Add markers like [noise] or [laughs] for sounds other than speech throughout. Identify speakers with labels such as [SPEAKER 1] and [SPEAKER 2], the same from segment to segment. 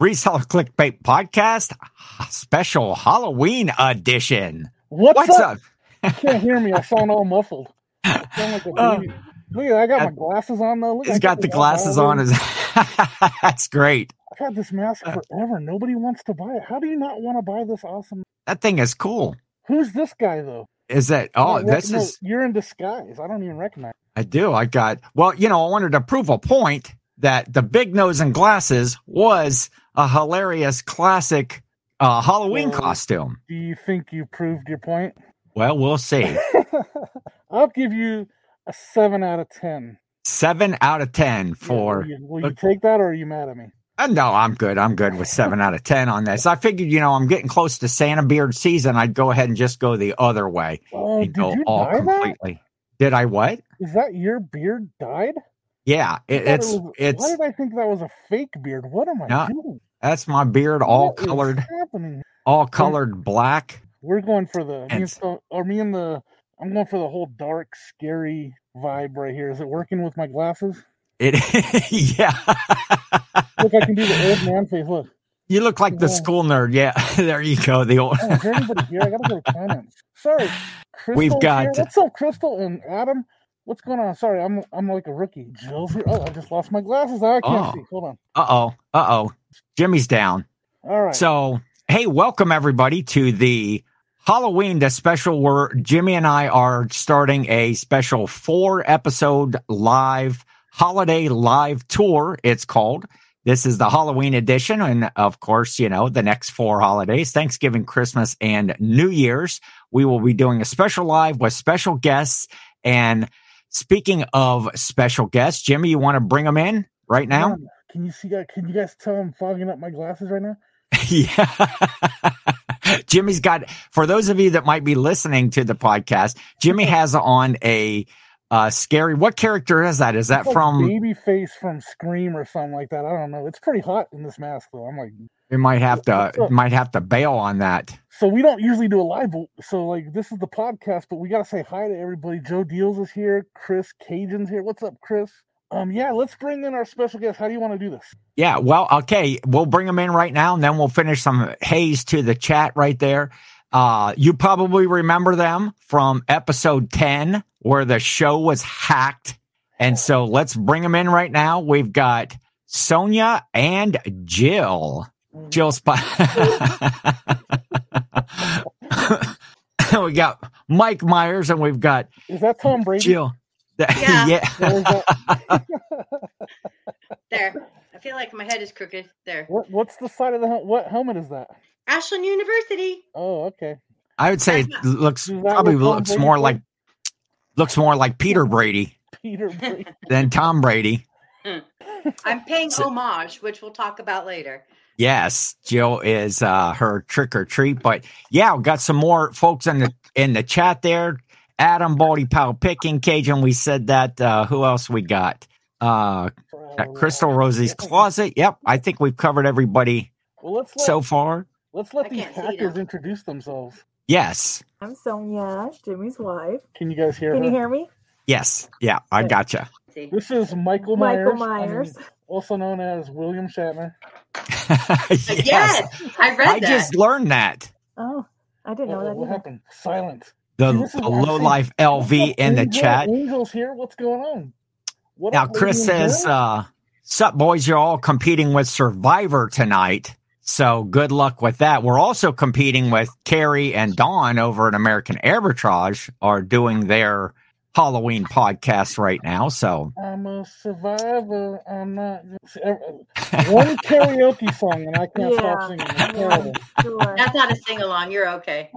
[SPEAKER 1] Reseller Clickbait Podcast Special Halloween Edition.
[SPEAKER 2] What's, up? [laughs] You can't hear me. I sound all muffled.
[SPEAKER 1] [laughs]
[SPEAKER 2] I sound like a
[SPEAKER 1] Oh.
[SPEAKER 2] baby. Look at that. I got my glasses on though. Look, I
[SPEAKER 1] He's got the
[SPEAKER 2] this
[SPEAKER 1] glasses
[SPEAKER 2] all
[SPEAKER 1] on. uh,
[SPEAKER 2] over.
[SPEAKER 1] His [laughs] that's great.
[SPEAKER 2] I've had this mask forever. Nobody wants to buy it. How do you not want to buy this awesome?
[SPEAKER 1] That thing is cool.
[SPEAKER 2] Who's this guy though?
[SPEAKER 1] Is that? Oh,
[SPEAKER 2] No,
[SPEAKER 1] this
[SPEAKER 2] no,
[SPEAKER 1] is.
[SPEAKER 2] you're in disguise. I don't even recognize.
[SPEAKER 1] I do. I got. Well, you know, I wanted to prove a point that the big nose and glasses was a hilarious classic uh, Halloween
[SPEAKER 2] Well-
[SPEAKER 1] costume.
[SPEAKER 2] Do you think you proved your point? [laughs]
[SPEAKER 1] Well, we'll see.
[SPEAKER 2] I'll give you a seven out of ten.
[SPEAKER 1] Seven out of ten for.
[SPEAKER 2] will you, will you
[SPEAKER 1] okay.
[SPEAKER 2] take that, or are you mad at me?
[SPEAKER 1] Uh, no, I'm good. I'm good with seven out of ten on this. I figured, you know, I'm getting close to Santa Beard season. I'd go ahead and just go the other way
[SPEAKER 2] Oh,
[SPEAKER 1] and
[SPEAKER 2] did
[SPEAKER 1] go
[SPEAKER 2] you
[SPEAKER 1] all
[SPEAKER 2] dye
[SPEAKER 1] completely. Did I what?
[SPEAKER 2] that? Is that your beard dyed?
[SPEAKER 1] Yeah,
[SPEAKER 2] I
[SPEAKER 1] it,
[SPEAKER 2] thought it
[SPEAKER 1] it's
[SPEAKER 2] was-
[SPEAKER 1] it's
[SPEAKER 2] Why did I think that was a fake beard? What am I
[SPEAKER 1] No,
[SPEAKER 2] doing?
[SPEAKER 1] that's my beard, all
[SPEAKER 2] What is
[SPEAKER 1] colored,
[SPEAKER 2] Happening?
[SPEAKER 1] all colored black.
[SPEAKER 2] We're going for the me and
[SPEAKER 1] It's-
[SPEAKER 2] so, or me and the. I'm going for the whole dark, scary vibe right here. Is it working with my glasses?
[SPEAKER 1] It, [laughs] yeah.
[SPEAKER 2] Look, I can do
[SPEAKER 1] [laughs]
[SPEAKER 2] the old man face. Look,
[SPEAKER 1] You look like the
[SPEAKER 2] Yeah.
[SPEAKER 1] school nerd. Yeah, [laughs] there you go. The old.
[SPEAKER 2] oh, is there anybody here? I gotta go to comments. Sorry, Crystal.
[SPEAKER 1] got-
[SPEAKER 2] What's up, Crystal and Adam? What's going on? Sorry, I'm I'm like a rookie. Jill's here. Oh, I just lost my glasses. I can't
[SPEAKER 1] Oh.
[SPEAKER 2] see. Hold on.
[SPEAKER 1] Uh oh. Uh oh. Jimmy's down.
[SPEAKER 2] All right.
[SPEAKER 1] So, hey, welcome everybody to the Halloween, the special where Jimmy and I are starting a special four episode live holiday live tour, it's called. This is the Halloween edition. And of course, you know, the next four holidays, Thanksgiving, Christmas, and New Year's, we will be doing a special live with special guests. And speaking of special guests, Jimmy, you want to bring them in right now?
[SPEAKER 2] Um, Can you see that? Can you guys tell I'm fogging up my glasses right now?
[SPEAKER 1] [laughs] Yeah. Jimmy's got, for those of you that might be listening to the podcast, Jimmy has on a uh, scary, what character is that? Is that
[SPEAKER 2] It's like
[SPEAKER 1] from,
[SPEAKER 2] Oh, baby face from Scream or something like that? I don't know. It's pretty hot in this mask though. I'm like,
[SPEAKER 1] we might have to, might have to bail on that.
[SPEAKER 2] so we don't usually do a live, but- so like this is the podcast, but we gotta say hi to everybody. Joe Deals is here. Chris Cajun's here. What's up, Chris? Um, yeah, let's bring in our special guest. How do you want to do this?
[SPEAKER 1] Yeah. Well, okay. We'll bring them in right now and then we'll finish some haze to the chat right there. Uh, you probably remember them from episode 10 where the show was hacked. And so let's bring them in right now. We've got Sonia and Jill. Jill Spot. [laughs] we got Mike Myers and we've got
[SPEAKER 2] Is that Tom Brady?
[SPEAKER 1] Jill. [laughs]
[SPEAKER 3] Yeah.
[SPEAKER 2] Or is that-
[SPEAKER 3] There. I feel like my head is crooked. There.
[SPEAKER 2] what, what's the side of the hel- what helmet is that?
[SPEAKER 3] Ashland University.
[SPEAKER 2] Oh, okay. [laughs]
[SPEAKER 1] I would say it looks
[SPEAKER 2] Is that
[SPEAKER 1] probably
[SPEAKER 2] what Tom
[SPEAKER 1] looks
[SPEAKER 2] Brady
[SPEAKER 1] more
[SPEAKER 2] played?
[SPEAKER 1] like looks more like Peter Brady
[SPEAKER 2] Peter
[SPEAKER 4] [laughs]
[SPEAKER 2] Brady.
[SPEAKER 1] than Tom Brady.
[SPEAKER 3] I'm paying
[SPEAKER 1] So-
[SPEAKER 3] homage, which we'll talk about later.
[SPEAKER 1] Yes, Jill is uh, her trick or treat, but yeah, we got some more folks in the in the chat there. Adam Baldy Powell picking Cajun. We said that. Uh, who else we got? Uh, got Crystal Rosie's closet. Yep, I think we've covered everybody
[SPEAKER 2] Well, let's let,
[SPEAKER 1] so far.
[SPEAKER 2] let's let
[SPEAKER 3] I
[SPEAKER 2] these
[SPEAKER 3] can't see
[SPEAKER 2] hackers
[SPEAKER 3] now.
[SPEAKER 2] introduce themselves.
[SPEAKER 1] Yes,
[SPEAKER 4] I'm Sonia, Jimmy's wife.
[SPEAKER 2] Can you guys hear?
[SPEAKER 4] Can you
[SPEAKER 2] her?
[SPEAKER 4] hear me?
[SPEAKER 1] yes, yeah, I gotcha. [laughs]
[SPEAKER 3] Let's see.
[SPEAKER 2] This is Michael Myers.
[SPEAKER 4] Michael
[SPEAKER 2] um,
[SPEAKER 4] Myers.
[SPEAKER 2] also known as William Shatner.
[SPEAKER 3] Yes,
[SPEAKER 1] yes,
[SPEAKER 3] I read
[SPEAKER 1] I
[SPEAKER 3] that.
[SPEAKER 1] just learned that.
[SPEAKER 4] Oh, I didn't know
[SPEAKER 2] Uh-oh,
[SPEAKER 4] that.
[SPEAKER 2] Uh, what
[SPEAKER 4] Either.
[SPEAKER 2] happened? Silence.
[SPEAKER 1] the,
[SPEAKER 2] See, this is
[SPEAKER 1] the
[SPEAKER 2] what I'm
[SPEAKER 1] low
[SPEAKER 2] saying.
[SPEAKER 1] life LV
[SPEAKER 2] What's up,
[SPEAKER 1] in the
[SPEAKER 2] Angel?
[SPEAKER 1] chat.
[SPEAKER 2] Angel's here. What's going on? What
[SPEAKER 1] Now,
[SPEAKER 2] up,
[SPEAKER 1] Chris
[SPEAKER 2] lady and
[SPEAKER 1] says,
[SPEAKER 2] Joe?
[SPEAKER 1] uh, Sup, boys, you're all competing with Survivor tonight. So good luck with that. We're also competing with Carrie and Dawn over at American Arbitrage, are doing their Halloween podcast right now. So,
[SPEAKER 2] I'm a survivor. I'm not. See, ev-
[SPEAKER 1] [laughs]
[SPEAKER 2] uh, One karaoke song, and I can't stop
[SPEAKER 4] Yeah.
[SPEAKER 2] singing. It's terrible.
[SPEAKER 4] [laughs] Sure.
[SPEAKER 3] That's not a sing along. You're okay.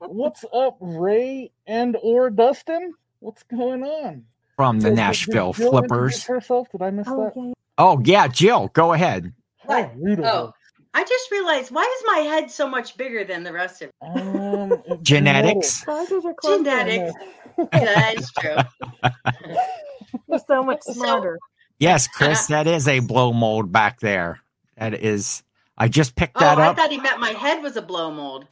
[SPEAKER 2] What's up, Ray and or Dustin? What's going on?
[SPEAKER 1] from the
[SPEAKER 2] Did- did
[SPEAKER 1] Nashville
[SPEAKER 2] Jill introduce
[SPEAKER 1] Flippers.
[SPEAKER 2] Herself? Did I miss
[SPEAKER 4] Oh,
[SPEAKER 2] that?
[SPEAKER 4] yeah.
[SPEAKER 1] Oh, yeah, Jill, go ahead.
[SPEAKER 2] How
[SPEAKER 3] What?
[SPEAKER 2] rude of her.
[SPEAKER 3] Oh, I just realized why is my head so much bigger than the rest of
[SPEAKER 2] Um,
[SPEAKER 1] [laughs]
[SPEAKER 2] it's
[SPEAKER 1] Genetics.
[SPEAKER 4] Why did your clothes
[SPEAKER 3] genetics? [laughs] that is true.
[SPEAKER 4] You're so
[SPEAKER 3] [laughs]
[SPEAKER 4] much
[SPEAKER 3] So-
[SPEAKER 4] smarter.
[SPEAKER 3] [laughs]
[SPEAKER 1] Yes, Chris, that is a blow mold back there. That is, I just picked
[SPEAKER 3] Oh,
[SPEAKER 1] that
[SPEAKER 3] I
[SPEAKER 1] up.
[SPEAKER 3] thought he meant my head was a blow mold.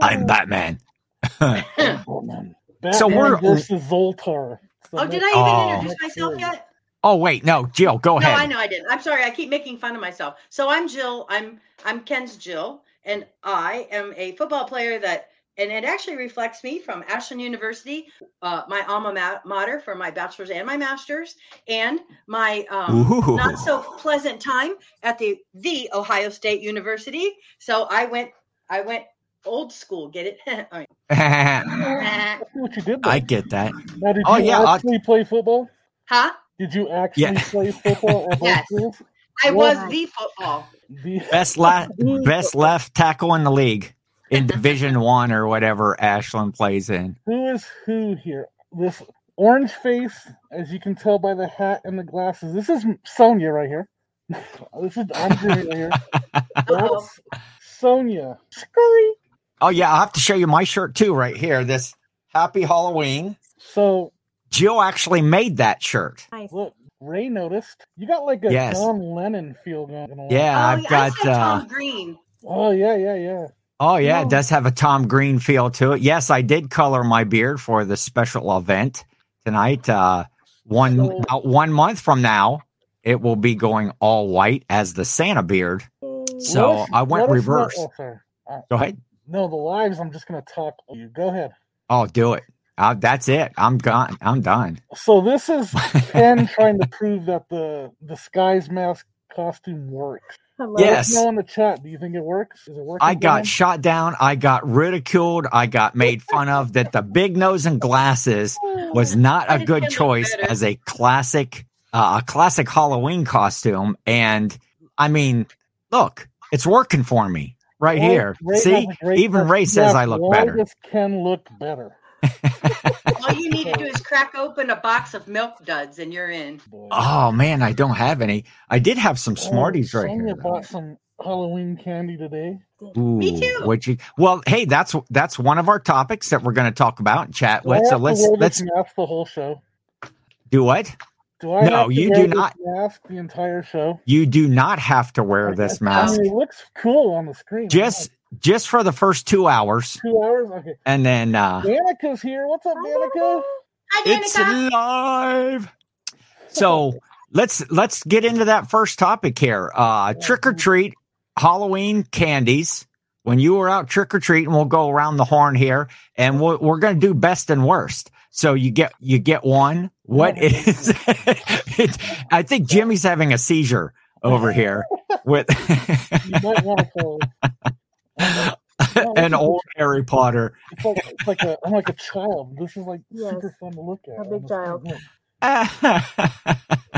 [SPEAKER 3] I'm Batman.
[SPEAKER 1] [laughs]
[SPEAKER 2] genetic. Batman
[SPEAKER 1] So we're-
[SPEAKER 2] Oh, versus Zoltar. So
[SPEAKER 3] Oh,
[SPEAKER 2] no-
[SPEAKER 3] did I even
[SPEAKER 1] Oh.
[SPEAKER 3] introduce myself yet?
[SPEAKER 1] Oh wait, no, Jill, go
[SPEAKER 3] No,
[SPEAKER 1] ahead.
[SPEAKER 3] I know I didn't. I'm sorry. I keep making fun of myself. So I'm Jill. I'm I'm Ken's Jill, and I am a football player that, and it actually reflects me from Ashland University, uh, my alma ma- mater for my bachelor's and my master's, and my um,
[SPEAKER 1] Ooh.
[SPEAKER 3] not so pleasant time at the the Ohio State University. So I went I went old school. Get it? [laughs] All right.
[SPEAKER 2] [laughs] I see what you did there.
[SPEAKER 1] [laughs] I get that.
[SPEAKER 2] now, did
[SPEAKER 1] oh,
[SPEAKER 2] you
[SPEAKER 1] yeah, I-
[SPEAKER 2] actually play football?
[SPEAKER 3] huh?
[SPEAKER 2] Did you actually
[SPEAKER 1] Yeah.
[SPEAKER 2] play football at
[SPEAKER 3] Yes.
[SPEAKER 2] both schools?
[SPEAKER 3] I was
[SPEAKER 4] Wow.
[SPEAKER 3] the
[SPEAKER 1] [laughs]
[SPEAKER 3] football.
[SPEAKER 2] The,
[SPEAKER 1] Best left, best left tackle in the league in Division One or whatever Ashland plays in.
[SPEAKER 2] who is who here? This orange face, as you can tell by the hat and the glasses. This is Sonia right here. [laughs] this is I'm Jimmy
[SPEAKER 1] [laughs]
[SPEAKER 2] right here.
[SPEAKER 3] Uh-oh.
[SPEAKER 2] That's Sonia. Scurry.
[SPEAKER 1] Oh yeah, I'll have to show you my shirt too right here. This Happy Halloween.
[SPEAKER 2] So
[SPEAKER 1] Jill actually made that shirt.
[SPEAKER 4] Nice.
[SPEAKER 2] look, Ray noticed you got like a
[SPEAKER 1] Yes.
[SPEAKER 2] John Lennon feel going on.
[SPEAKER 1] Yeah,
[SPEAKER 3] oh,
[SPEAKER 1] I've
[SPEAKER 3] yeah, I
[SPEAKER 1] got.
[SPEAKER 3] said
[SPEAKER 1] Uh,
[SPEAKER 3] Tom Green.
[SPEAKER 2] Oh yeah, yeah, yeah.
[SPEAKER 1] oh yeah, it
[SPEAKER 4] No.
[SPEAKER 1] does have a Tom Green feel to it. Yes, I did color my beard for the special event tonight. Uh, one
[SPEAKER 2] So-
[SPEAKER 1] about one month from now, it will be going all white as the Santa beard. So-
[SPEAKER 2] Let us-
[SPEAKER 1] I went
[SPEAKER 2] let us know-
[SPEAKER 1] reverse.
[SPEAKER 2] oh, sorry. Uh,
[SPEAKER 1] Go ahead.
[SPEAKER 2] no, the lives. I'm just gonna talk. You go ahead.
[SPEAKER 1] Oh, do it. Uh, that's it. I'm gone. I'm done.
[SPEAKER 2] So this is
[SPEAKER 1] [laughs]
[SPEAKER 2] Ken trying to prove that the disguise mask costume works.
[SPEAKER 4] Hello.
[SPEAKER 2] Let
[SPEAKER 1] Yes.
[SPEAKER 2] us know in the chat. Do you think it works? Is it working?
[SPEAKER 1] I
[SPEAKER 2] for him?
[SPEAKER 1] got shot down. I got ridiculed. I got made fun of. That the big nose and glasses was not
[SPEAKER 3] I
[SPEAKER 1] a
[SPEAKER 3] didn't
[SPEAKER 1] good
[SPEAKER 3] feel no
[SPEAKER 1] choice
[SPEAKER 3] better.
[SPEAKER 1] as a classic, uh, a classic Halloween costume. And I mean, look, it's working for me right
[SPEAKER 2] Well,
[SPEAKER 1] here.
[SPEAKER 2] Ray
[SPEAKER 1] See,
[SPEAKER 2] has a great
[SPEAKER 1] even Ray
[SPEAKER 2] question.
[SPEAKER 1] says
[SPEAKER 2] Yeah,
[SPEAKER 1] I look
[SPEAKER 2] why
[SPEAKER 1] better.
[SPEAKER 2] Does Ken look better?
[SPEAKER 3] All you need to do is crack open a box of milk duds and you're in.
[SPEAKER 2] Boy.
[SPEAKER 1] Oh man, I don't have any. I did have some
[SPEAKER 2] Oh,
[SPEAKER 1] Smarties right
[SPEAKER 2] Sonia
[SPEAKER 1] here. though.
[SPEAKER 2] bought some Halloween candy today.
[SPEAKER 1] Ooh,
[SPEAKER 3] Me too.
[SPEAKER 1] What you? Well, hey, that's that's one of our topics that we're going to talk about and chat
[SPEAKER 2] Do I
[SPEAKER 1] with. So
[SPEAKER 2] have to
[SPEAKER 1] let's
[SPEAKER 2] wear this
[SPEAKER 1] let's
[SPEAKER 2] mask the whole show.
[SPEAKER 1] do what
[SPEAKER 2] Do I
[SPEAKER 1] No,
[SPEAKER 2] have to
[SPEAKER 1] you
[SPEAKER 2] wear
[SPEAKER 1] do
[SPEAKER 2] this
[SPEAKER 1] not.
[SPEAKER 2] mask the entire show.
[SPEAKER 1] you do not have to wear
[SPEAKER 2] Like,
[SPEAKER 1] this
[SPEAKER 2] I- I
[SPEAKER 1] mask
[SPEAKER 2] mean, it looks cool on the screen.
[SPEAKER 1] just just for the first two hours,
[SPEAKER 2] two hours. Okay,
[SPEAKER 1] and then uh
[SPEAKER 2] Danica's here. What's up, Danica?
[SPEAKER 3] Hi,
[SPEAKER 1] it's
[SPEAKER 3] Danica.
[SPEAKER 1] live. So let's let's get into that first topic here. Uh Trick or treat, Halloween candies. When you were out trick or treating, we'll go around the horn here, and we'll, we're going to do best and worst. So you get you get one. What is? it, I think Jimmy's having a seizure over here with [laughs]
[SPEAKER 2] You might want to call.
[SPEAKER 1] an old Harry Potter.
[SPEAKER 2] It's like, it's like a, I'm like a child. This is like
[SPEAKER 4] Yes.
[SPEAKER 2] super fun to look at.
[SPEAKER 4] A big child.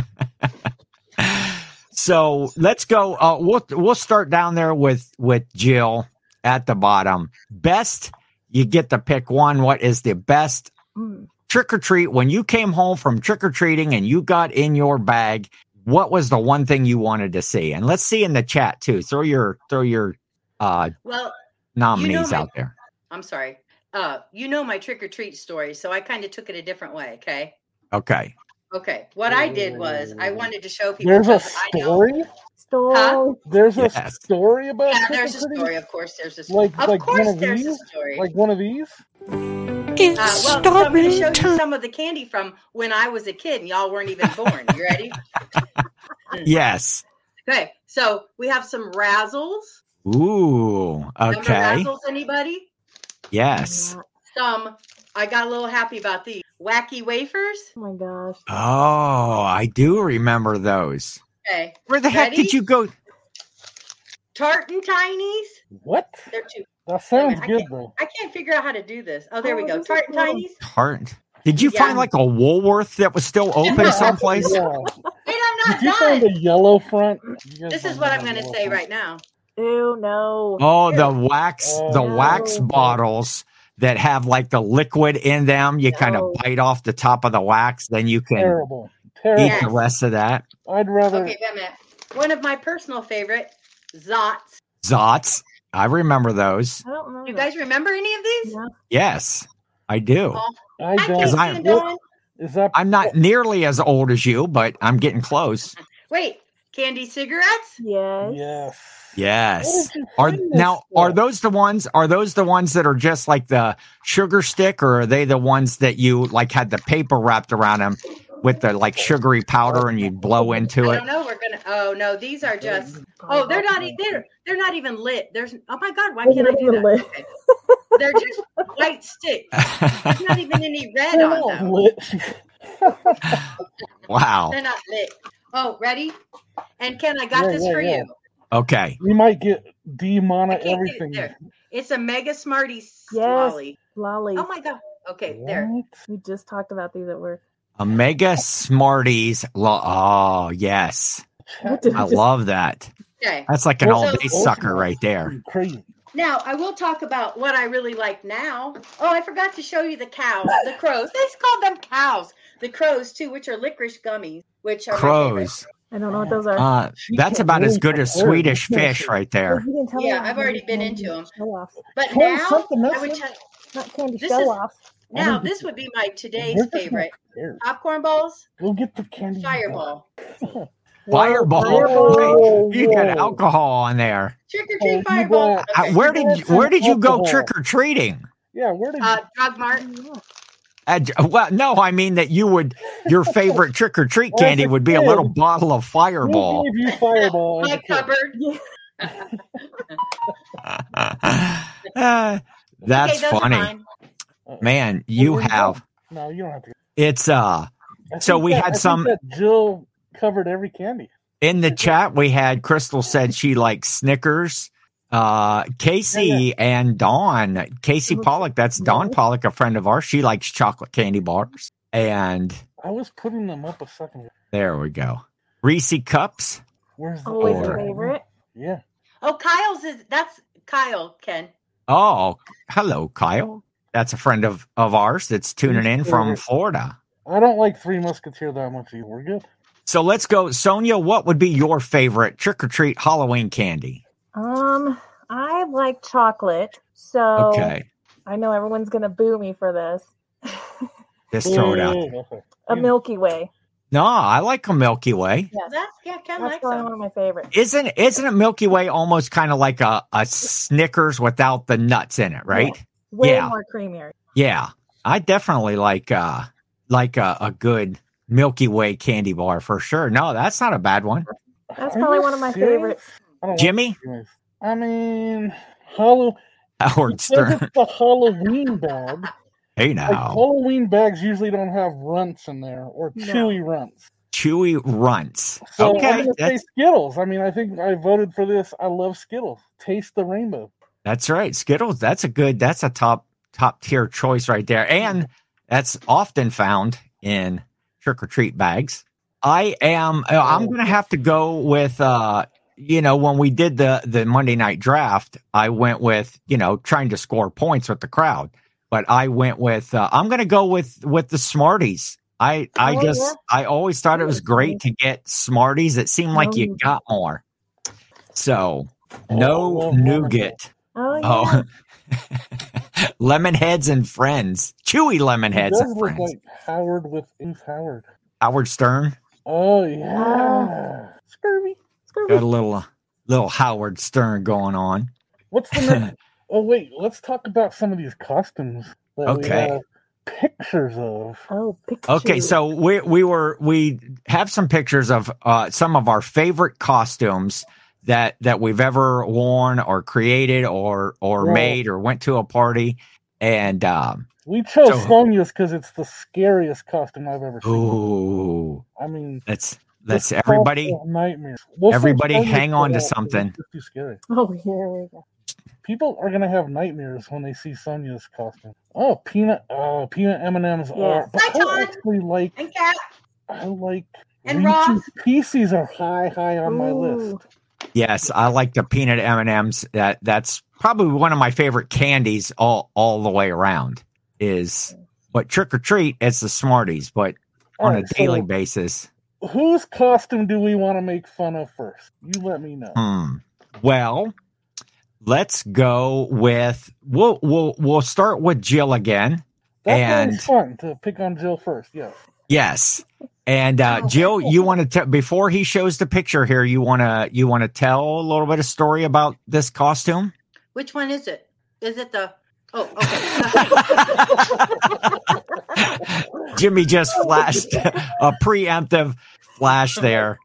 [SPEAKER 1] [laughs] so let's go. Uh, we'll we'll start down there with with Jill at the bottom. Best, you get to pick one. What is the best
[SPEAKER 4] Mm.
[SPEAKER 1] trick or treat when you came home from trick or treating and you got in your bag? What was the one thing you wanted to see? And let's see in the chat too. Throw your throw your uh,
[SPEAKER 3] Well,
[SPEAKER 1] nominees
[SPEAKER 3] my-
[SPEAKER 1] out there.
[SPEAKER 3] I'm sorry. Uh, you know my trick or treat story, so I kind of took it a different way. Okay.
[SPEAKER 1] Okay.
[SPEAKER 3] Okay. What I did was I wanted to show people.
[SPEAKER 2] Oh. There's a
[SPEAKER 3] because I know-
[SPEAKER 2] story.
[SPEAKER 4] Story.
[SPEAKER 3] Huh?
[SPEAKER 2] There's a
[SPEAKER 1] Yes.
[SPEAKER 2] story about.
[SPEAKER 3] Yeah,
[SPEAKER 2] trick or
[SPEAKER 3] there's a
[SPEAKER 2] treating?
[SPEAKER 3] story. Of course, there's a story.
[SPEAKER 2] Like-
[SPEAKER 3] of
[SPEAKER 2] like one
[SPEAKER 3] course,
[SPEAKER 2] of
[SPEAKER 3] there's a
[SPEAKER 2] these?
[SPEAKER 3] story.
[SPEAKER 2] Like one of these.
[SPEAKER 5] It's
[SPEAKER 3] uh, well, so I'm going to show you some of the candy from when I was a kid and y'all weren't even born. You ready?
[SPEAKER 1] Yes.
[SPEAKER 3] Okay. So we have some razzles.
[SPEAKER 1] Ooh.
[SPEAKER 3] Remember
[SPEAKER 1] Okay.
[SPEAKER 3] razzles, anybody?
[SPEAKER 1] Yes.
[SPEAKER 4] Oh
[SPEAKER 3] some I got a little happy about these wacky wafers.
[SPEAKER 4] my gosh.
[SPEAKER 1] Oh, I do remember those.
[SPEAKER 3] Okay.
[SPEAKER 1] Where the heck did
[SPEAKER 3] Ready?
[SPEAKER 1] you go?
[SPEAKER 3] Tartan tinies.
[SPEAKER 2] What?
[SPEAKER 3] They're too
[SPEAKER 2] That sounds
[SPEAKER 3] I
[SPEAKER 2] good
[SPEAKER 3] can't-
[SPEAKER 2] though.
[SPEAKER 3] I can't figure out how to do this. Oh, there we
[SPEAKER 4] Oh,
[SPEAKER 3] go.
[SPEAKER 4] this is
[SPEAKER 3] Tartan
[SPEAKER 4] cool.
[SPEAKER 3] tinies.
[SPEAKER 1] Tartan. Did you
[SPEAKER 3] Yeah.
[SPEAKER 1] find like a Woolworth that was still open
[SPEAKER 3] Yeah.
[SPEAKER 1] someplace?
[SPEAKER 2] Yeah.
[SPEAKER 3] Wait, I'm
[SPEAKER 2] Did you
[SPEAKER 3] not
[SPEAKER 2] find
[SPEAKER 3] done.
[SPEAKER 2] a yellow front? You guys
[SPEAKER 3] This
[SPEAKER 2] don't
[SPEAKER 3] is what
[SPEAKER 2] know
[SPEAKER 3] I'm going to
[SPEAKER 2] yellow
[SPEAKER 3] say
[SPEAKER 2] front.
[SPEAKER 3] right now.
[SPEAKER 4] Ew, no.
[SPEAKER 1] Oh, the wax, the
[SPEAKER 2] Oh.
[SPEAKER 1] wax bottles that have like the liquid in them. You kind of
[SPEAKER 4] No.
[SPEAKER 1] bite off the top of the wax, then you can
[SPEAKER 2] Terrible.
[SPEAKER 1] eat
[SPEAKER 2] Terrible.
[SPEAKER 3] Yeah.
[SPEAKER 1] the rest of that.
[SPEAKER 2] I'd rather.
[SPEAKER 3] Okay, wait a minute. One of my personal favorite, Zots.
[SPEAKER 1] Zots. I remember those.
[SPEAKER 4] I don't know.
[SPEAKER 3] You guys remember any of these?
[SPEAKER 4] No.
[SPEAKER 1] Yes, I do.
[SPEAKER 3] Oh,
[SPEAKER 2] I
[SPEAKER 3] I can't
[SPEAKER 1] Is
[SPEAKER 2] don't.
[SPEAKER 1] I-
[SPEAKER 3] stand on.
[SPEAKER 2] Is that?
[SPEAKER 1] I'm not nearly as old as you, but I'm getting close.
[SPEAKER 3] Wait, candy cigarettes?
[SPEAKER 4] Yes.
[SPEAKER 2] Yes.
[SPEAKER 1] Yes.
[SPEAKER 2] What did you
[SPEAKER 1] Are
[SPEAKER 2] sing this
[SPEAKER 1] now
[SPEAKER 2] for?
[SPEAKER 1] are those the ones? Are those the ones that are just like the sugar stick, or are they the ones that you like had the paper wrapped around them with the like sugary powder and you blow into
[SPEAKER 3] I
[SPEAKER 1] it? [laughs]
[SPEAKER 3] don't know. We're gonna. Oh no, these are just. Oh, they're not. e- They're they're not even lit. There's. Oh my God, why
[SPEAKER 4] They're
[SPEAKER 3] can't I
[SPEAKER 4] not
[SPEAKER 3] do
[SPEAKER 4] even
[SPEAKER 3] that?
[SPEAKER 4] lit.
[SPEAKER 3] Okay. They're
[SPEAKER 4] [laughs]
[SPEAKER 3] just white sticks. There's not even any red
[SPEAKER 2] They're
[SPEAKER 3] on
[SPEAKER 2] not
[SPEAKER 3] them.
[SPEAKER 2] lit.
[SPEAKER 1] wow.
[SPEAKER 3] They're not lit. Oh, ready? And Ken, I got
[SPEAKER 2] Yeah,
[SPEAKER 3] this
[SPEAKER 2] yeah,
[SPEAKER 3] for
[SPEAKER 2] yeah.
[SPEAKER 3] you.
[SPEAKER 1] Okay.
[SPEAKER 2] we might get
[SPEAKER 3] I
[SPEAKER 2] demona
[SPEAKER 3] can't get it
[SPEAKER 2] everything.
[SPEAKER 3] there. It's a mega smarty
[SPEAKER 4] Yes.
[SPEAKER 3] lolly.
[SPEAKER 4] Lolly.
[SPEAKER 3] Oh my God. Okay, there.
[SPEAKER 2] What?
[SPEAKER 4] we just talked about these at work.
[SPEAKER 1] Omega Smarties. Lo- oh yes,
[SPEAKER 4] What did we
[SPEAKER 1] I
[SPEAKER 4] just-
[SPEAKER 1] love that.
[SPEAKER 3] Okay.
[SPEAKER 1] That's like an
[SPEAKER 2] Well,
[SPEAKER 1] all day
[SPEAKER 3] so-
[SPEAKER 1] sucker right there.
[SPEAKER 2] Crazy.
[SPEAKER 3] Now I will talk about what I really like now. Oh, I forgot to show you the cows, the crows. They called them cows. The crows too, which are licorice gummies, which are my favorite.
[SPEAKER 1] Crows.
[SPEAKER 4] I don't know what those are.
[SPEAKER 1] Uh,
[SPEAKER 2] She
[SPEAKER 1] that's
[SPEAKER 2] can't
[SPEAKER 1] about as
[SPEAKER 2] really
[SPEAKER 1] good as
[SPEAKER 2] compare.
[SPEAKER 1] Swedish fish right
[SPEAKER 4] Oh,
[SPEAKER 1] there.
[SPEAKER 4] you didn't tell
[SPEAKER 3] Yeah,
[SPEAKER 4] me
[SPEAKER 3] I've
[SPEAKER 4] about
[SPEAKER 3] already been
[SPEAKER 4] candy
[SPEAKER 3] into 'em.
[SPEAKER 4] show-offs.
[SPEAKER 3] But
[SPEAKER 2] Tell
[SPEAKER 3] now
[SPEAKER 2] something
[SPEAKER 3] I
[SPEAKER 2] else.
[SPEAKER 3] would tell,
[SPEAKER 4] Not candy
[SPEAKER 3] This is-
[SPEAKER 4] show offs.
[SPEAKER 3] now this would be my today's
[SPEAKER 2] We're just not
[SPEAKER 3] favorite:
[SPEAKER 2] prepared.
[SPEAKER 3] popcorn balls,
[SPEAKER 2] We'll get the candy.
[SPEAKER 3] fireball,
[SPEAKER 1] Fireball.
[SPEAKER 4] Fireball.
[SPEAKER 1] Oh, You had alcohol on there.
[SPEAKER 3] trick or
[SPEAKER 2] Oh,
[SPEAKER 3] treat
[SPEAKER 2] you
[SPEAKER 3] fireball.
[SPEAKER 2] got-
[SPEAKER 1] Uh,
[SPEAKER 3] [laughs] Okay.
[SPEAKER 1] Where did you, where did you go
[SPEAKER 2] Alcohol.
[SPEAKER 1] trick or treating?
[SPEAKER 2] Yeah, where did
[SPEAKER 3] Uh, drug mart.
[SPEAKER 1] Uh, j- well, no, I mean that you would your favorite trick or treat
[SPEAKER 2] Well,
[SPEAKER 1] candy
[SPEAKER 2] as a
[SPEAKER 1] would be a
[SPEAKER 2] kid,
[SPEAKER 1] little bottle of
[SPEAKER 2] who
[SPEAKER 1] Fireball. [laughs]
[SPEAKER 2] gave you fireball? as
[SPEAKER 3] My
[SPEAKER 2] a kid?
[SPEAKER 3] cupboard.
[SPEAKER 4] Yeah.
[SPEAKER 1] Uh,
[SPEAKER 3] okay,
[SPEAKER 1] that's
[SPEAKER 3] those are
[SPEAKER 1] funny,
[SPEAKER 3] mine.
[SPEAKER 1] man. You
[SPEAKER 2] Well,
[SPEAKER 1] have
[SPEAKER 2] Uh, No, you don't have to.
[SPEAKER 1] it's uh
[SPEAKER 2] I
[SPEAKER 1] So
[SPEAKER 2] think
[SPEAKER 1] we
[SPEAKER 2] that-
[SPEAKER 1] had
[SPEAKER 2] I think
[SPEAKER 1] some-
[SPEAKER 2] that Jill covered every candy.
[SPEAKER 1] in the chat we had Crystal said she likes Snickers. Uh, Casey
[SPEAKER 2] Yeah,
[SPEAKER 1] and Dawn, Casey
[SPEAKER 4] Mhm.
[SPEAKER 1] Pollock, that's Dawn
[SPEAKER 4] Yeah.
[SPEAKER 1] Pollock, a friend of ours. She likes chocolate candy bars, and
[SPEAKER 2] I was putting them up a second. ago.
[SPEAKER 1] there we go. Reese cups.
[SPEAKER 2] Where's the
[SPEAKER 4] Always
[SPEAKER 1] Or-
[SPEAKER 4] a favorite.
[SPEAKER 2] Yeah.
[SPEAKER 3] Oh, Kyle's is that's Kyle Ken.
[SPEAKER 1] Oh, hello, Kyle. That's a friend of, of ours that's tuning in from
[SPEAKER 2] Yes.
[SPEAKER 1] Florida.
[SPEAKER 2] I don't like Three Musketeer that much either. We're good.
[SPEAKER 1] So let's go. Sonia, what would be your favorite trick or treat Halloween candy?
[SPEAKER 4] Um, I like chocolate, so
[SPEAKER 1] Okay.
[SPEAKER 4] I know everyone's gonna boo me for this.
[SPEAKER 1] Just throw it out.
[SPEAKER 2] Yeah, okay.
[SPEAKER 4] a
[SPEAKER 2] Yeah.
[SPEAKER 4] Milky Way.
[SPEAKER 1] No, I like a Milky Way.
[SPEAKER 4] Yes,
[SPEAKER 3] That's yeah, Ken
[SPEAKER 4] that's um,
[SPEAKER 3] likes
[SPEAKER 4] probably one
[SPEAKER 3] them.
[SPEAKER 4] of my favorites.
[SPEAKER 1] Isn't isn't a Milky Way almost kind of like a, a Snickers without the nuts in it, right?
[SPEAKER 4] Way
[SPEAKER 1] Yeah.
[SPEAKER 4] more creamier.
[SPEAKER 1] Yeah. I definitely like uh like a, a good Milky Way candy bar for sure. No, that's not a bad one.
[SPEAKER 4] That's
[SPEAKER 2] Are
[SPEAKER 4] probably
[SPEAKER 2] you
[SPEAKER 4] one of my
[SPEAKER 2] serious?
[SPEAKER 4] favorites.
[SPEAKER 2] I don't like
[SPEAKER 1] Jimmy? [laughs]
[SPEAKER 2] Three Musketeers. I mean, Halloween. [laughs]
[SPEAKER 1] Howard Stern.
[SPEAKER 2] It's the Halloween bag.
[SPEAKER 1] Hey now.
[SPEAKER 2] Like, Halloween bags usually don't have runts in there or
[SPEAKER 4] No.
[SPEAKER 2] chewy runts.
[SPEAKER 1] Chewy runts.
[SPEAKER 2] So I'm
[SPEAKER 1] okay,
[SPEAKER 2] gonna say
[SPEAKER 1] that's,
[SPEAKER 2] Skittles. I mean, I think I voted for this. I love Skittles. Taste the rainbow.
[SPEAKER 1] that's right. Skittles. That's a good. That's a top top tier choice right there, and that's often found in trick or treat bags. I am.
[SPEAKER 4] Oh.
[SPEAKER 1] uh, I'm gonna have to go with. uh You know, when we did the the Monday night draft, I went with you know trying to score points with the crowd, but I went with. Uh, I'm gonna go with with the Smarties. I I
[SPEAKER 4] Oh,
[SPEAKER 1] just
[SPEAKER 4] yeah.
[SPEAKER 1] I always thought it was great to get Smarties. It seemed like you
[SPEAKER 4] Oh.
[SPEAKER 1] got more. So
[SPEAKER 2] Oh,
[SPEAKER 1] no
[SPEAKER 2] well,
[SPEAKER 1] nougat.
[SPEAKER 4] Oh
[SPEAKER 1] Oh,
[SPEAKER 4] yeah.
[SPEAKER 1] [laughs] lemon heads and friends. Chewy lemon
[SPEAKER 2] It
[SPEAKER 1] heads
[SPEAKER 2] does
[SPEAKER 1] and
[SPEAKER 2] look
[SPEAKER 1] friends.
[SPEAKER 2] like Howard with Oof Howard.
[SPEAKER 1] Howard Stern
[SPEAKER 2] Oh
[SPEAKER 4] Oh.
[SPEAKER 2] yeah. Scurvy.
[SPEAKER 1] got
[SPEAKER 4] Screw
[SPEAKER 1] a
[SPEAKER 4] me.
[SPEAKER 1] little uh, little Howard Stern going on.
[SPEAKER 2] What's the
[SPEAKER 1] [laughs]
[SPEAKER 2] next? oh wait, let's talk about some of these costumes that we
[SPEAKER 1] Okay.
[SPEAKER 2] have pictures of.
[SPEAKER 4] Oh, Pikachu.
[SPEAKER 1] Okay, so we we were we have some pictures of uh, some of our favorite costumes that that we've ever worn or created or or
[SPEAKER 2] Right.
[SPEAKER 1] made or went to a party and um
[SPEAKER 2] We chose
[SPEAKER 1] So-
[SPEAKER 2] Sonia's because it's the scariest costume I've ever seen.
[SPEAKER 1] ooh
[SPEAKER 2] I mean,
[SPEAKER 1] that's
[SPEAKER 2] it's
[SPEAKER 1] that's everybody
[SPEAKER 2] awful nightmares. We'll say
[SPEAKER 1] everybody
[SPEAKER 2] Sonia's
[SPEAKER 1] hang on to
[SPEAKER 2] for that 'cause
[SPEAKER 1] something.
[SPEAKER 2] It's just too scary.
[SPEAKER 4] [laughs] Oh, here we go.
[SPEAKER 2] people are gonna have nightmares when they see Sonya's costume. Oh, peanut! Oh, peanut M and M's are.
[SPEAKER 4] Yes.
[SPEAKER 2] But
[SPEAKER 3] Hi,
[SPEAKER 2] I
[SPEAKER 3] Todd.
[SPEAKER 2] actually like.
[SPEAKER 3] And cat.
[SPEAKER 2] I like.
[SPEAKER 3] And
[SPEAKER 2] Reese's
[SPEAKER 3] Ross.
[SPEAKER 2] Pieces are high, high on my
[SPEAKER 4] Ooh.
[SPEAKER 2] list.
[SPEAKER 1] Yes, I like the peanut M and M's. That that's probably one of my favorite candies all all the way around. Is but trick or treat, it's the Smarties, but on a
[SPEAKER 2] Alright, so
[SPEAKER 1] daily basis.
[SPEAKER 2] whose costume do we want to make fun of first? You let me know.
[SPEAKER 1] Hmm. Well, let's go with we'll we'll we'll start with Jill again.
[SPEAKER 2] That's always
[SPEAKER 1] and-
[SPEAKER 2] fun to pick on Jill first. Yes.
[SPEAKER 1] Yes, And uh,
[SPEAKER 3] Oh,
[SPEAKER 1] Jill,
[SPEAKER 3] cool.
[SPEAKER 1] you want to tell before he shows the picture here. You want to you want to tell a little bit of story about this costume?
[SPEAKER 3] Which one is it? Is it the? Oh, okay. [laughs]
[SPEAKER 1] [laughs] Jimmy just flashed a preemptive flash there.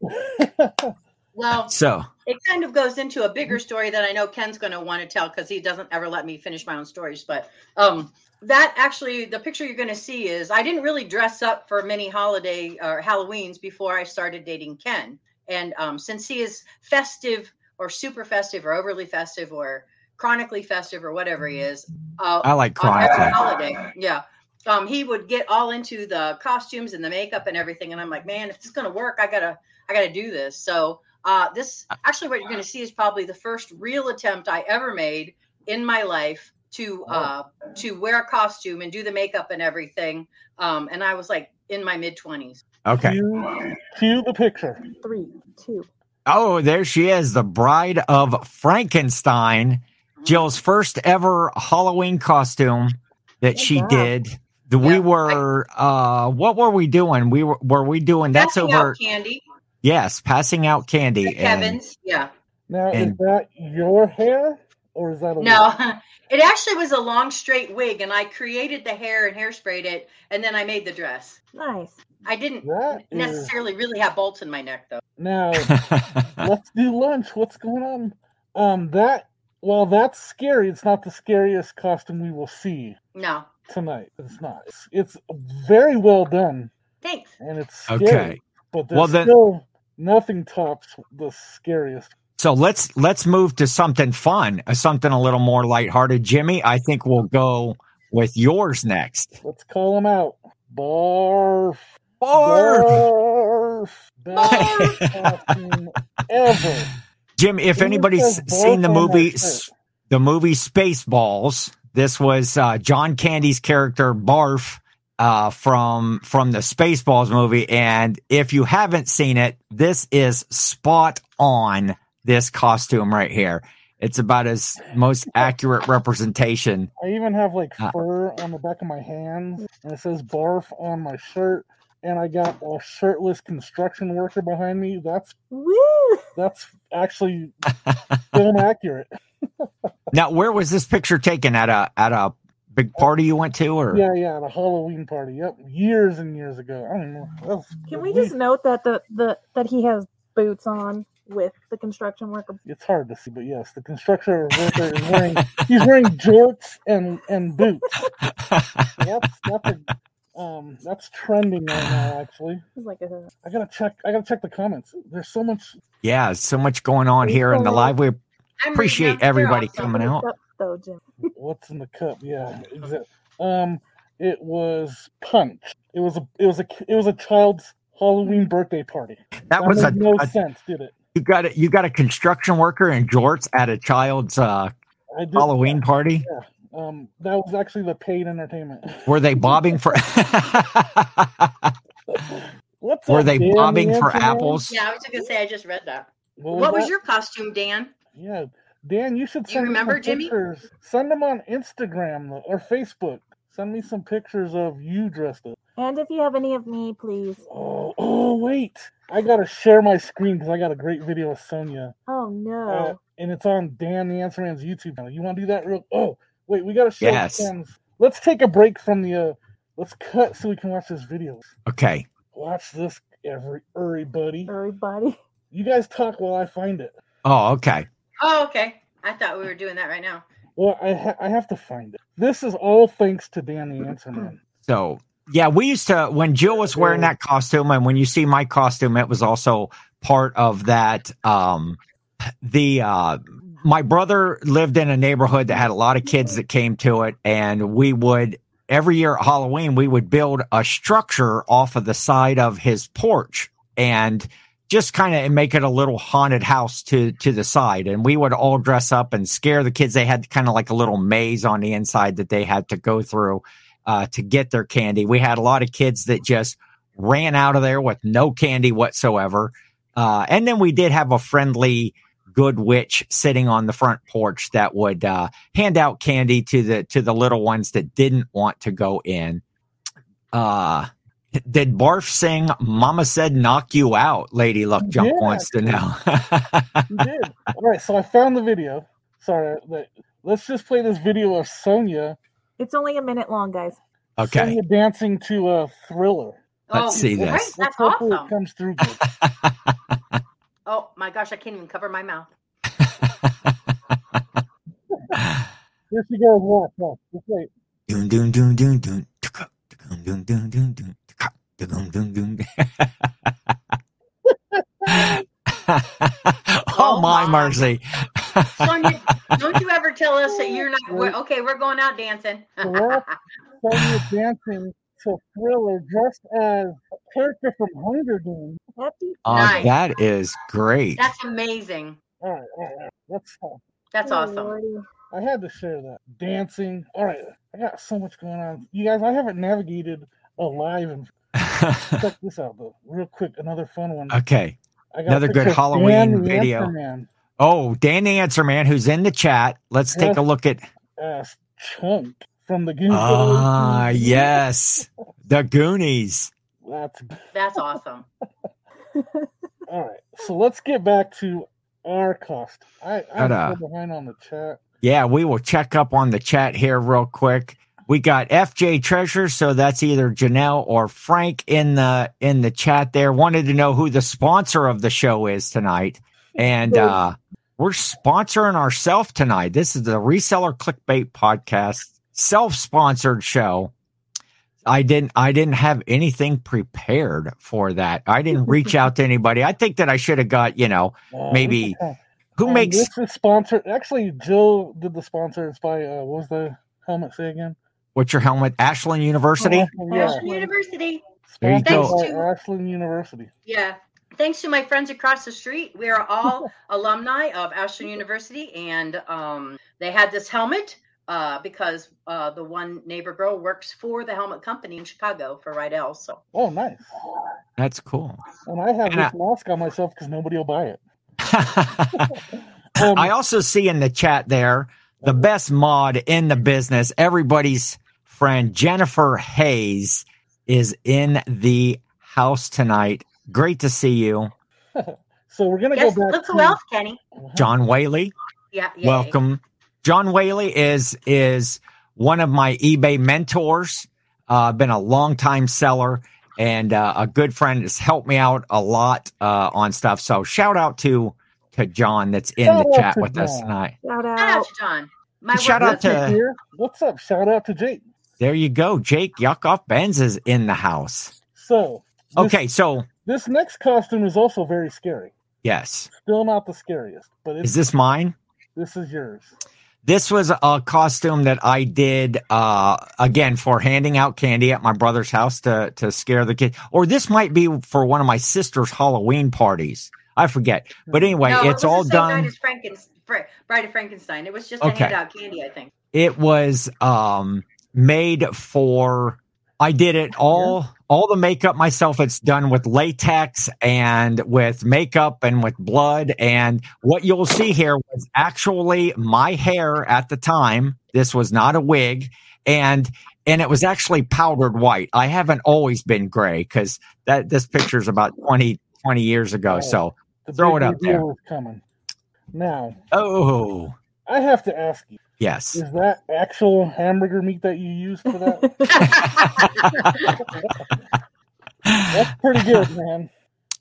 [SPEAKER 3] well,
[SPEAKER 1] So
[SPEAKER 3] it kind of goes into a
[SPEAKER 4] Mm-hmm.
[SPEAKER 3] bigger story that I know Ken's going to want to tell because he doesn't ever let me finish my own stories. But um, that actually, the picture you're going to see is I didn't really dress up for many holiday or Halloweens before I started dating Ken. And um, since he is festive or super festive or overly festive or chronically festive or whatever
[SPEAKER 4] Mm-hmm.
[SPEAKER 3] he is, uh,
[SPEAKER 1] I like
[SPEAKER 3] on every
[SPEAKER 1] Chronicle.
[SPEAKER 3] holiday. Yeah. Um, he would get all into the costumes and the makeup and everything, and I'm like, man, if this is gonna work, I gotta, I gotta do this. So, uh, this actually, what you're gonna see is probably the first real attempt I ever made in my life to,
[SPEAKER 1] Oh.
[SPEAKER 3] uh, to wear a costume and do the makeup and everything. Um, and I was like in my mid 20s.
[SPEAKER 1] Okay.
[SPEAKER 2] Cue, cue the picture.
[SPEAKER 4] Three, two.
[SPEAKER 1] Oh, there she is, the bride of Frankenstein. Jill's first ever Halloween costume that she
[SPEAKER 4] Good job.
[SPEAKER 1] did. The- We
[SPEAKER 3] Oh, Yeah, I-
[SPEAKER 1] were uh what were we doing? We were were we doing that's
[SPEAKER 3] Passing
[SPEAKER 1] over
[SPEAKER 3] out candy.
[SPEAKER 1] yes, passing out candy
[SPEAKER 3] The
[SPEAKER 1] and
[SPEAKER 3] Kevin's, yeah.
[SPEAKER 2] Now, is
[SPEAKER 1] And-
[SPEAKER 2] that your hair or is
[SPEAKER 1] Oh.
[SPEAKER 2] that a
[SPEAKER 3] No, [laughs] it actually was a long straight wig, and I created the hair and hairsprayed it, and then I made the dress.
[SPEAKER 4] Nice.
[SPEAKER 3] I didn't
[SPEAKER 2] That is-
[SPEAKER 3] necessarily really have bolts in my neck though.
[SPEAKER 2] Now, let's do lunch. What's going on? Um, that well, that's scary. It's not the scariest costume we will see
[SPEAKER 3] No.
[SPEAKER 2] tonight. It's not. It's, it's very well done,
[SPEAKER 3] Thanks.
[SPEAKER 1] [laughs]
[SPEAKER 2] and it's scary.
[SPEAKER 1] [laughs] okay.
[SPEAKER 2] But there's
[SPEAKER 1] Well, then-
[SPEAKER 2] still nothing tops the scariest.
[SPEAKER 1] So let's let's move to something fun, uh, something a little more lighthearted. Jimmy, I think we'll go with yours next.
[SPEAKER 2] Let's call him out. Barf.
[SPEAKER 1] Or
[SPEAKER 2] Barf. Best costume ever.
[SPEAKER 1] Jim, if
[SPEAKER 2] Who
[SPEAKER 1] anybody's
[SPEAKER 2] says barf
[SPEAKER 1] seen the
[SPEAKER 2] on that
[SPEAKER 1] movie
[SPEAKER 2] shirt?
[SPEAKER 1] S- the movie Spaceballs, this was uh, John Candy's character Barf uh, from from the Spaceballs movie. And if you haven't seen it, this is spot on this costume right here. It's about his most accurate representation.
[SPEAKER 2] I even have like
[SPEAKER 1] Ah.
[SPEAKER 2] fur on the back of my hands, and it says barf on my shirt. And I got a shirtless construction worker behind me. That's
[SPEAKER 4] Woo!
[SPEAKER 2] that's
[SPEAKER 1] [laughs]
[SPEAKER 2] actually film accurate.
[SPEAKER 1] Now, where was this picture taken at a at a big party you went to, or
[SPEAKER 2] Yeah, yeah, at a Halloween party. Yep, years and years ago. I don't know. That was-
[SPEAKER 4] Can we just note that the, the that he has boots on with the construction worker?
[SPEAKER 2] It's hard to see, but yes, the construction worker is wearing he's wearing jorts and and boots. That's that's a, um that's trending right now. Actually,
[SPEAKER 4] He's like a
[SPEAKER 2] I gotta check. I gotta check the comments. There's so much.
[SPEAKER 1] [laughs] yeah, so much going on here in the live. We
[SPEAKER 3] I'm reading
[SPEAKER 1] Appreciate
[SPEAKER 3] out. They're
[SPEAKER 1] everybody
[SPEAKER 3] awesome.
[SPEAKER 1] coming out.
[SPEAKER 4] Up though, Jim.
[SPEAKER 2] What's in the cup? Yeah, exactly. Um, it was punch. It was a it was a it was a child's Halloween birthday party.
[SPEAKER 1] that was a,
[SPEAKER 2] made no
[SPEAKER 1] a-
[SPEAKER 2] sense, did it?
[SPEAKER 1] you got a, you got a construction worker in jorts at a child's uh,
[SPEAKER 2] I did.
[SPEAKER 1] Halloween party.
[SPEAKER 2] Um, that was actually the paid entertainment.
[SPEAKER 1] Were they bobbing for?
[SPEAKER 2] [laughs]
[SPEAKER 1] [laughs]
[SPEAKER 2] What's
[SPEAKER 1] Were
[SPEAKER 2] up,
[SPEAKER 1] they
[SPEAKER 2] Dan, the
[SPEAKER 1] bobbing for
[SPEAKER 2] answer man?
[SPEAKER 1] apples?
[SPEAKER 3] Yeah, I was just gonna say I just read that.
[SPEAKER 2] What was,
[SPEAKER 3] What, was
[SPEAKER 2] that?
[SPEAKER 3] your costume, Dan?
[SPEAKER 2] Yeah, Dan, you should
[SPEAKER 3] You
[SPEAKER 2] send
[SPEAKER 3] remember,
[SPEAKER 2] me some
[SPEAKER 3] Jimmy?
[SPEAKER 2] pictures. Send them on Instagram though, or Facebook. Send me some pictures of you dressed up.
[SPEAKER 4] And if you have any of me, please.
[SPEAKER 2] Oh, oh wait, I gotta share my screen because I got a great video of Sonia.
[SPEAKER 4] Oh
[SPEAKER 2] Uh,
[SPEAKER 4] no.
[SPEAKER 2] and it's on Dan the Answer Man's YouTube channel. You want to do that real? Oh, wait, we gotta show
[SPEAKER 1] Yes.
[SPEAKER 2] Ken's- Let's take a break from the. Uh, let's cut so we can watch this video.
[SPEAKER 1] Okay,
[SPEAKER 2] Watch this, every everybody.
[SPEAKER 4] Everybody.
[SPEAKER 2] You guys talk while I find it.
[SPEAKER 1] oh okay,
[SPEAKER 3] Oh, okay. I thought we were doing that right now.
[SPEAKER 2] Well, I ha- I have to find it. This is all thanks to Dan the Answer Man.
[SPEAKER 1] so. Yeah, we used to when Jill was wearing that costume, and when you see my costume, it was also part of that. Um, the uh, my brother lived in a neighborhood that had a lot of kids that came to it and we would every year at halloween we would build a structure off of the side of his porch and just kind of make it a little haunted house to to the side and we would all dress up and scare the kids they had kind of like a little maze on the inside that they had to go through uh, to get their candy we had a lot of kids that just ran out of there with no candy whatsoever uh, and then we did have a friendly good witch sitting on the front porch that would uh, hand out candy to the to the little ones that didn't want to go in. Uh, Did Barf sing Mama Said Knock You Out? Lady Luck Jump
[SPEAKER 2] Yeah.
[SPEAKER 1] wants to know. [laughs]
[SPEAKER 2] You did. All right, so I found the video. Sorry, but let's just play this video of Sonia.
[SPEAKER 4] It's only a minute long, guys.
[SPEAKER 1] okay.
[SPEAKER 2] Sonia dancing to a thriller.
[SPEAKER 1] Let's see this.
[SPEAKER 3] great. Oh, That's
[SPEAKER 2] Let's hope
[SPEAKER 3] awesome.
[SPEAKER 2] It comes through good.
[SPEAKER 3] Oh my gosh, I can't even cover
[SPEAKER 1] [laughs]
[SPEAKER 3] my mouth.
[SPEAKER 1] [laughs]
[SPEAKER 2] Here she goes. Watch, watch. Just wait.
[SPEAKER 1] Dun, dun, dun, dun, dun, tuka, tukum, dun, dun, dun, dun, tuka, tukum, dun, dun. oh
[SPEAKER 3] Oh,
[SPEAKER 1] my
[SPEAKER 3] my. [laughs]
[SPEAKER 1] mercy.
[SPEAKER 3] Sonia, don't you ever tell us that you're not. We're,
[SPEAKER 2] Wait.
[SPEAKER 3] okay, we're going out dancing. [laughs]
[SPEAKER 2] Correct. Sonia
[SPEAKER 1] [sighs]
[SPEAKER 2] dancing to thriller just as a character from Hunger Games.
[SPEAKER 4] Happy
[SPEAKER 1] Oh,
[SPEAKER 3] Nice.
[SPEAKER 1] that is great.
[SPEAKER 3] That's amazing.
[SPEAKER 2] All right, all right, all right. Let's stop.
[SPEAKER 3] That's
[SPEAKER 4] Oh,
[SPEAKER 3] awesome.
[SPEAKER 4] Lordy.
[SPEAKER 2] I had to share that. Dancing. All right. I got so much going on. You guys, I haven't navigated alive and check this out though. Real quick, another fun one.
[SPEAKER 1] [laughs] okay.
[SPEAKER 2] I got a
[SPEAKER 1] another good
[SPEAKER 2] picture of
[SPEAKER 1] Halloween
[SPEAKER 2] Dan the
[SPEAKER 1] video.
[SPEAKER 2] Answer Man
[SPEAKER 1] Oh, Dan the Answer Man, who's in the chat. Let's take a look at.
[SPEAKER 2] as Chunk from the Goonies.
[SPEAKER 1] Ah, yes. The Goonies.
[SPEAKER 2] That's
[SPEAKER 3] That's awesome.
[SPEAKER 2] all right. So let's get back to our cost. I, I'm
[SPEAKER 1] Ta-da.
[SPEAKER 2] so behind on the chat.
[SPEAKER 1] Yeah, we will check up on the chat here real quick. We got FJ Treasure, so that's either Janelle or Frank in the in the chat there. Wanted to know who the sponsor of the show is tonight. And uh we're sponsoring ourselves tonight. This is the reseller clickbait podcast, self-sponsored show. I didn't I didn't have anything prepared for that. I didn't reach out to anybody. I think that I should have got, you know,
[SPEAKER 2] Uh,
[SPEAKER 1] Maybe-
[SPEAKER 2] and
[SPEAKER 1] who makes
[SPEAKER 2] this is sponsored? Actually, Jill did the sponsors by uh, what was the helmet say again?
[SPEAKER 1] what's your helmet? Ashland University.
[SPEAKER 2] yeah.
[SPEAKER 3] Ashland University.
[SPEAKER 1] There you
[SPEAKER 2] Sponsored by
[SPEAKER 3] go.
[SPEAKER 2] Ashland University.
[SPEAKER 3] Yeah. Thanks to my friends across the street, we are
[SPEAKER 2] [laughs]
[SPEAKER 3] all alumni of Ashland University, and um, they had this helmet uh, because uh, the one neighbor girl works for the helmet company in Chicago for Rydell. So
[SPEAKER 2] Oh, nice.
[SPEAKER 1] That's cool.
[SPEAKER 2] And I have
[SPEAKER 1] And
[SPEAKER 2] this mask on myself because nobody will buy it.
[SPEAKER 1] I
[SPEAKER 2] Um,
[SPEAKER 1] also see in the chat there the best mod in the business. Everybody's friend Jennifer Hayes is in the house tonight. Great to see you,
[SPEAKER 2] so we're gonna
[SPEAKER 3] yes,
[SPEAKER 2] go back.
[SPEAKER 3] look
[SPEAKER 2] to,
[SPEAKER 3] who else, Kenny.
[SPEAKER 1] John Whaley.
[SPEAKER 3] Yeah. yay.
[SPEAKER 1] Welcome, John Whaley is is one of my eBay mentors. Uh, been a longtime seller and uh, a good friend has helped me out a lot uh, on stuff. So shout out to to John that's in
[SPEAKER 2] Shout
[SPEAKER 1] the
[SPEAKER 2] out
[SPEAKER 1] chat
[SPEAKER 2] to
[SPEAKER 1] with us
[SPEAKER 2] John.
[SPEAKER 1] tonight.
[SPEAKER 4] Shout
[SPEAKER 3] Shout out
[SPEAKER 4] out.
[SPEAKER 3] to John. My
[SPEAKER 1] Shout
[SPEAKER 3] work
[SPEAKER 1] out to-
[SPEAKER 3] husband.
[SPEAKER 2] Here. What's up? Shout out to Jake.
[SPEAKER 1] There you go. Jake Yakov Benz is in the house.
[SPEAKER 2] So this,
[SPEAKER 1] Okay, so
[SPEAKER 2] this next costume is also very scary.
[SPEAKER 1] yes.
[SPEAKER 2] Still not the scariest, but it's,
[SPEAKER 1] Is this mine?
[SPEAKER 2] this is yours.
[SPEAKER 1] This was a costume that I did uh again for handing out candy at my brother's house to to scare the kids. Or this might be for one of my sister's Halloween parties. I forget. But
[SPEAKER 2] Hmm.
[SPEAKER 1] anyway,
[SPEAKER 3] No, it was
[SPEAKER 1] it's
[SPEAKER 3] the
[SPEAKER 1] all
[SPEAKER 3] same
[SPEAKER 1] done.
[SPEAKER 3] Night as Frankenstein, Bride of Frankenstein. It was just a
[SPEAKER 1] Okay.
[SPEAKER 3] handout candy, I
[SPEAKER 2] [laughs]
[SPEAKER 3] think. [laughs]
[SPEAKER 1] it was um made for i did it all all the makeup myself it's done with latex and with makeup and with blood and what you'll see here was actually my hair at the time this was not a wig and and it was actually powdered white i haven't always been gray because that this picture's about 20 20 years ago so
[SPEAKER 2] The
[SPEAKER 1] Throw
[SPEAKER 2] big
[SPEAKER 1] it up
[SPEAKER 2] reveal
[SPEAKER 1] there.
[SPEAKER 2] is coming. Now
[SPEAKER 1] oh
[SPEAKER 2] I have to ask you:
[SPEAKER 1] yes
[SPEAKER 2] Is that actual hamburger meat that you used for
[SPEAKER 1] [laughs]
[SPEAKER 2] that? That's pretty good, man.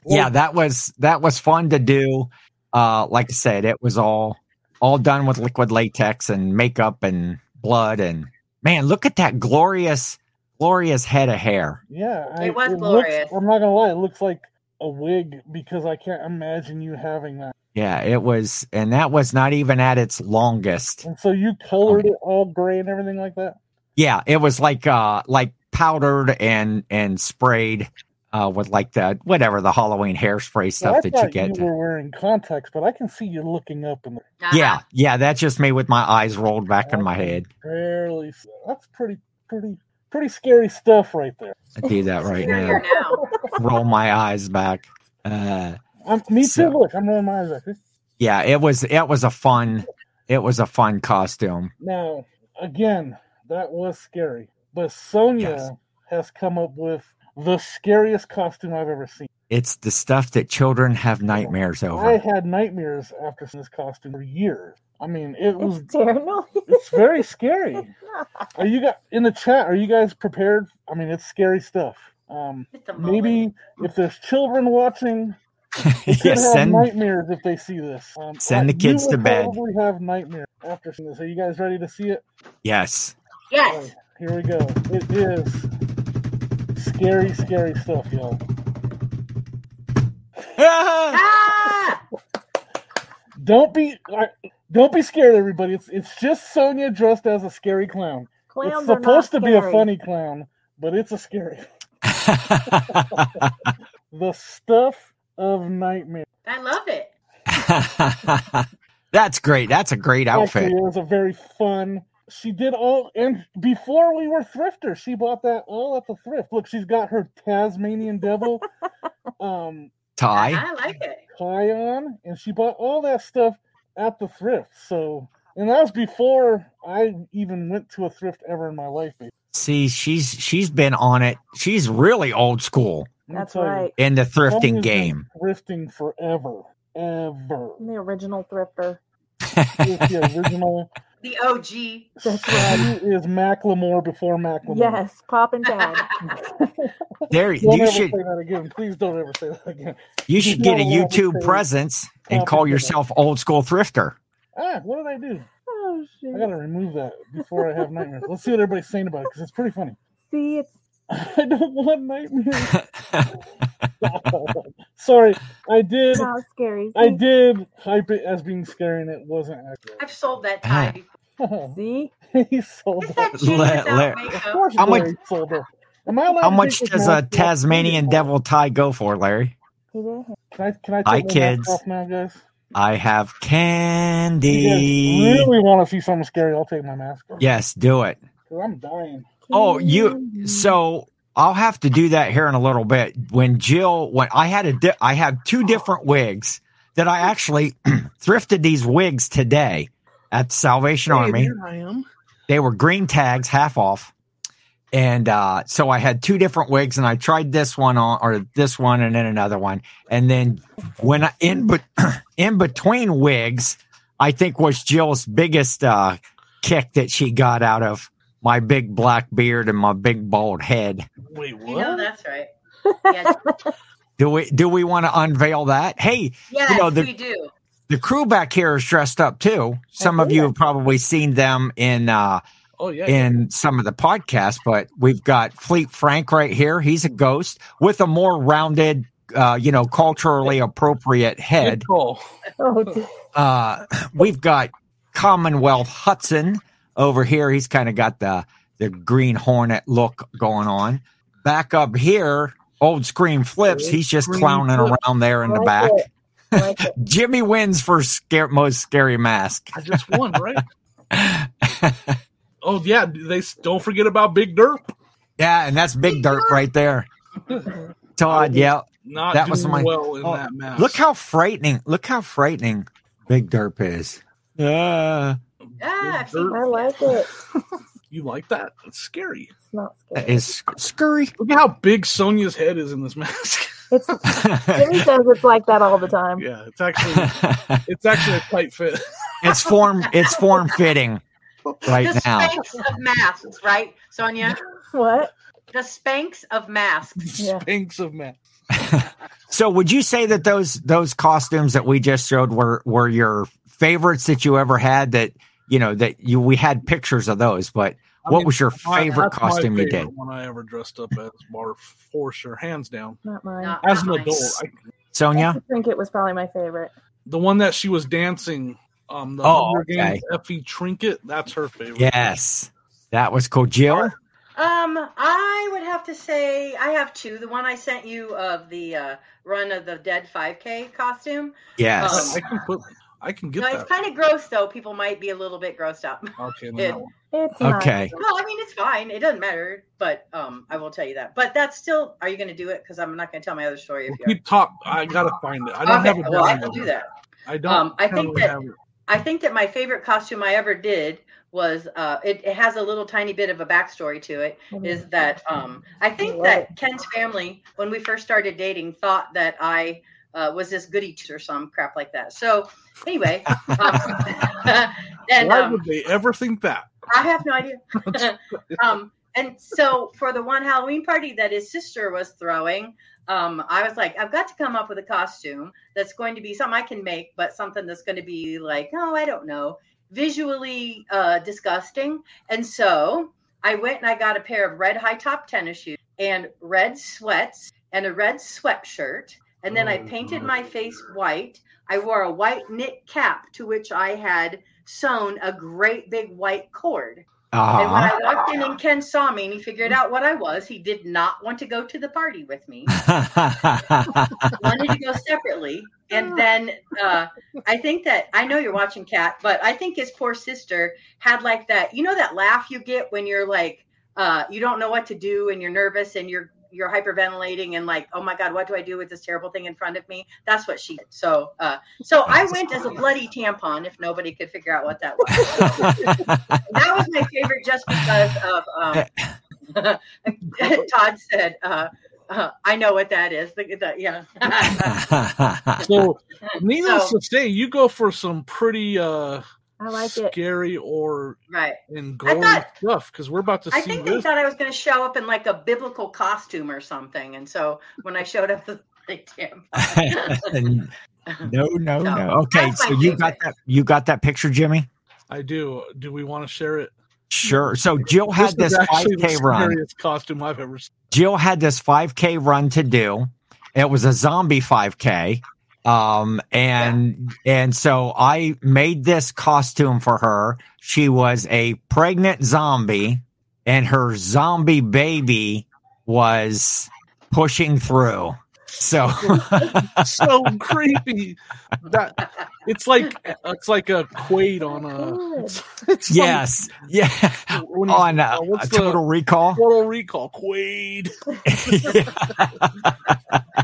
[SPEAKER 1] yeah that was that was fun to do uh like i said it was all all done with liquid latex and makeup and blood and man look at that glorious glorious head of hair
[SPEAKER 2] Yeah, I,
[SPEAKER 3] It was
[SPEAKER 2] looks-
[SPEAKER 3] glorious.
[SPEAKER 2] I'm not gonna lie; it looks like a wig because I can't imagine you having that.
[SPEAKER 1] yeah it was and that was not even at its longest
[SPEAKER 2] And so you colored
[SPEAKER 1] Um,
[SPEAKER 2] it all gray and everything like that.
[SPEAKER 1] yeah it was like uh like powdered and and sprayed uh with like the whatever the halloween hairspray
[SPEAKER 2] Well, I
[SPEAKER 1] stuff that you
[SPEAKER 2] thought
[SPEAKER 1] get
[SPEAKER 2] You were wearing contacts, but I can see you looking up and
[SPEAKER 1] yeah yeah that's just me with my eyes rolled back in my head
[SPEAKER 2] barely. see- That's pretty, pretty, pretty scary stuff right there.
[SPEAKER 1] i do that
[SPEAKER 3] [laughs]
[SPEAKER 1] right
[SPEAKER 3] Here we
[SPEAKER 1] now
[SPEAKER 3] are now.
[SPEAKER 1] roll my eyes back uh
[SPEAKER 2] I'm, me
[SPEAKER 1] So-
[SPEAKER 2] too. Look, I'm rolling my eyes. At this.
[SPEAKER 1] yeah it was it was a fun it was a fun costume
[SPEAKER 2] Now, again, that was scary, but Sonia
[SPEAKER 1] Yes.
[SPEAKER 2] has come up with the scariest costume I've ever seen.
[SPEAKER 1] It's the stuff that children have nightmares
[SPEAKER 2] I
[SPEAKER 1] over.
[SPEAKER 2] had nightmares after seeing this costume for years. I mean, it was
[SPEAKER 4] It's [laughs] terrible.
[SPEAKER 2] it's very
[SPEAKER 1] [laughs]
[SPEAKER 2] scary. Are you got in the chat? Are you guys prepared? I mean, it's scary stuff. Um,
[SPEAKER 3] It's
[SPEAKER 1] Oh,
[SPEAKER 3] a mullet.
[SPEAKER 2] maybe if there's children watching, they
[SPEAKER 1] [laughs]
[SPEAKER 2] could
[SPEAKER 1] yes,
[SPEAKER 2] have
[SPEAKER 1] send
[SPEAKER 2] nightmares if they see this. Um,
[SPEAKER 1] send the
[SPEAKER 2] you
[SPEAKER 1] kids
[SPEAKER 2] would
[SPEAKER 1] to bed.
[SPEAKER 2] Probably have nightmares after seeing this. Are you guys ready to see it?
[SPEAKER 1] yes. [laughs]
[SPEAKER 2] All
[SPEAKER 3] Yes.
[SPEAKER 2] right, here we go. It is scary, scary stuff, y'all.
[SPEAKER 1] Ah!
[SPEAKER 3] Ah!
[SPEAKER 2] Don't be I- don't be scared, everybody. It's it's just Sonia dressed as a scary clown.
[SPEAKER 4] Clowns
[SPEAKER 2] it's
[SPEAKER 4] are not
[SPEAKER 2] supposed to be a
[SPEAKER 4] scary.
[SPEAKER 2] funny clown, but it's a scary. [laughs] The stuff of nightmare.
[SPEAKER 3] I love it.
[SPEAKER 1] That's great. That's a great outfit.
[SPEAKER 2] Actually, it was a very fun. She did all, and before we were thrifters, she bought that all at the thrift. Look, she's got her Tasmanian
[SPEAKER 4] [laughs]
[SPEAKER 2] devil um,
[SPEAKER 1] Tie.
[SPEAKER 3] I like it.
[SPEAKER 2] tie on, and she bought all that stuff at the thrift. So, and that was before I even went to a thrift ever in my life. baby.
[SPEAKER 1] See, she's she's been on it. She's really old school
[SPEAKER 2] Let me
[SPEAKER 4] That's
[SPEAKER 2] tell you,
[SPEAKER 4] right.
[SPEAKER 1] in the thrifting
[SPEAKER 2] Sonia's been
[SPEAKER 1] game.
[SPEAKER 2] Thrifting forever,
[SPEAKER 4] [laughs]
[SPEAKER 2] ever.
[SPEAKER 4] I'm the original thrifter.
[SPEAKER 2] It's the original.
[SPEAKER 3] The OG.
[SPEAKER 4] That's
[SPEAKER 2] She
[SPEAKER 4] right.
[SPEAKER 2] is Macklemore before Macklemore.
[SPEAKER 4] yes,
[SPEAKER 3] [laughs]
[SPEAKER 4] pop and tag.
[SPEAKER 1] There
[SPEAKER 2] Don't
[SPEAKER 1] you
[SPEAKER 2] ever
[SPEAKER 1] should
[SPEAKER 2] say that again. Please don't ever say that again.
[SPEAKER 1] you should
[SPEAKER 2] No,
[SPEAKER 1] get a
[SPEAKER 2] I have to
[SPEAKER 1] YouTube
[SPEAKER 2] say-
[SPEAKER 1] presence and
[SPEAKER 2] Copy
[SPEAKER 1] call
[SPEAKER 2] that.
[SPEAKER 1] yourself old school thrifter. [laughs]
[SPEAKER 2] Ah, what did I do?
[SPEAKER 4] oh
[SPEAKER 2] I gotta
[SPEAKER 4] shoot.
[SPEAKER 2] remove that before I have nightmares. Let's see what everybody's saying about it because it's pretty funny. [laughs]
[SPEAKER 4] See, it's
[SPEAKER 2] I don't want nightmares. [laughs] Sorry, I did.
[SPEAKER 4] not scary.
[SPEAKER 2] I
[SPEAKER 4] See?
[SPEAKER 2] did hype it as being scary, and it wasn't
[SPEAKER 3] Um,
[SPEAKER 2] Oh, [laughs]
[SPEAKER 3] I've sold that
[SPEAKER 1] Ah.
[SPEAKER 3] tie before.
[SPEAKER 2] accurate.
[SPEAKER 4] See?
[SPEAKER 2] he
[SPEAKER 1] [laughs]
[SPEAKER 2] sold
[SPEAKER 3] Is
[SPEAKER 2] out.
[SPEAKER 3] that June
[SPEAKER 1] Let-
[SPEAKER 3] without
[SPEAKER 1] let-
[SPEAKER 2] Of
[SPEAKER 3] makeup?
[SPEAKER 2] course,
[SPEAKER 1] How much-
[SPEAKER 2] Larry sold out. Am I allowed
[SPEAKER 1] How
[SPEAKER 2] to
[SPEAKER 1] much
[SPEAKER 2] take this
[SPEAKER 1] does a
[SPEAKER 2] mask off?
[SPEAKER 1] Tasmanian devil tie go for, Larry?
[SPEAKER 4] He did. have-
[SPEAKER 2] Can I, can I take
[SPEAKER 1] Hi,
[SPEAKER 2] my mask
[SPEAKER 1] kids.
[SPEAKER 2] off now, guys?
[SPEAKER 1] I have
[SPEAKER 2] If you
[SPEAKER 1] candy.
[SPEAKER 2] guys really want to see something scary? I'll take my mask off.
[SPEAKER 1] Yes, do it.
[SPEAKER 2] 'Cause I'm dying.
[SPEAKER 1] Oh, you-
[SPEAKER 4] Candy.
[SPEAKER 1] So I'll have to do that here in a little bit. When Jill, when I had a, di- I had two different wigs that I actually [clears throat] thrifted these wigs today at Salvation Army.
[SPEAKER 6] Here I am.
[SPEAKER 1] They were green tags, half off, and uh, so I had two different wigs, and I tried this one on, or this one, and then another one, and then when I, in but [clears throat] in between wigs, I think was Jill's biggest uh, kick that she got out of my big black beard and my big bald head.
[SPEAKER 6] Wait,
[SPEAKER 3] You know
[SPEAKER 6] what?
[SPEAKER 3] that's
[SPEAKER 6] [laughs]
[SPEAKER 3] right. Yes,
[SPEAKER 1] Do we do we want to unveil that? Hey,
[SPEAKER 3] yes
[SPEAKER 1] know, the-
[SPEAKER 3] we do.
[SPEAKER 1] the crew back here is dressed up too. Some of you have probably seen them in uh,
[SPEAKER 6] Oh yeah.
[SPEAKER 1] in some of the podcasts, but we've got Fleet Frank right here. He's a ghost with a more rounded, uh, you know, culturally appropriate head.
[SPEAKER 6] Good call.
[SPEAKER 4] [laughs] Oh, dear.
[SPEAKER 1] Uh, we've got Commonwealth Hudson over here. He's kind of got the the Green Hornet look going on. Back up here, old Scream Flips. He's just
[SPEAKER 6] Scream
[SPEAKER 1] clowning
[SPEAKER 6] Flips.
[SPEAKER 1] around there in the
[SPEAKER 4] Like
[SPEAKER 1] back.
[SPEAKER 4] it. Like it.
[SPEAKER 1] Jimmy wins for scare, most scary mask.
[SPEAKER 6] I just won, right? oh yeah. They s- don't forget about Big Derp.
[SPEAKER 1] Yeah, and that's big dirt right there. Todd, yeah.
[SPEAKER 6] Not
[SPEAKER 1] That
[SPEAKER 6] doing
[SPEAKER 1] was my-
[SPEAKER 6] well in
[SPEAKER 1] oh,
[SPEAKER 6] that match.
[SPEAKER 1] Look how frightening. Look how frightening Big Derp is. Uh,
[SPEAKER 3] Ah, I've seen
[SPEAKER 4] I like it.
[SPEAKER 6] You like that? It's scary.
[SPEAKER 4] It's not
[SPEAKER 1] that
[SPEAKER 4] scary.
[SPEAKER 1] is scurry.
[SPEAKER 6] Look at how big Sonya's head is in this mask. [laughs]
[SPEAKER 1] [laughs]
[SPEAKER 4] It's Jimmy says it's like that all the
[SPEAKER 1] Um,
[SPEAKER 4] time.
[SPEAKER 6] yeah, it's actually it's actually a tight fit. [laughs]
[SPEAKER 1] it's form it's form fitting right
[SPEAKER 3] the
[SPEAKER 1] now.
[SPEAKER 3] Spanx of masks, right, Sonia?
[SPEAKER 4] What?
[SPEAKER 3] The Spanx of masks.
[SPEAKER 4] Yeah.
[SPEAKER 6] Spinks of man.
[SPEAKER 1] So would you say that those those costumes that we just showed were were your favorites that you ever had that you know that you we had pictures of those, but
[SPEAKER 6] I
[SPEAKER 1] what
[SPEAKER 6] mean,
[SPEAKER 1] was your
[SPEAKER 6] my-
[SPEAKER 1] favorite
[SPEAKER 6] that's my
[SPEAKER 1] costume you
[SPEAKER 6] favorite
[SPEAKER 1] did?
[SPEAKER 6] One I ever dressed up
[SPEAKER 1] [laughs]
[SPEAKER 6] as, bar for sure, hands down.
[SPEAKER 4] Not mine.
[SPEAKER 3] Not
[SPEAKER 6] As an
[SPEAKER 3] mine.
[SPEAKER 6] adult, I,
[SPEAKER 1] Sonia?
[SPEAKER 4] I think it was probably my favorite.
[SPEAKER 6] the one that she was dancing, um, the
[SPEAKER 1] Oh,
[SPEAKER 6] Hunger
[SPEAKER 1] okay.
[SPEAKER 6] Games Effie trinket. That's her favorite.
[SPEAKER 1] Yes. That was cool. Jill?
[SPEAKER 3] Um, I would have to say I have two. The one I sent you of the uh, run of the dead 5K costume.
[SPEAKER 6] Um, I,
[SPEAKER 1] Yes.
[SPEAKER 6] I can put. I can get
[SPEAKER 3] No, it's
[SPEAKER 6] that.
[SPEAKER 3] kind of gross though. People might be a little bit grossed out.
[SPEAKER 6] Okay, then
[SPEAKER 3] It-
[SPEAKER 6] that one.
[SPEAKER 4] It's
[SPEAKER 1] Okay.
[SPEAKER 4] Not.
[SPEAKER 3] No, I mean it's fine. It doesn't matter. But um, I will tell you that. But that's still. Are you going to do it? Because I'm not going to tell my other story if
[SPEAKER 6] We'll
[SPEAKER 3] you.
[SPEAKER 6] keep top. I gotta find it. I don't
[SPEAKER 3] okay.
[SPEAKER 6] have it.
[SPEAKER 3] Well, I
[SPEAKER 6] down
[SPEAKER 3] can
[SPEAKER 6] right
[SPEAKER 3] do
[SPEAKER 6] now.
[SPEAKER 3] that.
[SPEAKER 6] I don't.
[SPEAKER 3] Um, I think
[SPEAKER 6] currently
[SPEAKER 3] that-
[SPEAKER 6] have it.
[SPEAKER 3] I think that my favorite costume I ever did was uh, it, it has a little tiny bit of a backstory to it
[SPEAKER 6] Oh,
[SPEAKER 3] is that um, I think
[SPEAKER 7] Love
[SPEAKER 3] that Ken's family, when we first started dating, thought that I uh, was this goody two- or some crap like that. So anyway, um, [laughs] and
[SPEAKER 2] Why
[SPEAKER 3] um,
[SPEAKER 2] would they ever think
[SPEAKER 3] [laughs]
[SPEAKER 2] that?
[SPEAKER 3] I have no idea. um, and so for the one Halloween party that his sister was throwing, um, I was like, I've got to come up with a costume that's going to be something I can make, but something that's going to be like, oh, I don't know, visually uh, disgusting. And so I went and I got a pair of red high top tennis shoes and red sweats and a red sweatshirt. And then I painted my face white. I wore a white knit cap to which I had sewn a great big white cord. And when I walked in and Ken saw me and he figured out what I was, he did not want to go to the party with me.
[SPEAKER 1] Uh-huh.
[SPEAKER 3] wanted to go separately. And then uh, I think that I know you're watching Kat, but I think his poor sister had like that, you know, that laugh you get when you're like, uh, you don't know what to do and you're nervous and you're you're hyperventilating and like, oh my god, what do I do with this terrible thing in front of me? That's what she did. So, uh, so I went as a bloody tampon. If nobody could figure out what that was.
[SPEAKER 1] Uh-huh.
[SPEAKER 6] [laughs]
[SPEAKER 3] that was my favorite just because of
[SPEAKER 1] [laughs]
[SPEAKER 3] um, [laughs] Todd said, uh, uh, I know what that is. The, the, yeah. [laughs]
[SPEAKER 2] So, needless
[SPEAKER 3] So-
[SPEAKER 2] to say, you go for some pretty uh,
[SPEAKER 7] I like it.
[SPEAKER 2] scary or
[SPEAKER 3] right.
[SPEAKER 2] and
[SPEAKER 3] I
[SPEAKER 2] gory
[SPEAKER 3] thought-
[SPEAKER 2] stuff because we're about to
[SPEAKER 3] I
[SPEAKER 2] see
[SPEAKER 3] think they
[SPEAKER 2] this.
[SPEAKER 3] thought I was going to show up in like a biblical costume or something. And so when I showed up, [laughs] they damn.
[SPEAKER 1] no, [laughs] no, no. Okay,
[SPEAKER 3] that's my
[SPEAKER 1] so you got
[SPEAKER 3] favorite.
[SPEAKER 1] that. You got that picture, Jimmy.
[SPEAKER 2] I do. Do we want to share it?
[SPEAKER 1] Sure. So Jill had this
[SPEAKER 2] is actually
[SPEAKER 1] 5K
[SPEAKER 2] the
[SPEAKER 1] run.
[SPEAKER 2] scariest costume I've ever seen.
[SPEAKER 1] Jill had this 5K run to do. It was a zombie 5K. Um, and, and so I made this costume for her. She was a pregnant zombie and her zombie baby was pushing through. So [laughs]
[SPEAKER 2] So [laughs] creepy. That it's like uh, it's like a Quaid
[SPEAKER 7] [laughs]
[SPEAKER 2] on a.
[SPEAKER 7] Good.
[SPEAKER 2] It's like
[SPEAKER 1] yes. Yeah.
[SPEAKER 2] [laughs] when he's-
[SPEAKER 1] On uh,
[SPEAKER 2] uh, what's the-
[SPEAKER 1] total recall.
[SPEAKER 2] Total Recall, Quaid.
[SPEAKER 1] [laughs]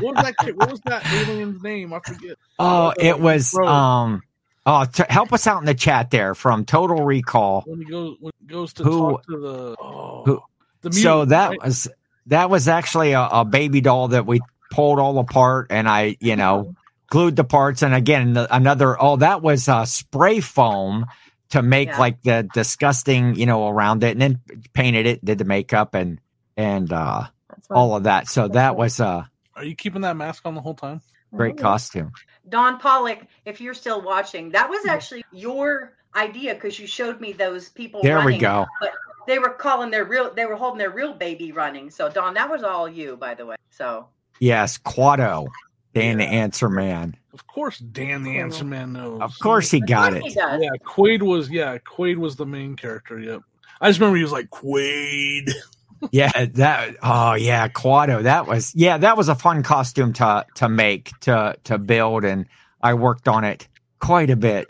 [SPEAKER 2] What was that? Kid? What was that alien's name? I forget.
[SPEAKER 1] Oh, it was
[SPEAKER 2] Bro.
[SPEAKER 1] um oh t- help us out in the chat there from Total Recall.
[SPEAKER 2] When he goes, when he goes to
[SPEAKER 1] Who-
[SPEAKER 2] talk to the oh,
[SPEAKER 1] who-
[SPEAKER 2] the
[SPEAKER 1] so
[SPEAKER 2] mutant,
[SPEAKER 1] that
[SPEAKER 2] right?
[SPEAKER 1] was that was actually a, a baby doll that we pulled all apart and I, you know, glued the parts and again the, another oh that was uh, spray foam to make
[SPEAKER 3] Yeah.
[SPEAKER 1] like the disgusting, you know, around it and then painted it, did the makeup and and uh
[SPEAKER 7] That's right.
[SPEAKER 1] all of that. So
[SPEAKER 7] That's
[SPEAKER 1] that
[SPEAKER 7] right.
[SPEAKER 1] was a
[SPEAKER 2] are you keeping that mask on the whole time?
[SPEAKER 1] great costume.
[SPEAKER 3] Don Pollock, if you're still watching, that
[SPEAKER 1] Mm-hmm.
[SPEAKER 3] was actually your idea because you showed me those people.
[SPEAKER 1] There we
[SPEAKER 3] running.
[SPEAKER 1] go.
[SPEAKER 3] They were calling their real, they were holding their real baby running. So, Don, that was all you, by the way. So,
[SPEAKER 1] Yes, Quado, Dan the
[SPEAKER 2] Yeah.
[SPEAKER 1] Answer Man.
[SPEAKER 2] Of course, Dan the Answer Man knows.
[SPEAKER 1] Of course he got
[SPEAKER 3] Of course
[SPEAKER 1] it.
[SPEAKER 3] he does.
[SPEAKER 2] Yeah, Quaid was. Yeah, Quaid was the main character. Yep. I just remember he was like Quaid.
[SPEAKER 1] Yeah, that oh yeah, Quado. That was yeah, that was a fun costume to to make, to to build and I worked on it quite a bit.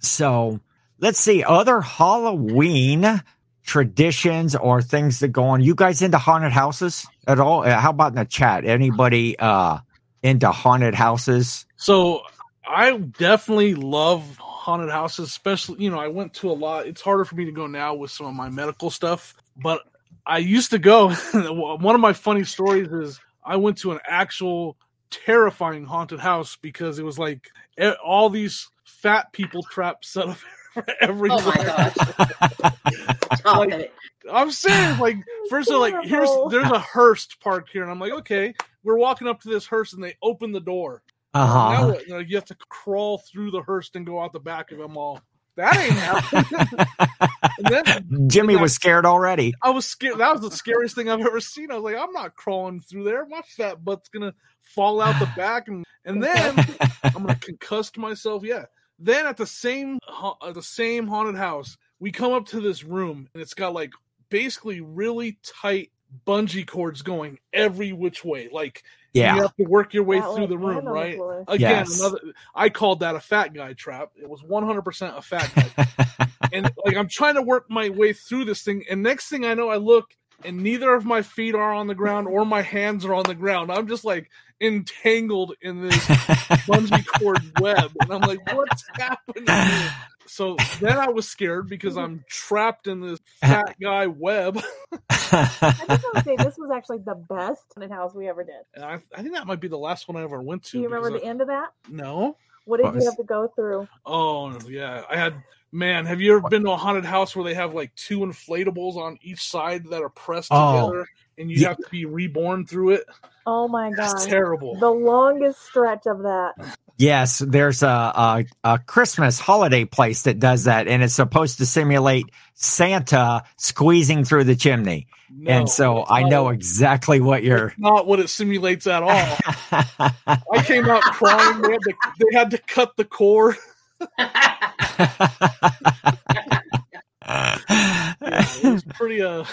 [SPEAKER 1] So, let's see other Halloween traditions or things that go on. You guys into haunted houses at all? Uh, How about in the chat? Anybody uh into haunted houses?
[SPEAKER 2] So I definitely love haunted houses, especially you know I went to a lot. It's harder for me to go now with some of my medical stuff, but I used to go. [laughs] One of my funny stories is I went to an actual terrifying haunted house because it was like e- all these fat people trapped set up [laughs] every.
[SPEAKER 3] Oh my gosh. [laughs] Stop
[SPEAKER 2] Like,
[SPEAKER 3] it.
[SPEAKER 2] I'm serious. Like first, they're like, "Here's
[SPEAKER 7] Terrible.
[SPEAKER 2] there's a hearse parked here," and I'm like, "Okay." We're walking up to this hearse, and they open the door. Now
[SPEAKER 1] Uh-huh.
[SPEAKER 2] what? You, know, you have to crawl through the hearse and go out the back of them all. That ain't happening.
[SPEAKER 1] [laughs]
[SPEAKER 2] And then
[SPEAKER 1] Jimmy was scared already.
[SPEAKER 2] I was scared. That was the scariest thing I've ever seen. I was like, I'm not crawling through there. My fat butt's gonna fall out the back, and and then I'm gonna concuss myself. Yeah. Then at the same ha- at the same haunted house, we come up to this room, and it's got like basically really tight bungee cords going every which way. Like you
[SPEAKER 1] Yeah.
[SPEAKER 2] have to work your way
[SPEAKER 7] That
[SPEAKER 2] through
[SPEAKER 7] went
[SPEAKER 2] the room,
[SPEAKER 7] down on the
[SPEAKER 2] right?
[SPEAKER 7] floor.
[SPEAKER 2] Again,
[SPEAKER 1] Yes.
[SPEAKER 2] another I called that a fat guy trap. It was
[SPEAKER 1] [laughs]
[SPEAKER 2] 100% a fat guy. and like I'm trying to work my way through this thing and next thing I know I look and neither of my feet are on the ground or my hands are on the ground. I'm just like entangled in this bungee cord web, and I'm like, what's happening? here?" So then I was scared because I'm trapped in this fat guy web,
[SPEAKER 7] I think I would say this was actually the best haunted house we ever did.
[SPEAKER 2] and I, I think that might be the last one I ever went to.
[SPEAKER 7] Do you remember
[SPEAKER 2] because
[SPEAKER 7] the end of that?
[SPEAKER 2] I- no.
[SPEAKER 7] What did
[SPEAKER 1] What was-
[SPEAKER 7] you have to go through?
[SPEAKER 2] Oh yeah, I had. Man, have you ever been to a haunted house where they have like two inflatables on each side that are pressed
[SPEAKER 1] Oh.
[SPEAKER 2] together, and you
[SPEAKER 1] Yeah.
[SPEAKER 2] have to be reborn through it?
[SPEAKER 7] Oh my
[SPEAKER 2] That's
[SPEAKER 7] god.
[SPEAKER 2] terrible.
[SPEAKER 7] The longest stretch of that. [laughs]
[SPEAKER 1] Yes, there's a, a a Christmas holiday place that does that, and it's supposed to simulate Santa squeezing through the chimney.
[SPEAKER 2] No,
[SPEAKER 1] and so I know exactly what you're. [laughs]
[SPEAKER 2] it's not what it simulates at all. I came out crying. They had to, they had to cut
[SPEAKER 1] [laughs]
[SPEAKER 2] the cord. It was pretty. Uh,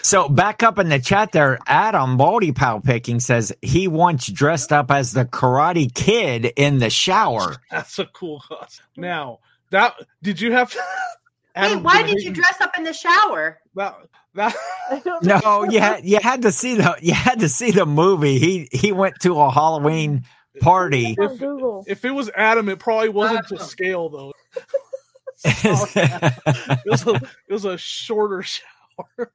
[SPEAKER 1] so back up in the chat there, Adam Baldy Pow Picking says he once dressed up as the Karate Kid in the shower.
[SPEAKER 2] that's a cool costume. Now that did you have?
[SPEAKER 3] Hey,
[SPEAKER 2] Adam,
[SPEAKER 3] why
[SPEAKER 2] they-
[SPEAKER 3] did you dress up in the shower?
[SPEAKER 2] that? That
[SPEAKER 7] I don't
[SPEAKER 1] No, you had you had to see the you had to see the movie. He he went to a Halloween party.
[SPEAKER 7] It's on Google.
[SPEAKER 2] if it was Adam, it probably wasn't to
[SPEAKER 3] Adam.
[SPEAKER 2] scale though.
[SPEAKER 1] [laughs]
[SPEAKER 2] It was a, it was a shorter [laughs] shower.
[SPEAKER 1] [laughs]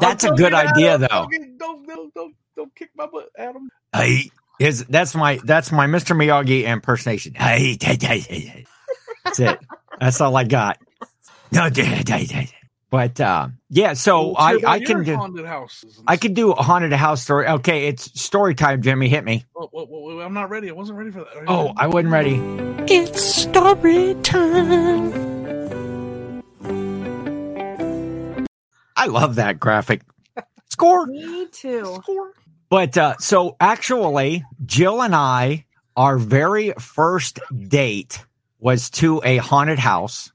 [SPEAKER 1] That's a
[SPEAKER 2] I'm
[SPEAKER 1] good
[SPEAKER 2] telling you,
[SPEAKER 1] idea,
[SPEAKER 2] Adam,
[SPEAKER 1] though.
[SPEAKER 2] fucking Don't, don't, don't, don't kick my butt, Adam.
[SPEAKER 1] Hey, is that's my that's my Mr. Miyagi impersonation. Hey, hey, hey, hey, hey. That's it. that's all I got. No, [laughs] hey, hey, hey. but uh, yeah, so
[SPEAKER 2] Well,
[SPEAKER 1] I
[SPEAKER 2] Tim,
[SPEAKER 1] I
[SPEAKER 2] you're
[SPEAKER 1] can
[SPEAKER 2] in
[SPEAKER 1] do
[SPEAKER 2] haunted houses. and
[SPEAKER 1] I can do a haunted house story. Okay, it's story time, Jimmy. Hit me.
[SPEAKER 2] Whoa, whoa, whoa, whoa, I'm not ready. I wasn't ready for that.
[SPEAKER 1] Oh, I wasn't ready.
[SPEAKER 8] It's story time.
[SPEAKER 1] I love that graphic. Score.
[SPEAKER 7] Me too.
[SPEAKER 2] [laughs] score.
[SPEAKER 1] But uh, so actually, Jill and I, our very first date was to a haunted house.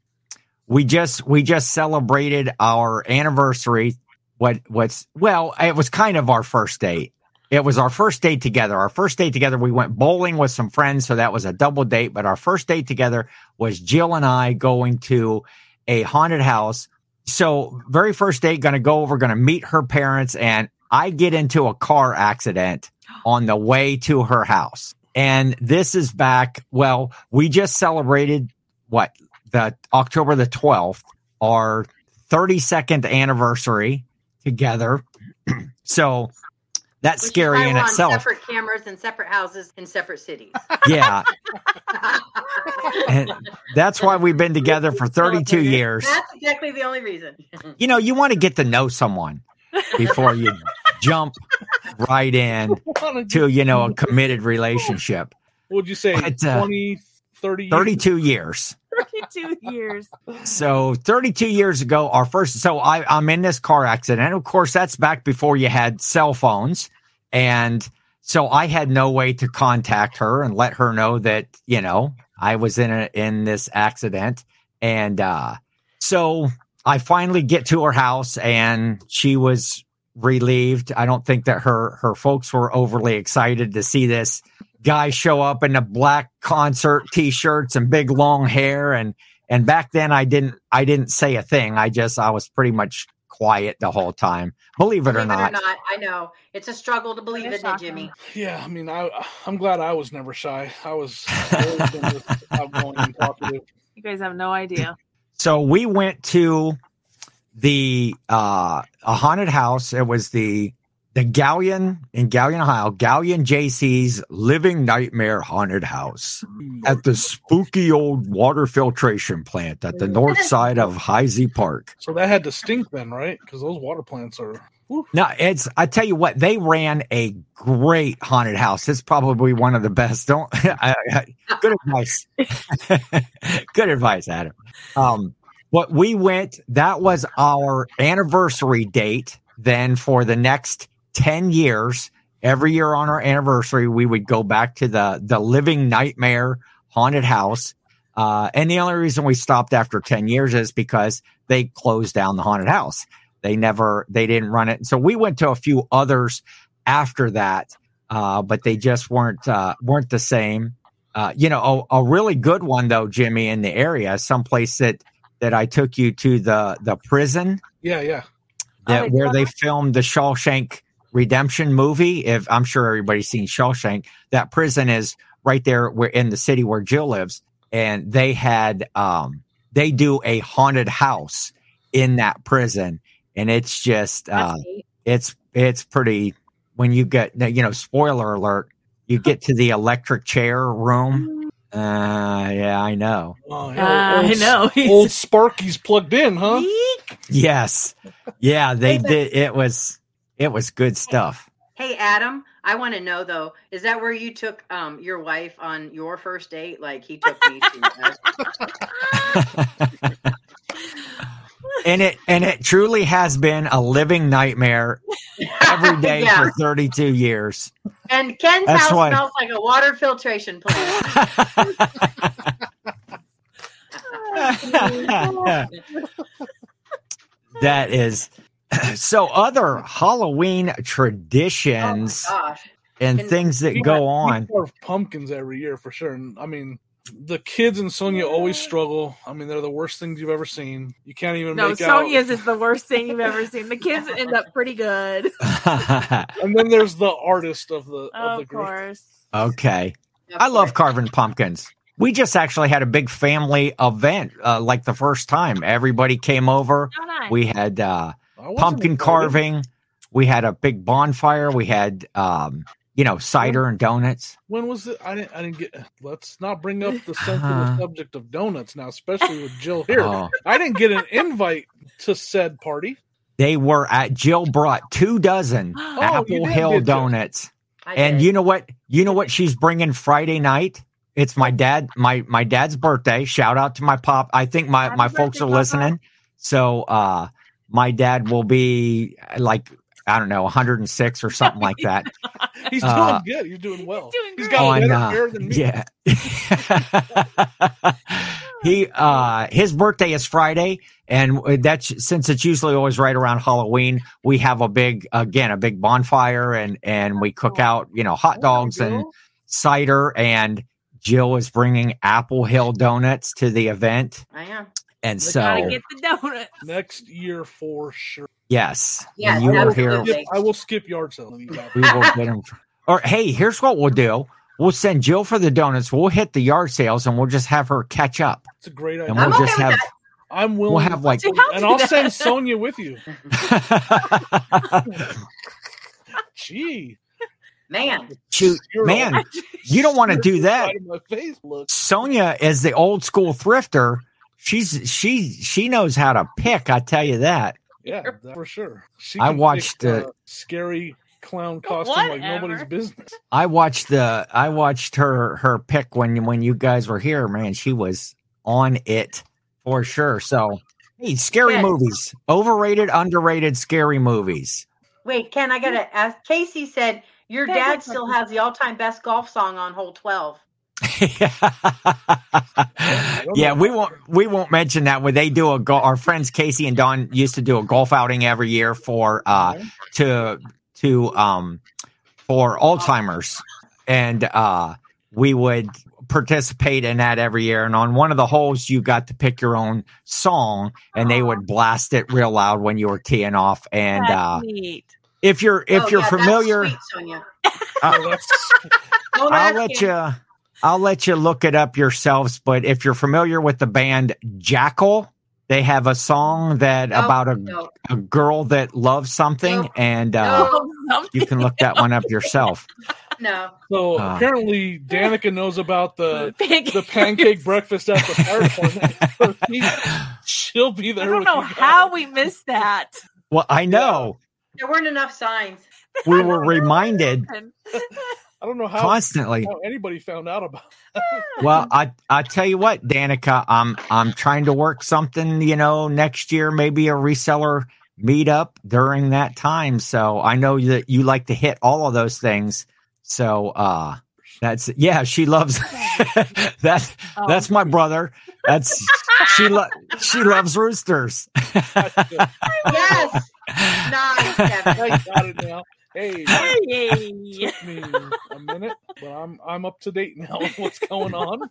[SPEAKER 1] We just we just celebrated our anniversary. What what's well, it was kind of our first date. It was our first date together. Our first date together, we went bowling with some friends, so that was a double date. But our first date together was Jill and I going to a haunted house. So very first date, gonna go over, gonna meet her parents, and I get into a car
[SPEAKER 3] [gasps]
[SPEAKER 1] accident on the way to her house. And this is back, well, we just celebrated what the October the 12th, our 32nd anniversary together. [clears throat] so that's
[SPEAKER 3] Which is why
[SPEAKER 1] scary in
[SPEAKER 3] we're on
[SPEAKER 1] itself.
[SPEAKER 3] Separate cameras and separate houses in separate cities. [laughs]
[SPEAKER 1] yeah. And that's why we've been together
[SPEAKER 3] [laughs]
[SPEAKER 1] for 32 years.
[SPEAKER 3] That's exactly the only reason.
[SPEAKER 1] You know, you want to get to know someone before you jump right in to, you know, a committed relationship.
[SPEAKER 2] What'd you say?
[SPEAKER 1] But, uh,
[SPEAKER 2] 20, 30 years?
[SPEAKER 1] 32 years.
[SPEAKER 7] 32 years.
[SPEAKER 1] So 32 years ago, our first, so I, I'm in this car accident. Of course, that's back before you had cell phones. And so I had no way to contact her and let her know that, you know, I was in a, in this accident. And, uh, so I finally get to her house and she was relieved. I don't think that her, her folks were overly excited to see this guy show up in a black concert t-shirts and big long hair and and back then i didn't i didn't say a thing i just i was pretty much quiet the whole time believe it, or,
[SPEAKER 3] Believe it
[SPEAKER 1] not.
[SPEAKER 3] or not, I know it's a struggle to believe,
[SPEAKER 7] That is
[SPEAKER 3] isn't it,
[SPEAKER 7] shocking.
[SPEAKER 3] Jimmy?
[SPEAKER 2] Yeah, I mean, I, I'm glad I was never shy.
[SPEAKER 1] [laughs]
[SPEAKER 2] I was always been this outgoing and talkative.
[SPEAKER 7] You guys have no idea.
[SPEAKER 1] so we went to the uh a haunted house it was the the galleon in galleon ohio galleon jc's living nightmare haunted house at the spooky old water filtration plant at the north side of heisey park
[SPEAKER 2] So that had to stink then, right? Because those water plants are.
[SPEAKER 1] No, it's I tell you what, they ran a great haunted house. It's probably one of the best. Don't [laughs] I, I- good advice. [laughs] good advice, Adam. Um, but we went, that was our anniversary date. Then for the next 10 years, every year on our anniversary, we would go back to the the living nightmare haunted house. Uh, and the only reason we stopped after 10 years is because they closed down the haunted house they never they didn't run it so we went to a few others after that uh, but they just weren't uh, weren't the same uh, you know a, a really good one though jimmy in the area someplace that that i took you to the the prison
[SPEAKER 2] Yeah, yeah.
[SPEAKER 1] that,
[SPEAKER 7] Oh,
[SPEAKER 1] where they
[SPEAKER 7] yeah.
[SPEAKER 1] filmed the Shawshank Redemption movie. If I'm sure everybody's seen Shawshank, that prison is right there where in the city where Jill lives, and they had um they do a haunted house in that prison, and it's just uh,
[SPEAKER 7] That's neat.
[SPEAKER 1] it's it's pretty when you get you know spoiler alert you get to the electric chair room uh yeah i know
[SPEAKER 2] Oh, yeah,
[SPEAKER 4] I
[SPEAKER 2] old-
[SPEAKER 4] know.
[SPEAKER 2] Old [laughs] Sparky's plugged in, huh?
[SPEAKER 3] Yeek.
[SPEAKER 1] yes yeah they
[SPEAKER 3] Hey, but-
[SPEAKER 1] did it was it was good stuff
[SPEAKER 3] Hey Adam, I want to know though, is that where you took um your wife on your first date? Like he took me [laughs] to
[SPEAKER 1] and it and it truly has been a living nightmare every day
[SPEAKER 3] [laughs] Yeah.
[SPEAKER 1] for 32 years [laughs]
[SPEAKER 3] And Ken's
[SPEAKER 1] That's
[SPEAKER 3] house
[SPEAKER 1] why-
[SPEAKER 3] smells like a water filtration plant.
[SPEAKER 1] that is [clears throat] so other halloween
[SPEAKER 3] oh my
[SPEAKER 1] traditions
[SPEAKER 3] gosh.
[SPEAKER 1] and
[SPEAKER 3] And
[SPEAKER 1] things that
[SPEAKER 2] we
[SPEAKER 1] go on
[SPEAKER 2] Carve pumpkins every year for sure. And I mean, the kids and Sonia always struggle. I mean, they're the worst things you've ever seen. You can't even
[SPEAKER 4] no,
[SPEAKER 2] make
[SPEAKER 4] Sonia's
[SPEAKER 2] out.
[SPEAKER 4] is the worst thing you've ever seen. The kids end up pretty good,
[SPEAKER 2] And then there's the artist of the of the
[SPEAKER 4] of
[SPEAKER 2] group.
[SPEAKER 4] course.
[SPEAKER 1] [laughs] okay i love carving pumpkins we just actually had a big family event uh, like the first time everybody came over
[SPEAKER 4] How nice.
[SPEAKER 1] we had uh,
[SPEAKER 2] I wasn't
[SPEAKER 1] pumpkin
[SPEAKER 2] invited.
[SPEAKER 1] carving we had a big bonfire we had um, you know cider and donuts
[SPEAKER 2] When was it? I didn't. I didn't get. Let's not bring up the sensitive
[SPEAKER 1] Uh-huh.
[SPEAKER 2] subject of donuts now, especially with
[SPEAKER 1] [laughs]
[SPEAKER 2] Jill here.
[SPEAKER 1] Oh.
[SPEAKER 2] I didn't get an invite to said party.
[SPEAKER 1] They were at Jill brought two dozen
[SPEAKER 4] [gasps] Oh, you
[SPEAKER 1] Apple
[SPEAKER 2] did
[SPEAKER 1] Hill
[SPEAKER 2] get them.
[SPEAKER 1] donuts.
[SPEAKER 3] I
[SPEAKER 1] And
[SPEAKER 3] did.
[SPEAKER 1] you know what? You know what she's bringing Friday night? It's my dad my my dad's birthday. Shout out to my pop. I think my
[SPEAKER 7] Happy
[SPEAKER 1] my folks
[SPEAKER 7] birthday,
[SPEAKER 1] are
[SPEAKER 7] Papa.
[SPEAKER 1] listening. So uh my dad will be uh, like I don't know 106 or something like that.
[SPEAKER 2] He's doing
[SPEAKER 1] Uh,
[SPEAKER 2] good. He's doing well.
[SPEAKER 4] doing
[SPEAKER 2] He's
[SPEAKER 4] great.
[SPEAKER 2] got
[SPEAKER 1] On,
[SPEAKER 2] better
[SPEAKER 1] uh,
[SPEAKER 2] hair than me.
[SPEAKER 1] Yeah. [laughs] he uh his birthday is Friday and that's since it's usually always right around Halloween, we have a big again a big bonfire and and we
[SPEAKER 3] Oh.
[SPEAKER 1] cook out, you know,
[SPEAKER 2] Oh,
[SPEAKER 1] hot dogs and cider and Jill is bringing Apple Hill donuts to the event
[SPEAKER 3] I am.
[SPEAKER 1] and
[SPEAKER 2] Look
[SPEAKER 1] so
[SPEAKER 4] Gotta get the [laughs] donuts.
[SPEAKER 2] Next year for sure.
[SPEAKER 1] yes,
[SPEAKER 3] Yes,
[SPEAKER 1] you were here
[SPEAKER 3] absolutely.
[SPEAKER 2] Skip- I will skip yard sale.
[SPEAKER 1] we will get them. Or hey, here's what we'll do. We'll send Jill for the donuts. We'll hit the yard sales and we'll just have her catch up.
[SPEAKER 2] It's a great idea.
[SPEAKER 1] And
[SPEAKER 3] I'm
[SPEAKER 1] we'll
[SPEAKER 2] I'm,
[SPEAKER 3] okay
[SPEAKER 1] just
[SPEAKER 3] with
[SPEAKER 1] have
[SPEAKER 2] willing.
[SPEAKER 1] we'll have
[SPEAKER 4] [laughs]
[SPEAKER 1] like [laughs]
[SPEAKER 4] Dude, how
[SPEAKER 2] and
[SPEAKER 4] do
[SPEAKER 2] I'll
[SPEAKER 4] that?
[SPEAKER 2] send Sonia with you.
[SPEAKER 1] [laughs]
[SPEAKER 2] Gee,
[SPEAKER 3] Man.
[SPEAKER 1] shoot
[SPEAKER 2] You're
[SPEAKER 1] man
[SPEAKER 2] all-
[SPEAKER 1] you don't want to do that
[SPEAKER 2] Right in my face, look.
[SPEAKER 1] sonia is the old school thrifter she's she she knows how to pick i tell you that
[SPEAKER 2] Yeah, that for sure. She
[SPEAKER 1] I
[SPEAKER 2] can pick,
[SPEAKER 1] watched, uh,
[SPEAKER 2] scary clown costume like
[SPEAKER 4] Whatever.
[SPEAKER 2] nobody's
[SPEAKER 4] [laughs]
[SPEAKER 2] business.
[SPEAKER 1] i watched the i watched her her pick when when you guys were here man she was on it for sure so hey scary
[SPEAKER 3] Yes.
[SPEAKER 1] movies overrated underrated scary movies
[SPEAKER 3] Wait, Ken, I gotta ask. Casey said your
[SPEAKER 7] That
[SPEAKER 3] dad
[SPEAKER 7] looks
[SPEAKER 3] still
[SPEAKER 7] like-
[SPEAKER 3] has the all-time best golf song on hole twelve.
[SPEAKER 1] [laughs] yeah, we won't we won't mention that when they do a go- our friends Casey and Don used to do a golf outing every year for uh to to um for Alzheimer's and uh we would participate in that every year and on one of the holes you got to pick your own song and they would blast it real loud when you were teeing off and
[SPEAKER 4] That's
[SPEAKER 1] uh
[SPEAKER 4] neat.
[SPEAKER 1] if you're if
[SPEAKER 3] Oh,
[SPEAKER 1] you're
[SPEAKER 3] yeah, that's
[SPEAKER 1] familiar
[SPEAKER 3] sweet, Sonia.
[SPEAKER 2] Oh, that's-
[SPEAKER 3] Don't
[SPEAKER 1] I'll
[SPEAKER 3] ask
[SPEAKER 1] let
[SPEAKER 3] him.
[SPEAKER 1] you. I'll let you look it up yourselves. But if you're familiar with the band Jackal, they have a song that
[SPEAKER 3] No,
[SPEAKER 1] about a, [laughs]
[SPEAKER 3] no.
[SPEAKER 1] a girl that loves something,
[SPEAKER 3] Nope.
[SPEAKER 1] and uh,
[SPEAKER 3] Nope.
[SPEAKER 4] Oh, something.
[SPEAKER 1] you can look that one up yourself.
[SPEAKER 3] No,
[SPEAKER 2] so
[SPEAKER 1] Ah.
[SPEAKER 2] apparently Danica knows about
[SPEAKER 4] [laughs]
[SPEAKER 2] the
[SPEAKER 4] Pancake
[SPEAKER 2] the pancake breakfast at
[SPEAKER 1] [laughs]
[SPEAKER 2] the fire department. She'll be
[SPEAKER 4] I
[SPEAKER 2] there.
[SPEAKER 4] don't
[SPEAKER 2] with you
[SPEAKER 4] know
[SPEAKER 2] guys.
[SPEAKER 4] how we missed that.
[SPEAKER 1] well, I know
[SPEAKER 3] there weren't enough signs.
[SPEAKER 1] [laughs] we were
[SPEAKER 4] [laughs]
[SPEAKER 1] reminded
[SPEAKER 4] And-
[SPEAKER 2] I don't know how,
[SPEAKER 1] constantly.
[SPEAKER 2] how anybody found out about.
[SPEAKER 1] Well, I I tell you what, Danica, I'm I'm trying to work something. You know, next year maybe a reseller meetup during that time. So I know that you like to hit all of those things. So uh that's yeah, she loves [laughs] that's
[SPEAKER 4] Oh.
[SPEAKER 1] that's [laughs] my brother. That's she lo- she loves roosters. [laughs]
[SPEAKER 2] That.
[SPEAKER 3] Yes, nice. Kevin.
[SPEAKER 2] I got it now.
[SPEAKER 4] [laughs]
[SPEAKER 2] Hey, it [laughs]
[SPEAKER 4] Hey.
[SPEAKER 2] took me a minute, but I'm I'm up to date now with what's going on.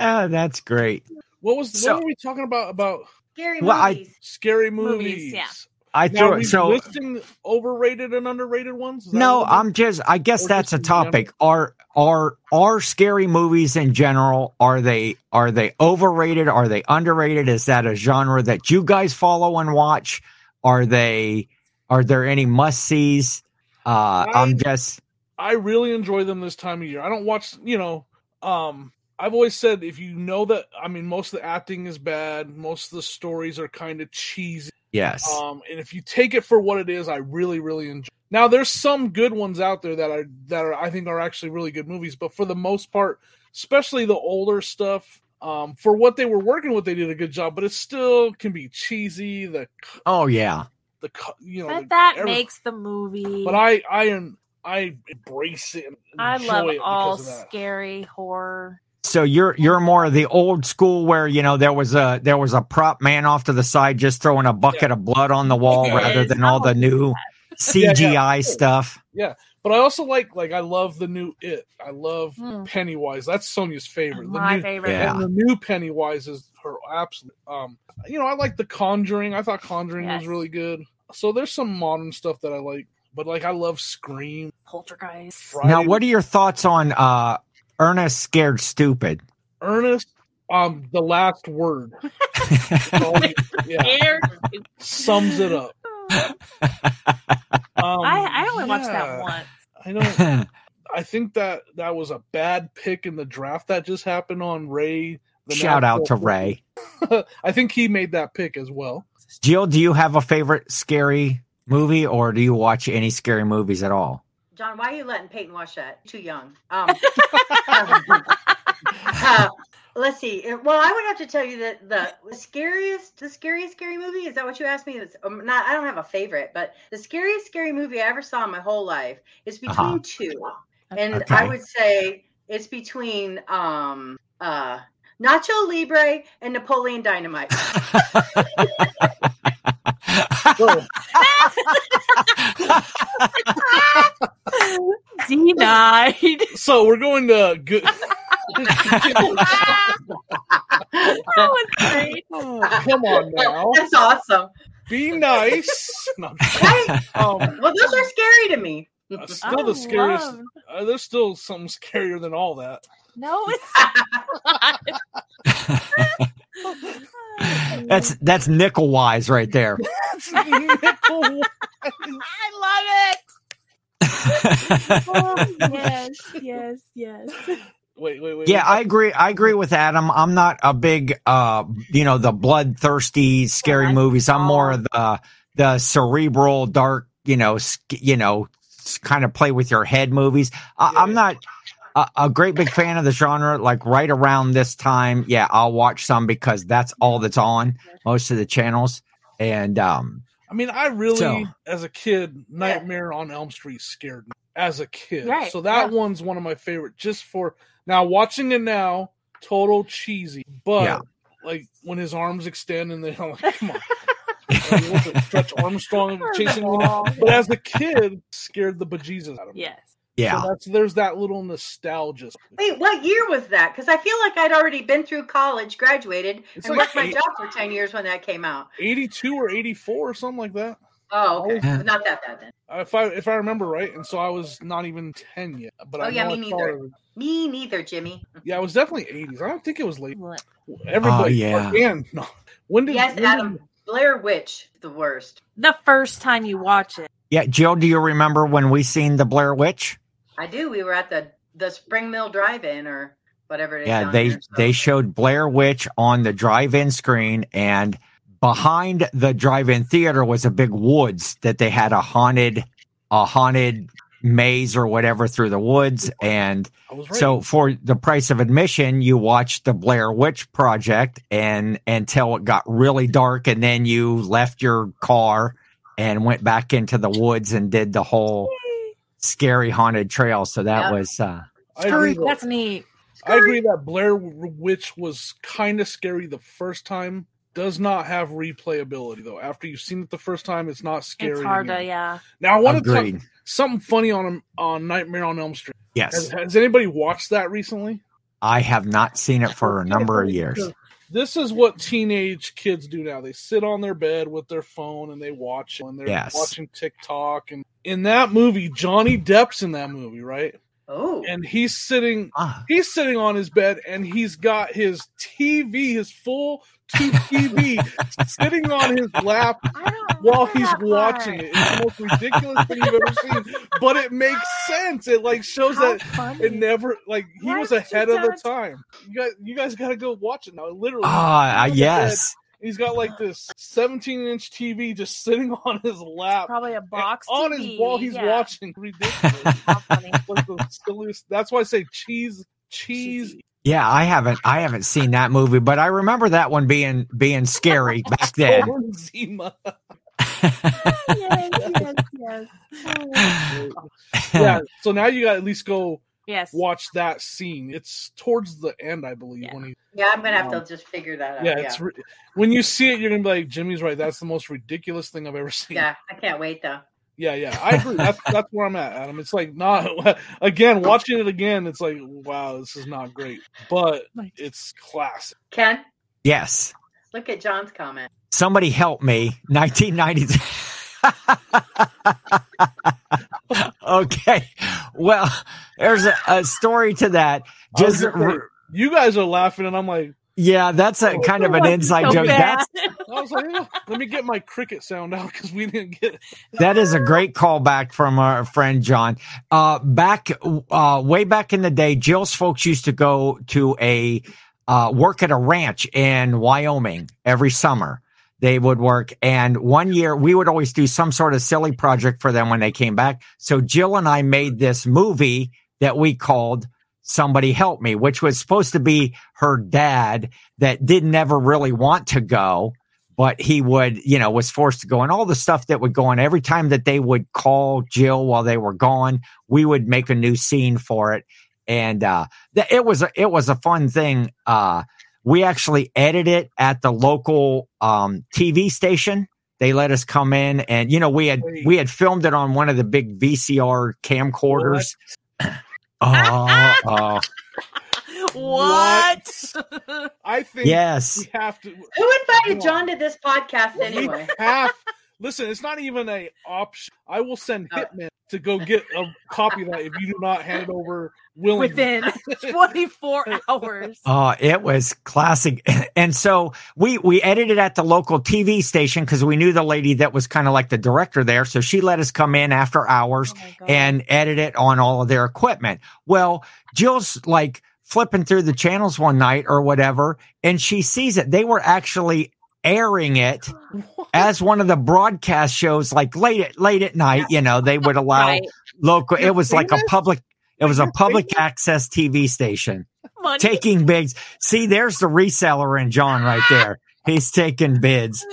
[SPEAKER 1] oh, that's great.
[SPEAKER 2] What was
[SPEAKER 1] So-
[SPEAKER 2] what were we talking about about
[SPEAKER 3] Scary
[SPEAKER 1] Well, I-
[SPEAKER 3] movies.
[SPEAKER 2] scary movies?
[SPEAKER 4] Movies, yeah.
[SPEAKER 1] I
[SPEAKER 2] Now,
[SPEAKER 1] threw
[SPEAKER 2] are
[SPEAKER 1] it.
[SPEAKER 2] we
[SPEAKER 1] So
[SPEAKER 2] listing overrated and underrated ones? Is that
[SPEAKER 1] no,
[SPEAKER 2] what we're
[SPEAKER 1] I'm just. I guess
[SPEAKER 2] Or
[SPEAKER 1] that's a
[SPEAKER 2] just in general?
[SPEAKER 1] topic. Are are are scary movies in general? Are they are they overrated? Are they underrated? Is that a genre that you guys follow and watch? Are they? Are there any must sees? Uh,
[SPEAKER 2] I-
[SPEAKER 1] I'm just.
[SPEAKER 2] I really enjoy them this time of year. I don't watch, you know, um I've always said if you know that I mean most of the acting is bad, most of the stories are kind of cheesy.
[SPEAKER 1] Yes.
[SPEAKER 2] Um and if you take it for what it is, I really really enjoy. Now there's some good ones out there that are that are I think are actually really good movies, but for the most part, especially the older stuff, um for what they were working with they did a good job, but it still can be cheesy, the c-
[SPEAKER 1] oh yeah.
[SPEAKER 2] the c- you know, the-
[SPEAKER 4] But that
[SPEAKER 2] everything.
[SPEAKER 4] makes the movie.
[SPEAKER 2] but I I am I embrace it. And
[SPEAKER 4] I
[SPEAKER 2] enjoy
[SPEAKER 4] love
[SPEAKER 2] it because
[SPEAKER 4] all
[SPEAKER 2] of that.
[SPEAKER 4] scary horror.
[SPEAKER 1] So you're you're more of the old school where you know there was a there was a prop man off to the side just throwing a bucket of blood on the wall
[SPEAKER 2] Yes. Oh,
[SPEAKER 1] rather than all the new
[SPEAKER 2] Yeah, yeah.
[SPEAKER 1] CGI stuff.
[SPEAKER 2] But I also like like I love the new it. I love
[SPEAKER 4] Mm.
[SPEAKER 2] Pennywise. That's Sonia's favorite. The
[SPEAKER 4] Hmm. My
[SPEAKER 2] new,
[SPEAKER 4] favorite.
[SPEAKER 1] Yeah.
[SPEAKER 2] And the new Pennywise is her absolute. Um, you know, I like the Conjuring. I thought Conjuring
[SPEAKER 4] Yes.
[SPEAKER 2] was really good. So there's some modern stuff that I like, but like I love Scream.
[SPEAKER 4] Poltergeist.
[SPEAKER 2] Friday,
[SPEAKER 1] Now, what are your thoughts on uh, Ernest Scared Stupid?
[SPEAKER 2] Ernest? Um, the last
[SPEAKER 4] [laughs]
[SPEAKER 2] word. yeah, [laughs]
[SPEAKER 4] Scared.
[SPEAKER 2] sums it up.
[SPEAKER 4] I,
[SPEAKER 2] Um,
[SPEAKER 4] I only watched
[SPEAKER 2] Oh, yeah,
[SPEAKER 4] that once. [laughs]
[SPEAKER 2] I don't. I think that that was a bad pick in the draft that just happened on Ray. The
[SPEAKER 1] Shout out to
[SPEAKER 2] natural-
[SPEAKER 1] Ray.
[SPEAKER 2] [laughs] I think he made that pick as well. [laughs]
[SPEAKER 1] Jill, do you have a favorite scary movie or do you watch any scary movies at all? [laughs]
[SPEAKER 3] John, why are you letting Peyton watch that? Too young. Um, uh, let's see. Uh, Well, I would have to tell you that the scariest, the scariest scary movie is that what you asked me? It's, um, not. I don't have a favorite, but the scariest scary movie I ever saw in my whole life is between
[SPEAKER 1] Uh-huh.
[SPEAKER 3] two, and
[SPEAKER 1] Okay.
[SPEAKER 3] I would say it's between um uh Nacho Libre and
[SPEAKER 1] [laughs]
[SPEAKER 3] Napoleon Dynamite. [laughs]
[SPEAKER 2] So,
[SPEAKER 4] Denied. [laughs]
[SPEAKER 2] so we're going to good.
[SPEAKER 4] that was great.
[SPEAKER 2] Oh, Come on
[SPEAKER 4] [laughs]
[SPEAKER 2] now,
[SPEAKER 3] That's awesome.
[SPEAKER 2] be nice. No,
[SPEAKER 1] [laughs]
[SPEAKER 3] Right? Oh,
[SPEAKER 2] um,
[SPEAKER 3] Well, those are scary to me.
[SPEAKER 2] uh, still the
[SPEAKER 4] I
[SPEAKER 2] scariest.
[SPEAKER 4] love-
[SPEAKER 2] Uh, there's still something scarier than all that. [laughs]
[SPEAKER 4] No, it's not.
[SPEAKER 1] [laughs] that's that's nickel wise right there.
[SPEAKER 2] That's nickel.
[SPEAKER 4] I love it. [laughs] Oh,
[SPEAKER 1] [laughs]
[SPEAKER 4] yes, yes, yes.
[SPEAKER 2] [laughs] Wait, wait, wait.
[SPEAKER 1] Yeah, I agree. I agree with Adam. I'm not a big, uh, you know, the bloodthirsty scary
[SPEAKER 4] Yeah, I-
[SPEAKER 1] movies. I'm more
[SPEAKER 2] Oh.
[SPEAKER 1] of the the cerebral, dark, you know, sc- you know, s- kind of play with your head movies. I,
[SPEAKER 2] Yeah.
[SPEAKER 1] I'm not a, a great big fan of the genre. Like right around this time, yeah, I'll watch some because that's all that's on most of the channels. And um,
[SPEAKER 2] I mean, I really,
[SPEAKER 1] So-
[SPEAKER 2] as a kid, Nightmare on Elm Street scared me as a kid.
[SPEAKER 4] Right,
[SPEAKER 2] So that
[SPEAKER 4] yeah.
[SPEAKER 2] one's one of my favorite. Just for now, watching it now, total cheesy. But
[SPEAKER 1] Yeah.
[SPEAKER 2] like when his arms extend [laughs] and they're like,
[SPEAKER 1] [laughs]
[SPEAKER 2] come on. Like, what the- Stretch
[SPEAKER 4] [laughs]
[SPEAKER 2] Armstrong chasing me. [laughs] now? But as a kid, scared the bejesus out of me.
[SPEAKER 4] Yes.
[SPEAKER 1] yeah,
[SPEAKER 2] So that's, there's that little nostalgia.
[SPEAKER 3] Wait, what year was that? Because I feel like I'd already been through college, graduated,
[SPEAKER 2] It's
[SPEAKER 3] and
[SPEAKER 2] like
[SPEAKER 3] worked my
[SPEAKER 2] eight-
[SPEAKER 3] job for 10 years when that came out.
[SPEAKER 2] 82 or 84 or something like that. Uh,
[SPEAKER 3] Oh, okay.
[SPEAKER 1] Yeah.
[SPEAKER 3] Not that bad then.
[SPEAKER 2] If I if I remember right, and so I was not even ten yet. But
[SPEAKER 3] Oh,
[SPEAKER 2] I
[SPEAKER 3] yeah,
[SPEAKER 2] know
[SPEAKER 3] me
[SPEAKER 2] I saw
[SPEAKER 3] neither.
[SPEAKER 2] it.
[SPEAKER 3] Me neither, Jimmy.
[SPEAKER 2] Yeah, it was definitely eighties. I don't think it was late.
[SPEAKER 4] What?
[SPEAKER 2] Everybody,
[SPEAKER 1] Oh, yeah.
[SPEAKER 2] Dan, no. When did
[SPEAKER 3] Yes,
[SPEAKER 2] when did-
[SPEAKER 3] Adam. Blair Witch, the worst.
[SPEAKER 4] The first time you watch it.
[SPEAKER 1] yeah. Jill, do you remember when we seen the Blair Witch?
[SPEAKER 3] I do. We were at the the Spring Mill Drive-In or whatever it is.
[SPEAKER 1] Yeah,
[SPEAKER 3] down
[SPEAKER 1] they
[SPEAKER 3] there, so-
[SPEAKER 1] they showed Blair Witch on the drive-in screen, and behind the drive-in theater was a big woods that they had a haunted, a haunted maze or whatever through the woods. And
[SPEAKER 2] I was right.
[SPEAKER 1] so, for the price of admission, you watched the Blair Witch Project, and until it got really dark, and then you left your car and went back into the woods and did the whole scary haunted trail. So that
[SPEAKER 3] Yeah.
[SPEAKER 1] was uh,
[SPEAKER 2] I agree, that,
[SPEAKER 4] That's neat.
[SPEAKER 2] I agree that Blair Witch was kind of scary the first time. Does not have replayability though. After you've seen it the first time, it's not scary.
[SPEAKER 4] It's hard to,
[SPEAKER 2] anymore.
[SPEAKER 4] yeah.
[SPEAKER 2] Now I want to
[SPEAKER 1] agreed.
[SPEAKER 2] talk something funny on on Nightmare on Elm Street.
[SPEAKER 1] yes.
[SPEAKER 2] Has, has anybody watched that recently?
[SPEAKER 1] I have not seen it for a number of years.
[SPEAKER 2] This is what teenage kids do now. They sit on their bed with their phone and they watch and they're
[SPEAKER 1] Yes.
[SPEAKER 2] watching TikTok. And in that movie, Johnny Depp's in that movie, right?
[SPEAKER 3] Oh,
[SPEAKER 2] And he's sitting
[SPEAKER 1] Ah,
[SPEAKER 2] he's sitting on his bed and he's got his TV, his full
[SPEAKER 1] [laughs]
[SPEAKER 2] tube TV sitting on his lap [laughs]
[SPEAKER 4] I don't
[SPEAKER 2] while
[SPEAKER 4] remember
[SPEAKER 2] he's
[SPEAKER 4] that
[SPEAKER 2] watching
[SPEAKER 4] part.
[SPEAKER 2] it. It's the most ridiculous thing you've ever seen, but it makes sense. It like shows
[SPEAKER 4] How
[SPEAKER 2] that
[SPEAKER 4] funny.
[SPEAKER 2] it never like he
[SPEAKER 4] Why
[SPEAKER 2] was
[SPEAKER 4] would you
[SPEAKER 2] ahead of the
[SPEAKER 4] don't-
[SPEAKER 2] time. You guys, you guys got to go watch it now. Literally,
[SPEAKER 1] ah, yes.
[SPEAKER 2] he's got like this 17 inch TV just sitting [laughs] on his lap.
[SPEAKER 4] [laughs] Probably a box
[SPEAKER 2] and on
[SPEAKER 4] TV.
[SPEAKER 2] his wall, he's
[SPEAKER 4] yeah.
[SPEAKER 2] watching. Ridiculous.
[SPEAKER 4] [laughs]
[SPEAKER 2] [laughs]
[SPEAKER 4] How funny.
[SPEAKER 2] It's like the silliest. That's why I say cheese, cheese.
[SPEAKER 1] [laughs] Yeah, I haven't I haven't seen that movie, but I remember that one being being scary
[SPEAKER 2] [laughs]
[SPEAKER 1] back then.
[SPEAKER 2] over
[SPEAKER 4] [laughs]
[SPEAKER 2] Zima.
[SPEAKER 4] yes, yes, yes.
[SPEAKER 1] [laughs]
[SPEAKER 2] yeah. So now you got to at least go
[SPEAKER 4] Yes.
[SPEAKER 2] watch that scene. It's towards the end, I believe,
[SPEAKER 4] Yeah. Uh,
[SPEAKER 2] when he
[SPEAKER 3] yeah, I'm gonna have
[SPEAKER 2] Um,
[SPEAKER 3] to just figure that out.
[SPEAKER 2] yeah,
[SPEAKER 3] Yeah, yeah.
[SPEAKER 2] it's re- when you see it, you're gonna be like, Jimmy's right. That's the most ridiculous thing I've ever seen.
[SPEAKER 3] I can't wait though.
[SPEAKER 2] yeah, yeah. I agree. That's that's where I'm at, Adam. It's like not [laughs] again watching it again. It's like wow, this is not great, but
[SPEAKER 4] Right.
[SPEAKER 2] it's classic.
[SPEAKER 3] Ken,
[SPEAKER 1] yes.
[SPEAKER 3] look at John's comment.
[SPEAKER 1] Somebody help me. 1990s. [laughs] okay. Well, there's a, a story to that.
[SPEAKER 2] I was
[SPEAKER 1] Just
[SPEAKER 2] gonna say, Oh, you guys are laughing, and I'm like,
[SPEAKER 1] yeah, that's a kind of an inside
[SPEAKER 4] so
[SPEAKER 1] joke.
[SPEAKER 4] bad.
[SPEAKER 1] That's
[SPEAKER 2] I was like, "Oh, let me get my cricket sound out because we didn't get. It.
[SPEAKER 1] that is a great callback from our friend John. Uh, back uh, way back in the day, Jill's folks used to go to a uh, work at a ranch in Wyoming every summer. They would work, and one year we would always do some sort of silly project for them when they came back. So Jill and I made this movie that we called "Somebody Help Me," which was supposed to be her dad that did never really want to go but he would, you know, was forced to go and all the stuff that would go on every time that they would call Jill while they were gone, we would make a new scene for it. And uh th- it was a, it was a fun thing. Uh we actually edited it at the local um TV station. They let us come in and you know we had we had filmed it on one of the big VCR camcorders. Oh,
[SPEAKER 4] [laughs]
[SPEAKER 1] oh,
[SPEAKER 4] What?
[SPEAKER 2] I think
[SPEAKER 1] yes.
[SPEAKER 2] we have to.
[SPEAKER 3] Who invited
[SPEAKER 2] Come on.
[SPEAKER 3] John to this podcast anyway?
[SPEAKER 2] We have. Listen, it's not even a option. I will send
[SPEAKER 3] Uh.
[SPEAKER 2] Hitman to go get a copy of that if you do not hand it over
[SPEAKER 1] [laughs]
[SPEAKER 2] willingly. [laughs]
[SPEAKER 4] Within 24 hours.
[SPEAKER 1] Oh, it was classic. [laughs] And so we we edited at the local TV station because we knew the lady that was kind of like the director there. So she let us come in after hours
[SPEAKER 4] Oh my God.
[SPEAKER 1] and edit it on all of their equipment. Well, Jill's like flipping through the channels one night or whatever, and she sees it. They were actually airing
[SPEAKER 4] [gasps]
[SPEAKER 1] it as one of the broadcast shows, like late at late at night. You know, they
[SPEAKER 4] [laughs]
[SPEAKER 1] would allow
[SPEAKER 4] Right.
[SPEAKER 1] local. It
[SPEAKER 2] You're
[SPEAKER 1] was like a
[SPEAKER 2] famous?
[SPEAKER 1] public. It was a
[SPEAKER 2] You're
[SPEAKER 1] public
[SPEAKER 2] famous?
[SPEAKER 1] access TV station
[SPEAKER 4] Money.
[SPEAKER 1] taking bids. See, there's the reseller in John right there. He's taking
[SPEAKER 4] [laughs]
[SPEAKER 1] bids. [sighs]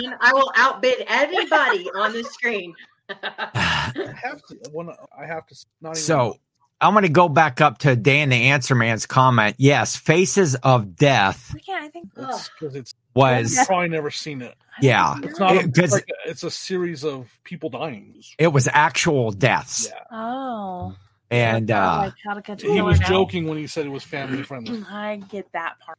[SPEAKER 3] John, I will outbid anybody on the screen.
[SPEAKER 2] I have to. One, I have to. Not even,
[SPEAKER 1] So I'm going to go back up to Dan the Answer Man's comment. Yes, Faces of Death
[SPEAKER 4] We can't, I think.
[SPEAKER 2] it's because it's
[SPEAKER 1] was
[SPEAKER 2] you've probably never seen it.
[SPEAKER 1] yeah.
[SPEAKER 2] It's not. a-
[SPEAKER 1] It- 'cause-
[SPEAKER 2] it's, like a, it's a series of people dying.
[SPEAKER 1] It was actual deaths,
[SPEAKER 2] Yeah.
[SPEAKER 4] Oh.
[SPEAKER 1] and uh,
[SPEAKER 4] Like how to catch a
[SPEAKER 2] He
[SPEAKER 4] killer
[SPEAKER 2] was
[SPEAKER 4] now.
[SPEAKER 2] joking when he said it was family friendly.
[SPEAKER 4] [clears throat] I get that part.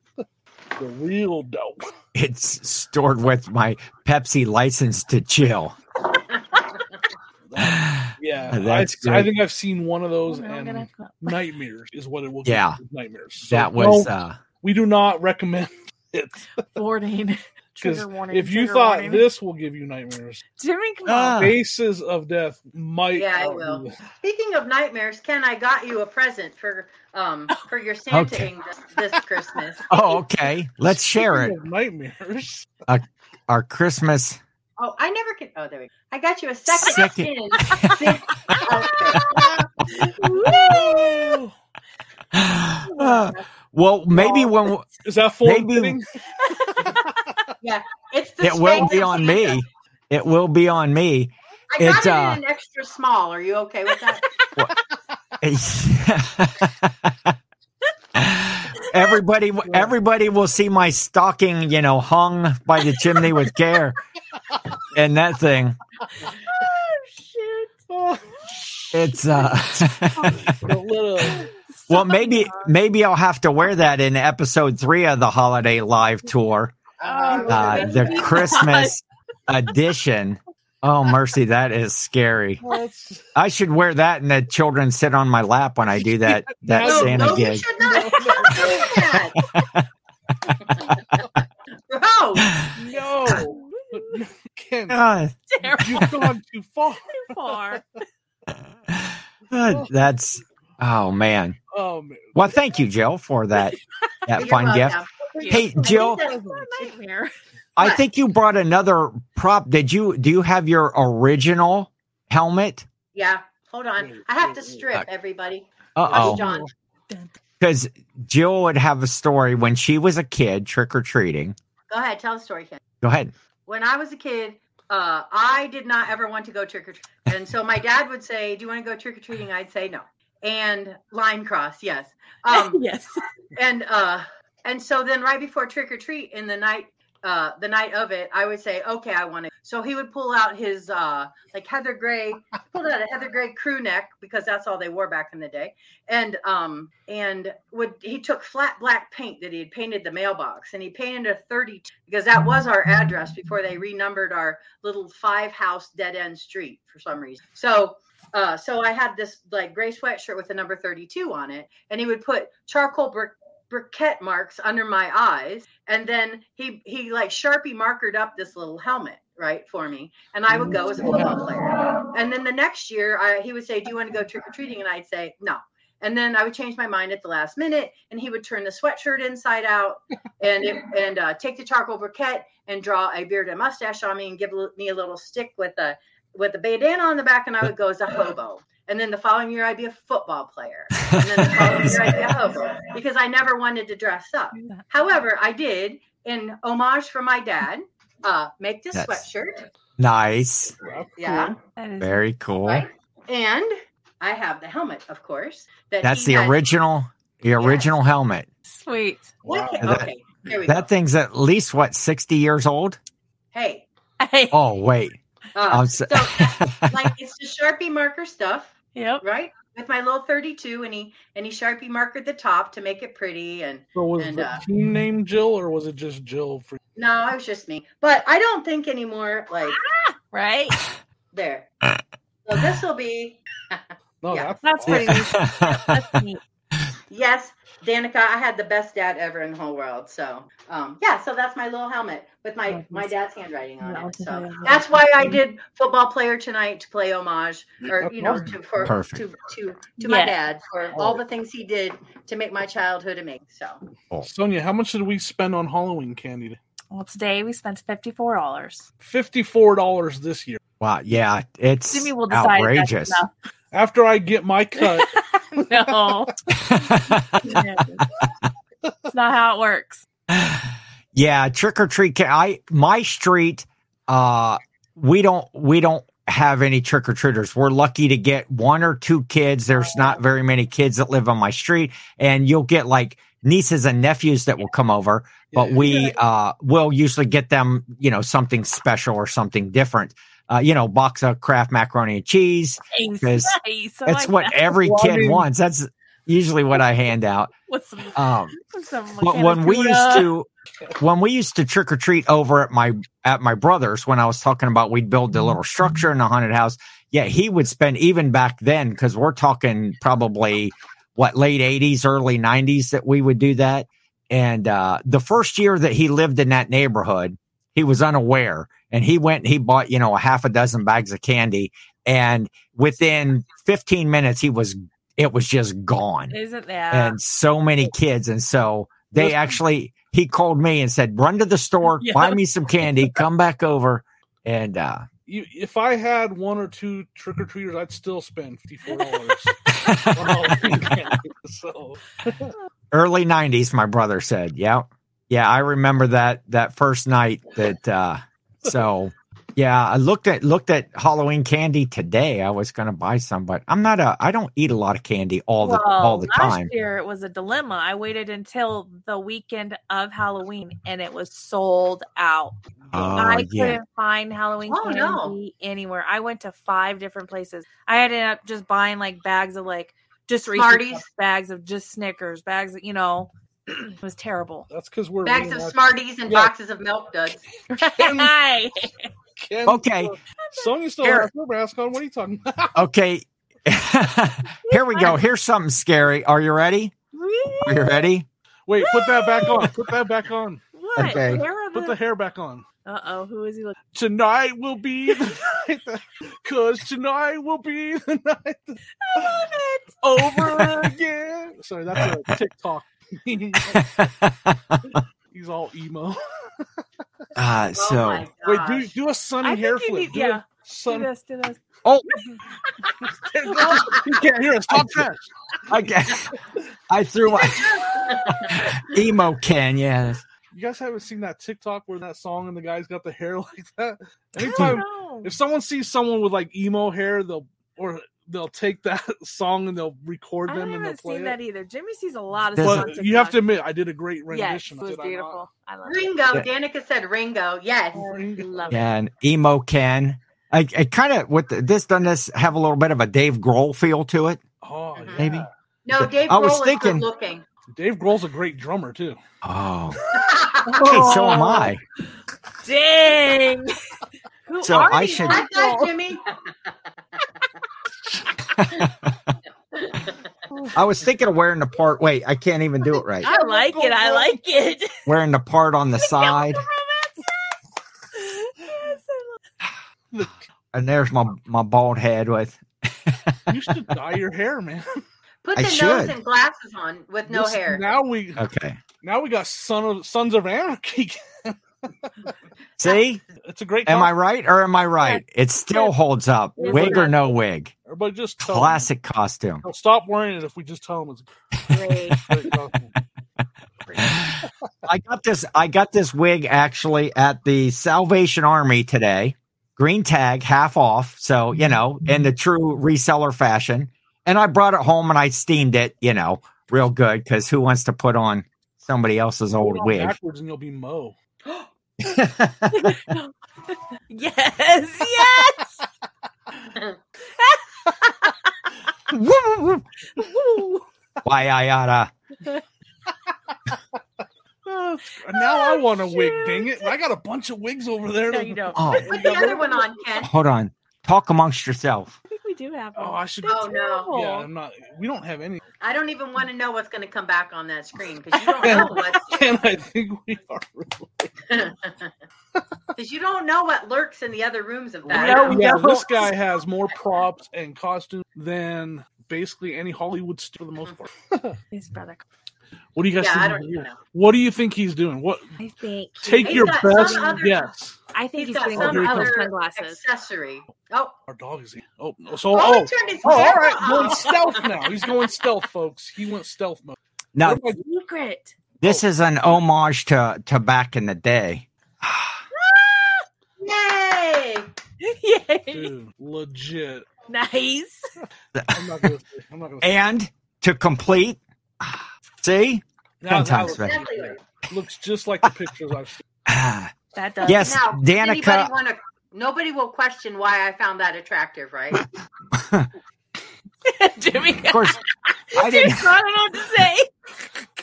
[SPEAKER 2] The real dope.
[SPEAKER 1] it's stored with my Pepsi license to chill. [sighs]
[SPEAKER 2] Yeah,
[SPEAKER 1] Uh, That's
[SPEAKER 2] I, I
[SPEAKER 1] great.
[SPEAKER 2] think I've seen one of those,
[SPEAKER 4] Oh, no, I'm
[SPEAKER 2] and
[SPEAKER 4] gonna-
[SPEAKER 2] nightmares is what it will.
[SPEAKER 1] Yeah.
[SPEAKER 2] give you, nightmares. So,
[SPEAKER 1] That was
[SPEAKER 2] no,
[SPEAKER 1] uh,
[SPEAKER 2] we do not recommend it.
[SPEAKER 4] Warning.
[SPEAKER 2] 'Cause
[SPEAKER 4] [laughs] Trigger warning.
[SPEAKER 2] If you
[SPEAKER 4] trigger
[SPEAKER 2] thought
[SPEAKER 4] warning.
[SPEAKER 2] this will give you nightmares,
[SPEAKER 4] Jimmy, come
[SPEAKER 1] Ah.
[SPEAKER 4] on.
[SPEAKER 2] Faces of Death might.
[SPEAKER 3] Yeah, I
[SPEAKER 2] outdo
[SPEAKER 3] will.
[SPEAKER 2] this.
[SPEAKER 3] Speaking of nightmares, Ken, I got you a present for um
[SPEAKER 1] [laughs]
[SPEAKER 3] for your Santa
[SPEAKER 1] Okay.
[SPEAKER 3] this, this Christmas.
[SPEAKER 1] oh okay.
[SPEAKER 2] [laughs]
[SPEAKER 1] Let's share
[SPEAKER 2] Speaking
[SPEAKER 1] it.
[SPEAKER 2] of
[SPEAKER 1] [laughs]
[SPEAKER 2] Nightmares.
[SPEAKER 1] Our Christmas.
[SPEAKER 3] Oh, I never can. Oh, there we go. I got you a second,
[SPEAKER 1] Second.
[SPEAKER 3] skin.
[SPEAKER 1] [laughs]
[SPEAKER 3] [laughs] outfit.
[SPEAKER 2] Oh,
[SPEAKER 3] [laughs]
[SPEAKER 1] Uh, well, maybe when
[SPEAKER 2] is that full?
[SPEAKER 1] Maybe-
[SPEAKER 2] fitting?
[SPEAKER 3] It's the
[SPEAKER 1] it will be
[SPEAKER 3] spanking
[SPEAKER 1] on
[SPEAKER 3] Santa.
[SPEAKER 1] me. It will be on me. [laughs]
[SPEAKER 3] I
[SPEAKER 1] It,
[SPEAKER 3] got it,
[SPEAKER 1] uh,
[SPEAKER 3] in an extra small. Are you okay with that?
[SPEAKER 1] everybody, everybody will see my stocking, you know, hung by the chimney with care, and that thing.
[SPEAKER 4] [laughs] Oh, shoot.
[SPEAKER 2] Oh,
[SPEAKER 1] It's uh,
[SPEAKER 2] don't let a
[SPEAKER 1] [laughs] Well,
[SPEAKER 4] [laughs]
[SPEAKER 1] maybe maybe I'll have to wear that in episode three of the holiday live tour,
[SPEAKER 3] Oh,
[SPEAKER 1] uh,
[SPEAKER 3] [laughs]
[SPEAKER 1] the Christmas edition. Oh mercy, that is scary. [laughs]
[SPEAKER 2] [laughs]
[SPEAKER 1] I should wear that, and the children sit on my lap when I do
[SPEAKER 3] [laughs]
[SPEAKER 1] that that
[SPEAKER 3] no,
[SPEAKER 1] Santa
[SPEAKER 3] no, you
[SPEAKER 1] gig.
[SPEAKER 3] should not. Stop
[SPEAKER 1] [laughs]
[SPEAKER 3] [laughs] doing that. Gross.
[SPEAKER 2] No, But Ken,
[SPEAKER 1] Uh,
[SPEAKER 2] you've gone too far.
[SPEAKER 4] too far.
[SPEAKER 1] uh, that's oh man.
[SPEAKER 2] Oh man,
[SPEAKER 1] Well, thank you, Jill,
[SPEAKER 3] [laughs]
[SPEAKER 1] for that that
[SPEAKER 3] You're
[SPEAKER 1] fine gift.
[SPEAKER 3] welcome.
[SPEAKER 1] Hey, Jill,
[SPEAKER 3] I think
[SPEAKER 4] What a nightmare.
[SPEAKER 1] I
[SPEAKER 3] What?
[SPEAKER 1] think you brought another prop. Did you? Do you have your original helmet?
[SPEAKER 3] Yeah, hold on. I have to strip
[SPEAKER 1] Okay.
[SPEAKER 3] everybody.
[SPEAKER 1] Uh
[SPEAKER 3] Oh,
[SPEAKER 1] oh.
[SPEAKER 3] John.
[SPEAKER 1] Because Jill would have a story when she was a kid trick or treating.
[SPEAKER 3] Go ahead, tell the story, Ken.
[SPEAKER 1] Go ahead.
[SPEAKER 3] When I was a kid, uh, I did not ever want to go trick or treat, and so my dad would say, "Do you want to go trick or treating?" I'd say no, and line cross, yes.
[SPEAKER 4] [laughs]
[SPEAKER 3] Um,
[SPEAKER 1] [laughs]
[SPEAKER 4] yes.
[SPEAKER 3] and uh and so then right before trick or treat in the night uh the night of it i would say okay i want to so he would pull out his uh like heather gray pulled out a heather gray crew neck because that's all they wore back in the day and um and would he took flat black paint that he had painted the mailbox and he painted a 30 because that was our address before they renumbered our little five house dead end street for some reason so uh, so I had this like gray sweatshirt with the number 32 on it, and he would put charcoal brick briquette marks under my eyes and then he he like sharpie markered up this little helmet right for me and i would go as a football player and then the next year I, he would say do you want to go trick-or-treating and i'd say no and then i would change my mind at the last minute and he would turn the sweatshirt inside out and it, and uh, take the charcoal briquette and draw a beard and mustache on me and give l- me a little stick with a with a bandana on the back and i would go as a hobo and then the following year i'd be a football player and then the
[SPEAKER 1] [laughs]
[SPEAKER 3] following year I'd be a hobo because I never wanted to dress up. However, I did in homage for my dad. Uh, make this
[SPEAKER 1] That's-
[SPEAKER 3] sweatshirt,
[SPEAKER 1] Nice.
[SPEAKER 3] yeah,
[SPEAKER 4] That is
[SPEAKER 1] Very cool.
[SPEAKER 3] right, and I have the helmet, of course. That
[SPEAKER 1] That's
[SPEAKER 3] he
[SPEAKER 1] the
[SPEAKER 3] had-
[SPEAKER 1] original. The original helmet.
[SPEAKER 4] sweet. [laughs]
[SPEAKER 3] What?
[SPEAKER 2] Wow.
[SPEAKER 1] That-
[SPEAKER 3] Okay, there we
[SPEAKER 1] That
[SPEAKER 3] go.
[SPEAKER 1] thing's at least what sixty years old.
[SPEAKER 3] Hey,
[SPEAKER 4] Hey.
[SPEAKER 1] Oh
[SPEAKER 4] [laughs]
[SPEAKER 1] wait.
[SPEAKER 3] uh,
[SPEAKER 1] [laughs] I'm so-
[SPEAKER 3] so, like it's just sharpie marker stuff.
[SPEAKER 4] Yep.
[SPEAKER 3] Right with my little thirty-two, and he and he sharpie markered the top to make it pretty, and
[SPEAKER 2] so was
[SPEAKER 3] And,
[SPEAKER 2] the
[SPEAKER 3] uh,
[SPEAKER 2] team name Jill or was it just Jill? For
[SPEAKER 3] no, it was just me. But I don't think anymore. Like
[SPEAKER 1] [laughs]
[SPEAKER 4] Right.
[SPEAKER 3] there, so this will be
[SPEAKER 2] no,
[SPEAKER 3] Yeah.
[SPEAKER 4] That's
[SPEAKER 2] awesome.
[SPEAKER 4] pretty neat. That's neat.
[SPEAKER 3] Yes, Danica, I had the best dad ever in the whole world. So, um, yeah, so that's my little helmet with my my dad's handwriting on it. So that's why I did football player tonight to play homage, or you know, to for
[SPEAKER 1] Perfect.
[SPEAKER 3] to to to my
[SPEAKER 4] Yeah.
[SPEAKER 3] dad for all the things he did to make my childhood amazing. So,
[SPEAKER 2] Sonia, how much did we spend on Halloween candy?
[SPEAKER 4] Well, today we spent fifty-four dollars.
[SPEAKER 2] Fifty-four dollars this year.
[SPEAKER 1] [laughs] Wow. Yeah. It's
[SPEAKER 4] Jimmy will decide
[SPEAKER 1] outrageous.
[SPEAKER 2] After I get my cut,
[SPEAKER 4] that's enough. No. [laughs] No. it's not how it works.
[SPEAKER 1] [laughs] yeah trick or treat ca- i my street uh we don't we don't have any trick or treaters we're lucky to get one or two kids there's
[SPEAKER 4] Oh.
[SPEAKER 1] not very many kids that live on my street and you'll get like nieces and nephews that will come over but we uh will usually get them you know something special or something different uh, you know box of kraft macaroni and cheese
[SPEAKER 4] Nice. [laughs]
[SPEAKER 1] Because
[SPEAKER 4] nice. I
[SPEAKER 1] that's
[SPEAKER 4] like
[SPEAKER 1] what
[SPEAKER 4] that.
[SPEAKER 1] every
[SPEAKER 2] Well, I
[SPEAKER 1] kid
[SPEAKER 2] mean-
[SPEAKER 1] wants that's usually what i hand out
[SPEAKER 4] With some,
[SPEAKER 1] um
[SPEAKER 4] with some
[SPEAKER 1] when, when we used
[SPEAKER 4] Canada.
[SPEAKER 1] to when we used to trick or treat over at my at my brother's when I was talking about we'd build the little structure in the haunted house. Yeah, he would spend even back then because we're talking probably what late eighties, early nineties that we would do that. And uh, the first year that he lived in that neighborhood, he was unaware, and he went and he bought you know a half a dozen bags of candy, and within fifteen minutes he was it was just gone
[SPEAKER 4] Isn't that?
[SPEAKER 1] and so many kids. And so they actually, he called me and said, run to the store,
[SPEAKER 4] [laughs] Yeah.
[SPEAKER 1] buy me some candy, come back over. And uh,
[SPEAKER 2] you, if I had one or two trick or treaters, I'd still spend fifty-four dollars on Halloween candy. So
[SPEAKER 1] early 90s, my brother said, yeah, yeah, I remember that, that first night that, uh, so yeah, I looked at, looked at Halloween candy today. I was going to buy some, but I'm not a, I don't eat a lot of candy all the, all the
[SPEAKER 4] last
[SPEAKER 1] time.
[SPEAKER 4] year it was a dilemma. I waited until the weekend of Halloween and it was sold out. I
[SPEAKER 1] Oh
[SPEAKER 4] couldn't
[SPEAKER 1] yeah.
[SPEAKER 4] find Halloween
[SPEAKER 3] Oh,
[SPEAKER 4] candy
[SPEAKER 3] no.
[SPEAKER 4] anywhere. I went to five different places. I ended up just buying like bags of like just Reese's
[SPEAKER 3] Smarties.
[SPEAKER 4] Puffs, bags of just Snickers, bags. Of, you know, [clears throat] it was terrible. [laughs]
[SPEAKER 2] That's because we're
[SPEAKER 3] Bags of
[SPEAKER 2] reenacting
[SPEAKER 3] Smarties and
[SPEAKER 2] Oh, Yeah.
[SPEAKER 3] boxes of milk duds.
[SPEAKER 4] Hi.
[SPEAKER 2] Ken-
[SPEAKER 1] Okay.
[SPEAKER 2] Sonya still
[SPEAKER 1] Here.
[SPEAKER 2] has her mask on. What are you talking about?
[SPEAKER 1] Okay. [laughs] Here we
[SPEAKER 4] [laughs]
[SPEAKER 1] go. Here's something scary. Are you ready? Are you ready?
[SPEAKER 2] Wait, put that back on. Put that back on.
[SPEAKER 4] What?
[SPEAKER 1] Okay.
[SPEAKER 4] Where are
[SPEAKER 2] Put the
[SPEAKER 4] the?
[SPEAKER 2] hair back on.
[SPEAKER 4] Uh oh, who is he looking?
[SPEAKER 2] Tonight will
[SPEAKER 4] [laughs]
[SPEAKER 2] be the night. that- Cause tonight will be the night
[SPEAKER 4] [laughs]
[SPEAKER 2] that-
[SPEAKER 4] I love it.
[SPEAKER 2] over again. Sorry, that's
[SPEAKER 4] [laughs]
[SPEAKER 2] a TikTok. He's all emo.
[SPEAKER 1] uh,
[SPEAKER 3] oh
[SPEAKER 1] so,
[SPEAKER 3] my
[SPEAKER 2] Wait,
[SPEAKER 3] gosh.
[SPEAKER 2] do do a sunny
[SPEAKER 4] I
[SPEAKER 2] hair
[SPEAKER 4] think you
[SPEAKER 2] flip.
[SPEAKER 4] need-
[SPEAKER 2] Do
[SPEAKER 4] yeah.
[SPEAKER 2] a
[SPEAKER 4] Do
[SPEAKER 2] Sun.
[SPEAKER 4] this, do this.
[SPEAKER 3] Oh,
[SPEAKER 2] [laughs]
[SPEAKER 4] [laughs]
[SPEAKER 2] he
[SPEAKER 4] Oh.
[SPEAKER 2] can't hear us. Talk trash.
[SPEAKER 1] [laughs] I, guess- I threw my emo can. Yeah.
[SPEAKER 2] You guys haven't seen that TikTok where that song and the guy's got the hair [laughs] like that.
[SPEAKER 4] Oh, [laughs]
[SPEAKER 2] Anytime
[SPEAKER 4] no.
[SPEAKER 2] if someone sees someone with like emo hair, they'll or they'll take that [laughs] song and they'll record
[SPEAKER 4] I
[SPEAKER 2] them and they'll
[SPEAKER 4] haven't
[SPEAKER 2] play
[SPEAKER 4] seen
[SPEAKER 2] it.
[SPEAKER 4] that either. Jimmy sees a lot of
[SPEAKER 1] This-
[SPEAKER 4] stuff.
[SPEAKER 2] But
[SPEAKER 4] on
[SPEAKER 2] you have to
[SPEAKER 4] TikTok.
[SPEAKER 2] admit, I did a great
[SPEAKER 4] Yes,
[SPEAKER 2] rendition.
[SPEAKER 4] it was
[SPEAKER 2] did I not?
[SPEAKER 4] beautiful. I, love it.
[SPEAKER 3] Ringo, Danica said Ringo. Yes.
[SPEAKER 4] Love it.
[SPEAKER 1] Yeah, an emo can. I, I kind of with the, this doesn't this have a little bit of a Dave Grohl feel to it?
[SPEAKER 2] Oh, yeah.
[SPEAKER 3] Mhm.
[SPEAKER 1] Maybe.
[SPEAKER 3] No, Dave
[SPEAKER 1] I
[SPEAKER 3] Grohl
[SPEAKER 1] was
[SPEAKER 3] was
[SPEAKER 1] thinking-
[SPEAKER 3] good looking.
[SPEAKER 2] Dave Grohl's a great drummer too.
[SPEAKER 1] Oh, hey, [laughs] so am I.
[SPEAKER 4] Oh, Dang. Who
[SPEAKER 1] So
[SPEAKER 4] are
[SPEAKER 1] I
[SPEAKER 4] these
[SPEAKER 1] should-
[SPEAKER 4] people?
[SPEAKER 3] High five, Jimmy.
[SPEAKER 1] I was thinking of wearing the part. Wait, I can't even do it right.
[SPEAKER 4] I like it. I like [laughs] it.
[SPEAKER 1] Wearing the part on the side,
[SPEAKER 4] Yes, I love-
[SPEAKER 1] and there's my my bald head with.
[SPEAKER 2] [laughs] You should dye your hair, man.
[SPEAKER 3] Put
[SPEAKER 1] I
[SPEAKER 3] the
[SPEAKER 1] should.
[SPEAKER 3] nose and glasses on with no
[SPEAKER 2] This-
[SPEAKER 3] hair.
[SPEAKER 2] Now we
[SPEAKER 1] Okay,
[SPEAKER 2] now we got son of Sons of Anarchy. [laughs]
[SPEAKER 1] see,
[SPEAKER 2] It's a great.
[SPEAKER 1] am I
[SPEAKER 2] comp-
[SPEAKER 1] right or am I right? It still holds up, wig or no wig.
[SPEAKER 2] Everybody just tell 'em.
[SPEAKER 1] Classic costume.
[SPEAKER 2] They'll stop wearing it if we just tell them it's
[SPEAKER 4] Great.
[SPEAKER 2] a
[SPEAKER 1] [laughs]
[SPEAKER 2] great costume.
[SPEAKER 1] I got this. I got this wig actually at the Salvation Army today. Green tag, half off. So you know, in the true reseller fashion. And I brought it home and I steamed it. You know, real good because who wants to put on somebody else's old
[SPEAKER 2] Put it on
[SPEAKER 1] wig?
[SPEAKER 2] backwards and you'll be Mo.
[SPEAKER 1] [laughs]
[SPEAKER 4] Yes, [laughs] yes. Woo.
[SPEAKER 1] Why I oughta.
[SPEAKER 2] Uh, now I
[SPEAKER 4] Oh,
[SPEAKER 2] want a wig.
[SPEAKER 4] shoot.
[SPEAKER 2] Dang it! I got a bunch of wigs over there.
[SPEAKER 4] No, you don't. I
[SPEAKER 1] Oh,
[SPEAKER 3] Put the other one on, Ken.
[SPEAKER 1] hold on. Talk amongst yourself.
[SPEAKER 4] think we do have.
[SPEAKER 2] Oh,
[SPEAKER 4] one.
[SPEAKER 2] I should.
[SPEAKER 3] Oh no.
[SPEAKER 2] Yeah, I'm not. We don't have any. [laughs]
[SPEAKER 3] I don't even want to know what's going to come back on that screen because you
[SPEAKER 2] [laughs]
[SPEAKER 3] don't know what's
[SPEAKER 2] And I think we are.
[SPEAKER 3] because you don't know what lurks in the other rooms of that.
[SPEAKER 4] No, we
[SPEAKER 2] yeah,
[SPEAKER 4] don't.
[SPEAKER 2] this guy has more props and costume than basically any Hollywood star for the most part.
[SPEAKER 4] His brother.
[SPEAKER 2] What do you guys think? he's
[SPEAKER 3] Mm-hmm. yeah, I don't even
[SPEAKER 2] doing?
[SPEAKER 3] know.
[SPEAKER 2] What do you think he's doing? What
[SPEAKER 4] I think.
[SPEAKER 2] take
[SPEAKER 3] He's
[SPEAKER 2] your
[SPEAKER 3] got
[SPEAKER 2] best
[SPEAKER 3] some other-
[SPEAKER 2] guess.
[SPEAKER 4] I
[SPEAKER 3] He's
[SPEAKER 4] think he's,
[SPEAKER 3] got
[SPEAKER 4] putting
[SPEAKER 2] some
[SPEAKER 4] on those
[SPEAKER 2] other
[SPEAKER 4] sunglasses.
[SPEAKER 3] Accessory. Oh,
[SPEAKER 2] Our dog is oh no, so
[SPEAKER 3] oh,
[SPEAKER 2] oh,
[SPEAKER 3] he turned his
[SPEAKER 2] oh all
[SPEAKER 3] camera
[SPEAKER 2] right, going
[SPEAKER 3] off.
[SPEAKER 2] stealth now. He's going stealth, folks. He went stealth mode.
[SPEAKER 1] Now
[SPEAKER 2] Where am
[SPEAKER 4] Secret.
[SPEAKER 1] this is an homage to to back in the day. [laughs]
[SPEAKER 3] Yay!
[SPEAKER 2] I-
[SPEAKER 4] [laughs] Yay.
[SPEAKER 2] dude, legit.
[SPEAKER 4] Nice.
[SPEAKER 2] I'm not gonna. Say, I'm not gonna. Say.
[SPEAKER 1] And to complete, see.
[SPEAKER 2] Now, now
[SPEAKER 1] Sometimes,
[SPEAKER 2] looks,
[SPEAKER 1] right.
[SPEAKER 3] Exactly.
[SPEAKER 2] looks just like the pictures I've seen.
[SPEAKER 4] [laughs] That does.
[SPEAKER 1] Yes,
[SPEAKER 3] Now,
[SPEAKER 1] Danica-
[SPEAKER 3] anybody wanna- nobody will question why I found that
[SPEAKER 1] [laughs]
[SPEAKER 3] attractive, right?
[SPEAKER 4] Jimmy.
[SPEAKER 1] Of course,
[SPEAKER 4] [laughs]
[SPEAKER 1] I didn't.
[SPEAKER 4] Just not know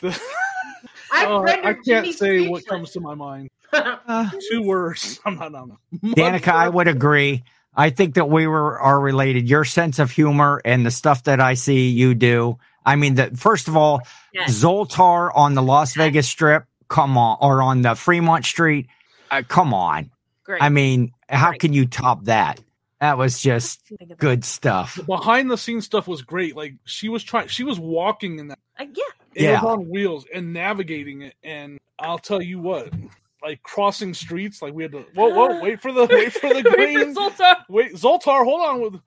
[SPEAKER 4] what to say.
[SPEAKER 3] [laughs]
[SPEAKER 2] [laughs]
[SPEAKER 3] I've
[SPEAKER 2] Oh, I
[SPEAKER 3] rendered
[SPEAKER 2] can't
[SPEAKER 3] Jimmy
[SPEAKER 2] say what
[SPEAKER 3] speechless.
[SPEAKER 2] comes
[SPEAKER 3] [laughs]
[SPEAKER 2] to my mind.
[SPEAKER 1] Uh,
[SPEAKER 2] Two words. [laughs] I'm not. I'm not.
[SPEAKER 1] Danica, I would agree. I think that we were are related. Your sense of humor and the stuff that I see you do. I mean, that first of all,
[SPEAKER 4] Yes.
[SPEAKER 1] Zoltar on the Las Vegas Strip, come on, or on the Fremont Street, uh, come on.
[SPEAKER 4] Great.
[SPEAKER 1] I mean, how
[SPEAKER 4] Right.
[SPEAKER 1] can you top that? That was just
[SPEAKER 4] Think of that.
[SPEAKER 1] good stuff.
[SPEAKER 4] [laughs]
[SPEAKER 2] the behind the scenes stuff was great. Like she was trying, she was walking in that.
[SPEAKER 4] Uh,
[SPEAKER 1] [laughs]
[SPEAKER 4] yeah.
[SPEAKER 2] It
[SPEAKER 1] Yeah.
[SPEAKER 2] was on wheels and navigating it. And I'll tell you what, like crossing streets, like we had to whoa [gasps] whoa wait for the [laughs] wait
[SPEAKER 4] [laughs]
[SPEAKER 2] for the
[SPEAKER 4] Great
[SPEAKER 2] green.
[SPEAKER 4] results are-
[SPEAKER 2] Wait, Zoltar, hold on. With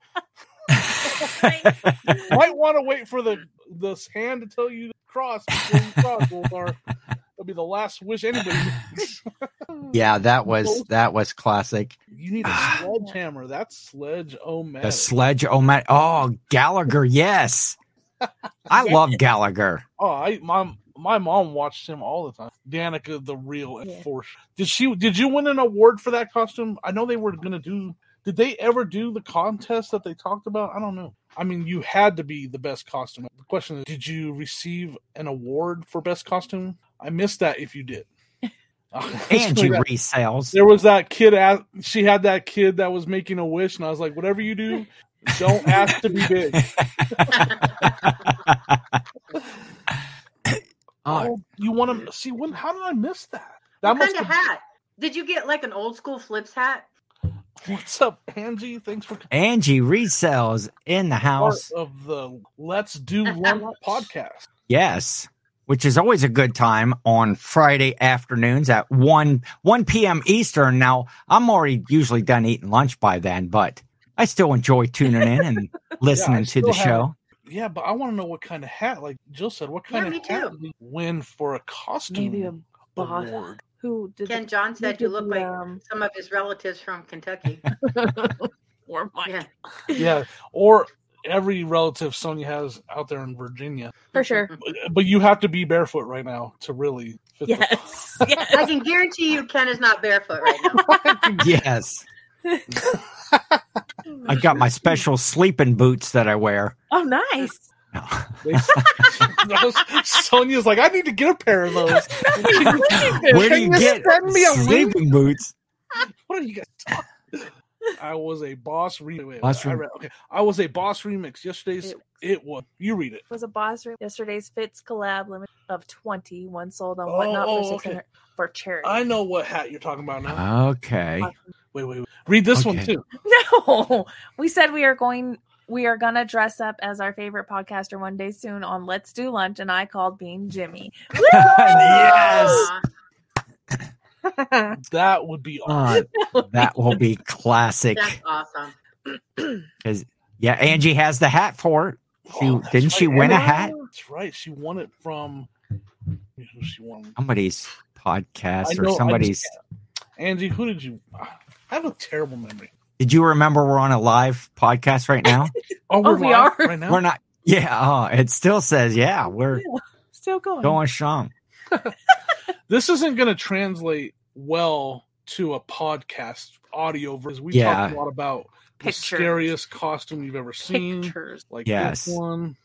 [SPEAKER 2] might want to wait for the the hand to tell you to cross before you [laughs] cross, Zoltar. That'll be the last wish anybody. Makes.
[SPEAKER 1] [laughs] yeah, that was that was classic.
[SPEAKER 2] You need a [sighs] sledgehammer. That's sledge. Oh man,
[SPEAKER 1] The sledge. Oh my. Oh Gallagher.
[SPEAKER 2] [laughs]
[SPEAKER 1] Yes, I love Gallagher.
[SPEAKER 2] Oh, I my my mom watched him all the time. Danica the real
[SPEAKER 4] Yeah.
[SPEAKER 2] force. Did she did you win an award for that costume? I know they were gonna do did they ever do the contest that they talked about? I don't know. I mean, you had to be the best costume. The question is, did you receive an award for best costume? I missed that if you did. [laughs]
[SPEAKER 1] Angie resells.
[SPEAKER 2] There was that kid. Ask, she had that kid that was making a wish, and I was like, "Whatever you do, don't ask to be big."
[SPEAKER 1] Oh,
[SPEAKER 2] Oh, you want to see when? How did I miss that? That
[SPEAKER 3] What
[SPEAKER 2] must
[SPEAKER 3] kind of
[SPEAKER 2] have-
[SPEAKER 3] hat? Did you get like an old school flips hat?
[SPEAKER 2] What's up, Angie? Thanks for
[SPEAKER 1] Angie resells in the
[SPEAKER 2] part
[SPEAKER 1] house.
[SPEAKER 2] of the Let's Do Lunch podcast.
[SPEAKER 1] Yes, which is always a good time on Friday afternoons at 1 1 p.m. Eastern. Now, I'm already usually done eating lunch by then, but I still enjoy tuning in
[SPEAKER 2] [laughs]
[SPEAKER 1] and listening to the
[SPEAKER 2] still have
[SPEAKER 1] show.
[SPEAKER 2] Yeah, but I want to know what kind of hat. Like Jill said, what kind
[SPEAKER 3] Yeah, me
[SPEAKER 2] of hat
[SPEAKER 3] too.
[SPEAKER 2] do you win for a costume
[SPEAKER 7] Maybe a
[SPEAKER 1] Oh,
[SPEAKER 7] boss
[SPEAKER 2] award?
[SPEAKER 7] who did
[SPEAKER 3] Ken
[SPEAKER 7] the,
[SPEAKER 3] John
[SPEAKER 7] who
[SPEAKER 3] said you
[SPEAKER 7] did
[SPEAKER 3] look
[SPEAKER 7] the,
[SPEAKER 3] like
[SPEAKER 2] uh,
[SPEAKER 7] um,
[SPEAKER 3] some of his relatives from Kentucky.
[SPEAKER 4] Or
[SPEAKER 1] [laughs]
[SPEAKER 4] Mike.
[SPEAKER 3] Yeah.
[SPEAKER 2] Yeah, or every relative Sonya has out there in Virginia.
[SPEAKER 4] For sure.
[SPEAKER 2] But, but you have to be barefoot right now to really. Fit the- [laughs]
[SPEAKER 4] Yes. [laughs]
[SPEAKER 3] I
[SPEAKER 4] yes.
[SPEAKER 3] can guarantee you Ken is not barefoot right now.
[SPEAKER 1] Yes. I've got my special sleeping boots that I
[SPEAKER 2] [laughs]
[SPEAKER 1] wear.
[SPEAKER 4] Oh, nice.
[SPEAKER 1] No.
[SPEAKER 2] They- Sonya's like, I need to get a pair of those.
[SPEAKER 4] [laughs]
[SPEAKER 1] Where do you get
[SPEAKER 2] send me a link?
[SPEAKER 1] sleeping boots?
[SPEAKER 2] What are you guys talking? I was a boss remix.
[SPEAKER 1] Boss
[SPEAKER 2] I,
[SPEAKER 1] rem-
[SPEAKER 2] read, okay. I was a boss remix yesterday's.
[SPEAKER 4] It
[SPEAKER 2] It was. You read it.
[SPEAKER 4] was a boss room. Yesterday's Fitz collab limit of 20, one sold on
[SPEAKER 2] Oh,
[SPEAKER 4] whatnot
[SPEAKER 2] oh,
[SPEAKER 4] for
[SPEAKER 2] okay.
[SPEAKER 4] 600 for charity.
[SPEAKER 2] I know what hat you're talking about now.
[SPEAKER 1] Okay.
[SPEAKER 2] Wait, wait, wait. Read this one
[SPEAKER 1] Uh-huh. Okay.
[SPEAKER 2] too.
[SPEAKER 4] [laughs] No, we said we are going. We are gonna dress up as our favorite podcaster one day soon on Let's Do Lunch, and I called being [laughs] Jimmy.
[SPEAKER 1] yes.
[SPEAKER 3] Aw.
[SPEAKER 2] That would be
[SPEAKER 1] Uh,
[SPEAKER 2] awesome.
[SPEAKER 1] that will be classic.
[SPEAKER 3] That's awesome.
[SPEAKER 1] Yeah, Angie has the hat for it. She,
[SPEAKER 2] Oh, that's
[SPEAKER 1] didn't she
[SPEAKER 2] right.
[SPEAKER 1] win a
[SPEAKER 2] Emma-
[SPEAKER 1] hat?
[SPEAKER 2] That's right. She won it from. Who she won?
[SPEAKER 1] Somebody's
[SPEAKER 2] I
[SPEAKER 1] podcast
[SPEAKER 2] know, I
[SPEAKER 1] or
[SPEAKER 2] just
[SPEAKER 1] somebody's.
[SPEAKER 2] Angie, who did you? I have a terrible memory.
[SPEAKER 1] Did you remember we're on a live podcast right
[SPEAKER 2] [laughs]
[SPEAKER 1] now?
[SPEAKER 2] Oh,
[SPEAKER 1] [laughs]
[SPEAKER 4] we are?
[SPEAKER 2] right now.
[SPEAKER 1] We're not. Yeah. Oh, it still says, yeah, we're
[SPEAKER 4] Still going.
[SPEAKER 1] going strong.
[SPEAKER 2] this isn't going to translate well to a podcast audio versus we
[SPEAKER 1] Yeah.
[SPEAKER 2] talked a lot about
[SPEAKER 4] Pictures.
[SPEAKER 2] the scariest costume you've ever seen
[SPEAKER 4] Pictures.
[SPEAKER 2] like
[SPEAKER 1] Yes.
[SPEAKER 2] this one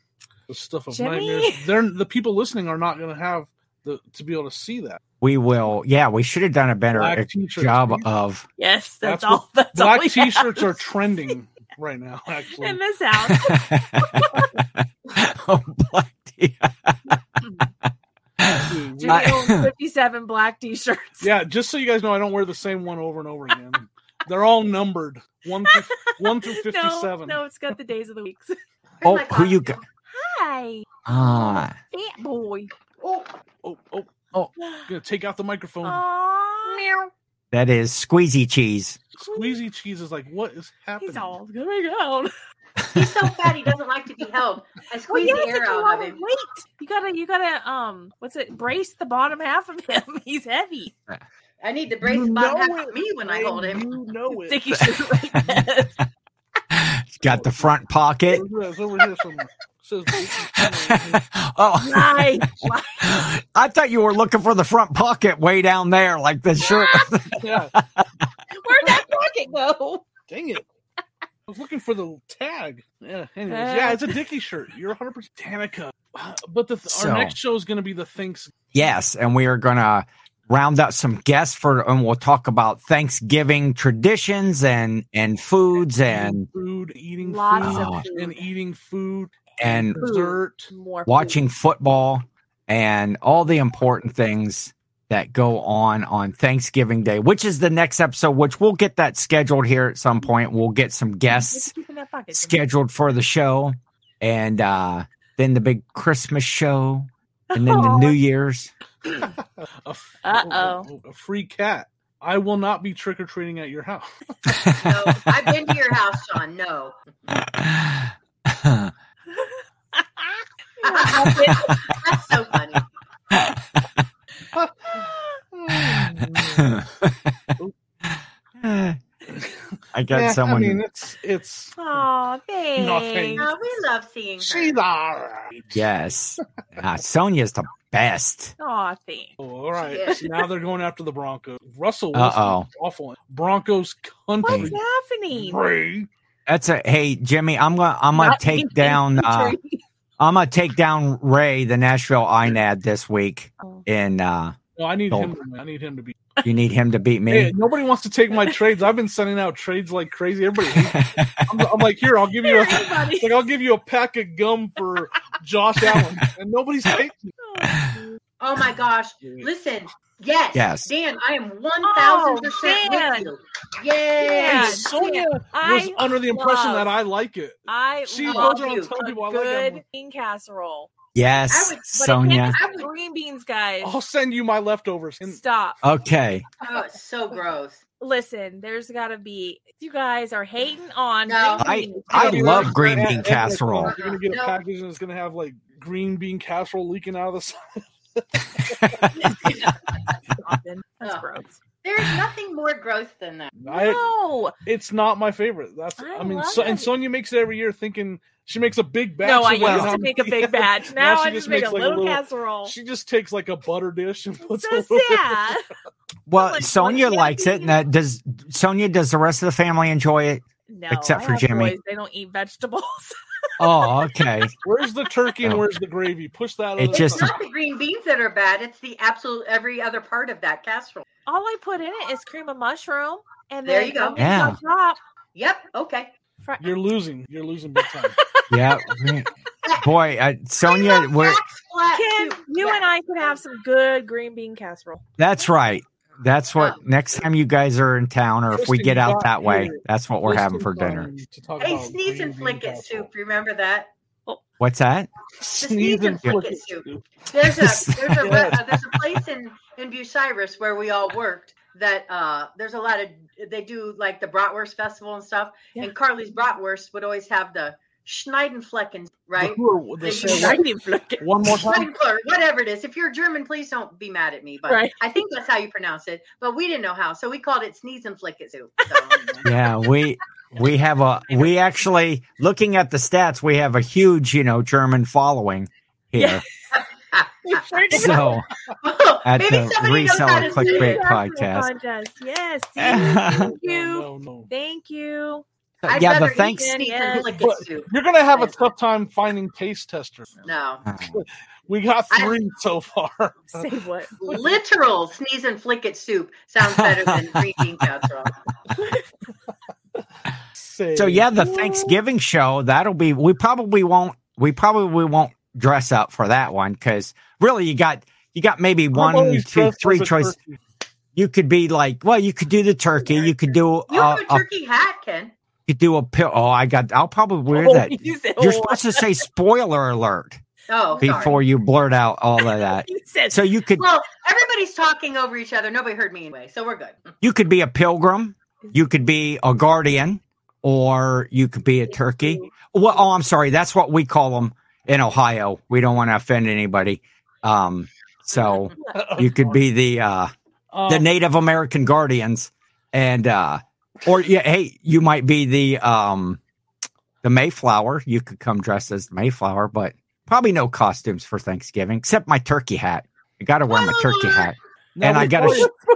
[SPEAKER 2] the stuff of
[SPEAKER 4] Jimmy.
[SPEAKER 2] nightmares they're the people listening are not going to have the to be able to see that
[SPEAKER 1] We will. Yeah, we should have done a better
[SPEAKER 2] black t-shirts
[SPEAKER 1] job
[SPEAKER 2] man.
[SPEAKER 1] of. [laughs]
[SPEAKER 4] Yes, that's,
[SPEAKER 2] That's
[SPEAKER 4] all.
[SPEAKER 2] what-
[SPEAKER 4] that's all
[SPEAKER 2] black
[SPEAKER 4] we have.
[SPEAKER 2] t-shirts are trending right now actually
[SPEAKER 4] [laughs] in
[SPEAKER 2] [laughs]
[SPEAKER 4] this house.
[SPEAKER 1] Oh, black t- [laughs]
[SPEAKER 2] Dude, we-
[SPEAKER 4] Jimmy [laughs] owns fifty-seven black t-shirts.
[SPEAKER 2] [laughs] yeah just so you guys know i don't wear the same one over and over again they're all numbered one through, one through
[SPEAKER 4] [laughs] No,
[SPEAKER 2] 57
[SPEAKER 4] no, it's got the days of the weeks. [laughs]
[SPEAKER 1] oh,
[SPEAKER 3] Here's my
[SPEAKER 1] who you got?
[SPEAKER 3] costume.
[SPEAKER 4] Hi,
[SPEAKER 1] Ah,
[SPEAKER 4] fat boy.
[SPEAKER 3] Oh,
[SPEAKER 2] oh oh gonna take out the microphone
[SPEAKER 4] Aww.
[SPEAKER 1] that is squeezy cheese.
[SPEAKER 2] Squeezy Cheese is like, what is happening?
[SPEAKER 4] He's all going on.
[SPEAKER 3] he's so fat he doesn't like to be held. I
[SPEAKER 4] Well,
[SPEAKER 3] squeezed
[SPEAKER 4] yes,
[SPEAKER 3] the
[SPEAKER 4] it's
[SPEAKER 3] air
[SPEAKER 4] a
[SPEAKER 3] out
[SPEAKER 4] lot
[SPEAKER 3] of
[SPEAKER 4] of
[SPEAKER 3] him.
[SPEAKER 4] weight. You gotta, you gotta, um, what's it? Brace the bottom half of him. [laughs] He's heavy.
[SPEAKER 3] I need to brace
[SPEAKER 2] You
[SPEAKER 3] the bottom
[SPEAKER 2] know
[SPEAKER 3] half
[SPEAKER 2] it,
[SPEAKER 3] of me when I
[SPEAKER 2] Wayne,
[SPEAKER 3] hold him.
[SPEAKER 2] [laughs] You
[SPEAKER 4] [laughs]
[SPEAKER 2] know it.
[SPEAKER 4] Sticky shirt
[SPEAKER 2] [laughs]
[SPEAKER 4] like this.
[SPEAKER 1] It's got the front pocket. [laughs]
[SPEAKER 2] It's over here somewhere. It
[SPEAKER 4] [laughs]
[SPEAKER 2] says-
[SPEAKER 1] oh,
[SPEAKER 4] Right.
[SPEAKER 1] I thought you were looking for the front pocket way down there, like the shirt.
[SPEAKER 2] yeah,
[SPEAKER 4] Where'd that pocket go?
[SPEAKER 2] dang it. I was looking for the tag. Yeah, anyways, yeah,
[SPEAKER 4] Uh.
[SPEAKER 2] it's a Dicky shirt. You're 100% Danica. Uh, But the th-
[SPEAKER 1] So-
[SPEAKER 2] our next show is going to be the thanks.
[SPEAKER 1] [laughs] Yes, and we are going to round up some guests for, and we'll talk about Thanksgiving traditions and and foods and
[SPEAKER 2] food, eating
[SPEAKER 4] Lots
[SPEAKER 2] food,
[SPEAKER 1] Ah.
[SPEAKER 4] of food.
[SPEAKER 2] and eating food,
[SPEAKER 1] and
[SPEAKER 2] dessert.
[SPEAKER 4] More food.
[SPEAKER 1] watching football and all the important things that go on on Thanksgiving Day, which is the next episode. Which we'll get that scheduled here at some point. We'll get some
[SPEAKER 4] What'd
[SPEAKER 1] guests
[SPEAKER 4] you keep in that pocket?
[SPEAKER 1] scheduled for the show, and uh, then the big Christmas show, and then the
[SPEAKER 4] Aw.
[SPEAKER 1] New Year's.
[SPEAKER 2] A f- oh,
[SPEAKER 4] Uh-oh.
[SPEAKER 2] A free cat. I will not be trick or treating at your
[SPEAKER 4] [laughs]
[SPEAKER 2] house. [laughs]
[SPEAKER 3] No, I've been to your house, Sean. No. [laughs] That's so
[SPEAKER 4] [laughs]
[SPEAKER 3] funny.
[SPEAKER 1] [laughs]
[SPEAKER 2] Oh,
[SPEAKER 1] I got
[SPEAKER 2] Yeah,
[SPEAKER 1] someone.
[SPEAKER 2] Eh, I mean, it's it's
[SPEAKER 4] [laughs] Aw, thanks.
[SPEAKER 2] Nothing.
[SPEAKER 3] Oh, we love seeing her.
[SPEAKER 2] she's all right.
[SPEAKER 1] yes, Ah, Sonia's the best.
[SPEAKER 4] Aw, thanks.
[SPEAKER 2] Oh, all right.
[SPEAKER 3] Yeah.
[SPEAKER 2] So now they're going after the Broncos. Russell
[SPEAKER 1] Uh
[SPEAKER 2] Wilson,
[SPEAKER 1] oh.
[SPEAKER 2] awful. Broncos
[SPEAKER 4] What's
[SPEAKER 2] country.
[SPEAKER 4] happening?
[SPEAKER 2] Free.
[SPEAKER 1] That's a hey, Jimmy. I'm gonna I'm gonna
[SPEAKER 4] Not
[SPEAKER 1] take
[SPEAKER 4] even
[SPEAKER 1] down. Uh,
[SPEAKER 4] featuring-
[SPEAKER 2] [laughs]
[SPEAKER 1] I'm gonna take down Ray, the Nashville INAD this week, and uh,
[SPEAKER 2] No, I need
[SPEAKER 1] Oh.
[SPEAKER 2] him. To, I need him to be.
[SPEAKER 1] you need him to beat
[SPEAKER 2] Hey,
[SPEAKER 1] me.
[SPEAKER 2] nobody wants to take my trades. I've been sending out trades like crazy. Everybody, hates me. I'm, I'm like, here, I'll
[SPEAKER 4] [laughs]
[SPEAKER 2] give you. A,
[SPEAKER 4] Everybody.
[SPEAKER 2] it's like I'll give you a pack of gum for Josh Allen,
[SPEAKER 1] [laughs]
[SPEAKER 2] and nobody's taking.
[SPEAKER 3] Oh my gosh.
[SPEAKER 2] it.
[SPEAKER 3] Listen, yes.
[SPEAKER 1] Yes.
[SPEAKER 3] Dan, I am 1000%
[SPEAKER 4] Dan.
[SPEAKER 3] with you. Yay.
[SPEAKER 4] Dan.
[SPEAKER 2] And Sonia was
[SPEAKER 4] I
[SPEAKER 2] under the impression
[SPEAKER 4] love-
[SPEAKER 2] that I like it.
[SPEAKER 4] I
[SPEAKER 2] She
[SPEAKER 4] love
[SPEAKER 2] goes around
[SPEAKER 3] you.
[SPEAKER 2] telling people I
[SPEAKER 4] a
[SPEAKER 2] like
[SPEAKER 4] good
[SPEAKER 2] it.
[SPEAKER 4] bean casserole.
[SPEAKER 1] Yes,
[SPEAKER 3] I would- but it
[SPEAKER 1] Sonia.
[SPEAKER 4] I would- green beans, guys.
[SPEAKER 2] I'll send you my leftovers. And
[SPEAKER 4] Stop.
[SPEAKER 1] Okay,
[SPEAKER 3] Oh, it's so gross.
[SPEAKER 4] Listen, there's got to be. You guys are hating on.
[SPEAKER 3] No.
[SPEAKER 4] green
[SPEAKER 1] I-
[SPEAKER 4] beans.
[SPEAKER 1] I
[SPEAKER 2] You're
[SPEAKER 1] love
[SPEAKER 2] gonna
[SPEAKER 1] green
[SPEAKER 2] have-
[SPEAKER 1] bean
[SPEAKER 2] every
[SPEAKER 1] casserole.
[SPEAKER 2] restaurant, You're gonna get a
[SPEAKER 3] No.
[SPEAKER 2] package and it's gonna have like green bean casserole leaking out of the side.
[SPEAKER 4] Often. That's
[SPEAKER 3] No.
[SPEAKER 4] gross.
[SPEAKER 3] There is nothing more gross than that.
[SPEAKER 2] I,
[SPEAKER 4] No,
[SPEAKER 2] it's not my favorite. That's
[SPEAKER 4] I
[SPEAKER 2] I, mean,
[SPEAKER 4] love
[SPEAKER 2] so, and
[SPEAKER 4] it.
[SPEAKER 2] Sonia makes it every year, thinking she makes a big batch.
[SPEAKER 4] no, I
[SPEAKER 2] of like
[SPEAKER 4] used
[SPEAKER 2] how
[SPEAKER 4] to make a
[SPEAKER 2] many- [laughs]
[SPEAKER 4] big batch. Now,
[SPEAKER 2] Now she
[SPEAKER 4] I
[SPEAKER 2] just
[SPEAKER 4] just make
[SPEAKER 2] makes
[SPEAKER 4] a
[SPEAKER 2] like a
[SPEAKER 4] little,
[SPEAKER 2] little-
[SPEAKER 4] casserole.
[SPEAKER 2] She just takes like a butter dish and puts a
[SPEAKER 4] so
[SPEAKER 2] little bit- [laughs]
[SPEAKER 4] sad.
[SPEAKER 1] well,
[SPEAKER 4] like,
[SPEAKER 1] Sonia
[SPEAKER 4] Sonia,
[SPEAKER 1] likes it, and that does Sonia. Does the rest of the family enjoy it?
[SPEAKER 4] No,
[SPEAKER 1] Except
[SPEAKER 4] I
[SPEAKER 1] for
[SPEAKER 4] have
[SPEAKER 1] Jimmy.
[SPEAKER 4] boys, they don't eat vegetables. [laughs]
[SPEAKER 1] Oh, okay.
[SPEAKER 2] Where's the turkey and where's the gravy? Push that.
[SPEAKER 1] Oh. It
[SPEAKER 2] other
[SPEAKER 1] just-
[SPEAKER 3] It's
[SPEAKER 2] side.
[SPEAKER 3] not the green beans that are bad. It's the absolute every other part of that casserole.
[SPEAKER 4] All I put in it is cream of mushroom, and
[SPEAKER 3] There
[SPEAKER 4] then
[SPEAKER 3] you go.
[SPEAKER 4] onions on
[SPEAKER 1] Yeah.
[SPEAKER 4] top.
[SPEAKER 3] Yep. Okay.
[SPEAKER 4] Fr-
[SPEAKER 2] You're losing. You're losing big time.
[SPEAKER 1] yeah, we- boy, uh,
[SPEAKER 3] I
[SPEAKER 1] Sonia.
[SPEAKER 3] love
[SPEAKER 1] We're
[SPEAKER 3] Jack's flat
[SPEAKER 4] Kim,
[SPEAKER 3] too.
[SPEAKER 4] you
[SPEAKER 3] Yeah.
[SPEAKER 4] and I could have some good green bean casserole.
[SPEAKER 1] that's right. That's what
[SPEAKER 3] Oh.
[SPEAKER 1] next time you guys are in town, or if we
[SPEAKER 2] Kristen
[SPEAKER 1] get out
[SPEAKER 2] got
[SPEAKER 1] that way,
[SPEAKER 2] here.
[SPEAKER 1] that's [laughs] what we're
[SPEAKER 2] Just
[SPEAKER 1] having
[SPEAKER 2] in
[SPEAKER 1] for
[SPEAKER 2] time
[SPEAKER 1] dinner.
[SPEAKER 2] to talk
[SPEAKER 3] Hey,
[SPEAKER 2] about
[SPEAKER 3] sneeze
[SPEAKER 2] green
[SPEAKER 3] and
[SPEAKER 2] bean
[SPEAKER 3] flick it
[SPEAKER 2] casserole. [laughs]
[SPEAKER 3] soup. Remember that?
[SPEAKER 1] What's that?
[SPEAKER 3] sneeze and flick it soup. There's a there's a re-
[SPEAKER 2] Yes.
[SPEAKER 3] uh, there's a place in in Bucyrus where we all worked that uh there's a lot of they do like the bratwurst festival and stuff
[SPEAKER 4] Yeah.
[SPEAKER 3] and Carly's bratwurst would always have the Schneidenflecken right
[SPEAKER 2] The, who are- the,
[SPEAKER 3] They
[SPEAKER 2] say
[SPEAKER 4] [laughs]
[SPEAKER 3] use
[SPEAKER 2] what-
[SPEAKER 3] Schneidenflecken.
[SPEAKER 2] one more
[SPEAKER 3] [laughs]
[SPEAKER 2] time.
[SPEAKER 3] Schneidler, whatever it is if you're German please don't be mad at me but
[SPEAKER 4] Right.
[SPEAKER 3] I think that's how you pronounce it but we didn't know how so we called it sneeze and flick it soup [laughs] so,
[SPEAKER 1] yeah we we have a we actually looking at the stats we have a huge you know german following here
[SPEAKER 4] We sure do.
[SPEAKER 1] so At
[SPEAKER 3] maybe
[SPEAKER 1] the
[SPEAKER 3] somebody knows how to
[SPEAKER 1] reseller
[SPEAKER 3] do
[SPEAKER 1] clickbait
[SPEAKER 3] it.
[SPEAKER 4] Casserole
[SPEAKER 1] podcast.
[SPEAKER 4] contest. Yes.
[SPEAKER 1] [laughs]
[SPEAKER 4] see?
[SPEAKER 1] yeah
[SPEAKER 4] Thank you.
[SPEAKER 2] [laughs] No, no, no.
[SPEAKER 4] Thank you.
[SPEAKER 3] I'd rather
[SPEAKER 1] but
[SPEAKER 3] eat
[SPEAKER 1] thanks
[SPEAKER 3] sneeze
[SPEAKER 4] Yes.
[SPEAKER 3] and flick
[SPEAKER 2] But-
[SPEAKER 3] it soup
[SPEAKER 2] You're gonna have a tough time finding taste testers.
[SPEAKER 3] no
[SPEAKER 1] uh,
[SPEAKER 2] We got
[SPEAKER 3] I-
[SPEAKER 2] three so
[SPEAKER 3] [laughs]
[SPEAKER 2] far.
[SPEAKER 1] [laughs]
[SPEAKER 4] Say what?
[SPEAKER 3] Literal sneeze and flick it soup sounds
[SPEAKER 1] [laughs]
[SPEAKER 3] better than green bean casserole.
[SPEAKER 1] so yeah the thanksgiving show that'll be we probably won't we probably won't dress up for that one because really you got you got maybe one two three choices you could be like well you could do the turkey you could do
[SPEAKER 3] You
[SPEAKER 1] uh,
[SPEAKER 3] have
[SPEAKER 1] a,
[SPEAKER 3] a
[SPEAKER 1] you
[SPEAKER 3] turkey hat, Ken.
[SPEAKER 1] could do a pill oh i got i'll probably wear
[SPEAKER 3] [laughs]
[SPEAKER 1] that
[SPEAKER 4] [laughs] You said
[SPEAKER 1] you're
[SPEAKER 4] what?
[SPEAKER 1] supposed to say spoiler alert
[SPEAKER 3] Oh,
[SPEAKER 1] before
[SPEAKER 3] sorry.
[SPEAKER 1] you blurt out all of
[SPEAKER 3] [laughs]
[SPEAKER 1] that.
[SPEAKER 4] You said [laughs]
[SPEAKER 1] So you could
[SPEAKER 3] Well, everybody's talking over each other. Nobody heard me anyway, so we're good.
[SPEAKER 1] you could be a pilgrim, you could be a guardian, or you could be a turkey. Well, oh, I'm sorry, that's what we call them in Ohio. We don't want to offend anybody. Um, so you
[SPEAKER 2] [laughs]
[SPEAKER 1] could be the uh,
[SPEAKER 2] Oh.
[SPEAKER 1] the Native American guardians, and uh, or yeah, hey, you might be the um, the Mayflower. You could come dressed as the Mayflower, but probably no costumes for Thanksgiving except my turkey hat. I got to wear my turkey hat. and I gotta sh-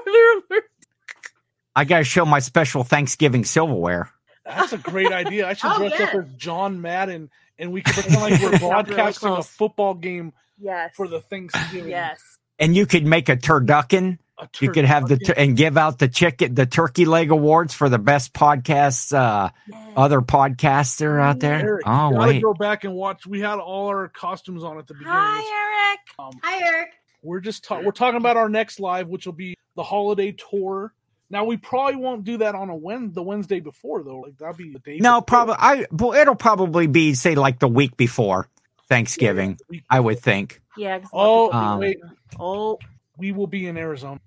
[SPEAKER 4] [laughs]
[SPEAKER 1] I gotta show my special Thanksgiving silverware.
[SPEAKER 2] That's a great idea. I should
[SPEAKER 3] [laughs] Oh,
[SPEAKER 2] dress up
[SPEAKER 3] yes.
[SPEAKER 2] as John Madden, and we could pretend like
[SPEAKER 3] [laughs]
[SPEAKER 2] we're
[SPEAKER 4] really
[SPEAKER 2] broadcasting a
[SPEAKER 4] close.
[SPEAKER 2] football game
[SPEAKER 4] Yes.
[SPEAKER 2] for the Thanksgiving.
[SPEAKER 4] yes.
[SPEAKER 1] And you could make a turducken.
[SPEAKER 2] A
[SPEAKER 1] You could have the tur- and give out the chicken, the turkey leg awards for the best podcasts. Uh, other podcasts that are out there.
[SPEAKER 2] Eric,
[SPEAKER 1] Oh
[SPEAKER 2] you gotta
[SPEAKER 1] wait,
[SPEAKER 2] go back and watch. We had all our costumes on at the beginning. of this.
[SPEAKER 4] Hi, Eric.
[SPEAKER 2] Um,
[SPEAKER 3] Hi, Eric.
[SPEAKER 2] we're just ta- we're talking about our next live, which will be the holiday tour. Now we probably won't do that on a Wed the Wednesday before though. Like that'd be the day.
[SPEAKER 1] no,
[SPEAKER 2] before.
[SPEAKER 1] probably I. Well, it'll probably be say like the week before Thanksgiving.
[SPEAKER 2] We-
[SPEAKER 1] I would think.
[SPEAKER 4] Yeah. 'cause a
[SPEAKER 2] Oh,
[SPEAKER 4] lot of people
[SPEAKER 1] Um,
[SPEAKER 4] don't know. oh.
[SPEAKER 2] we will be in Arizona.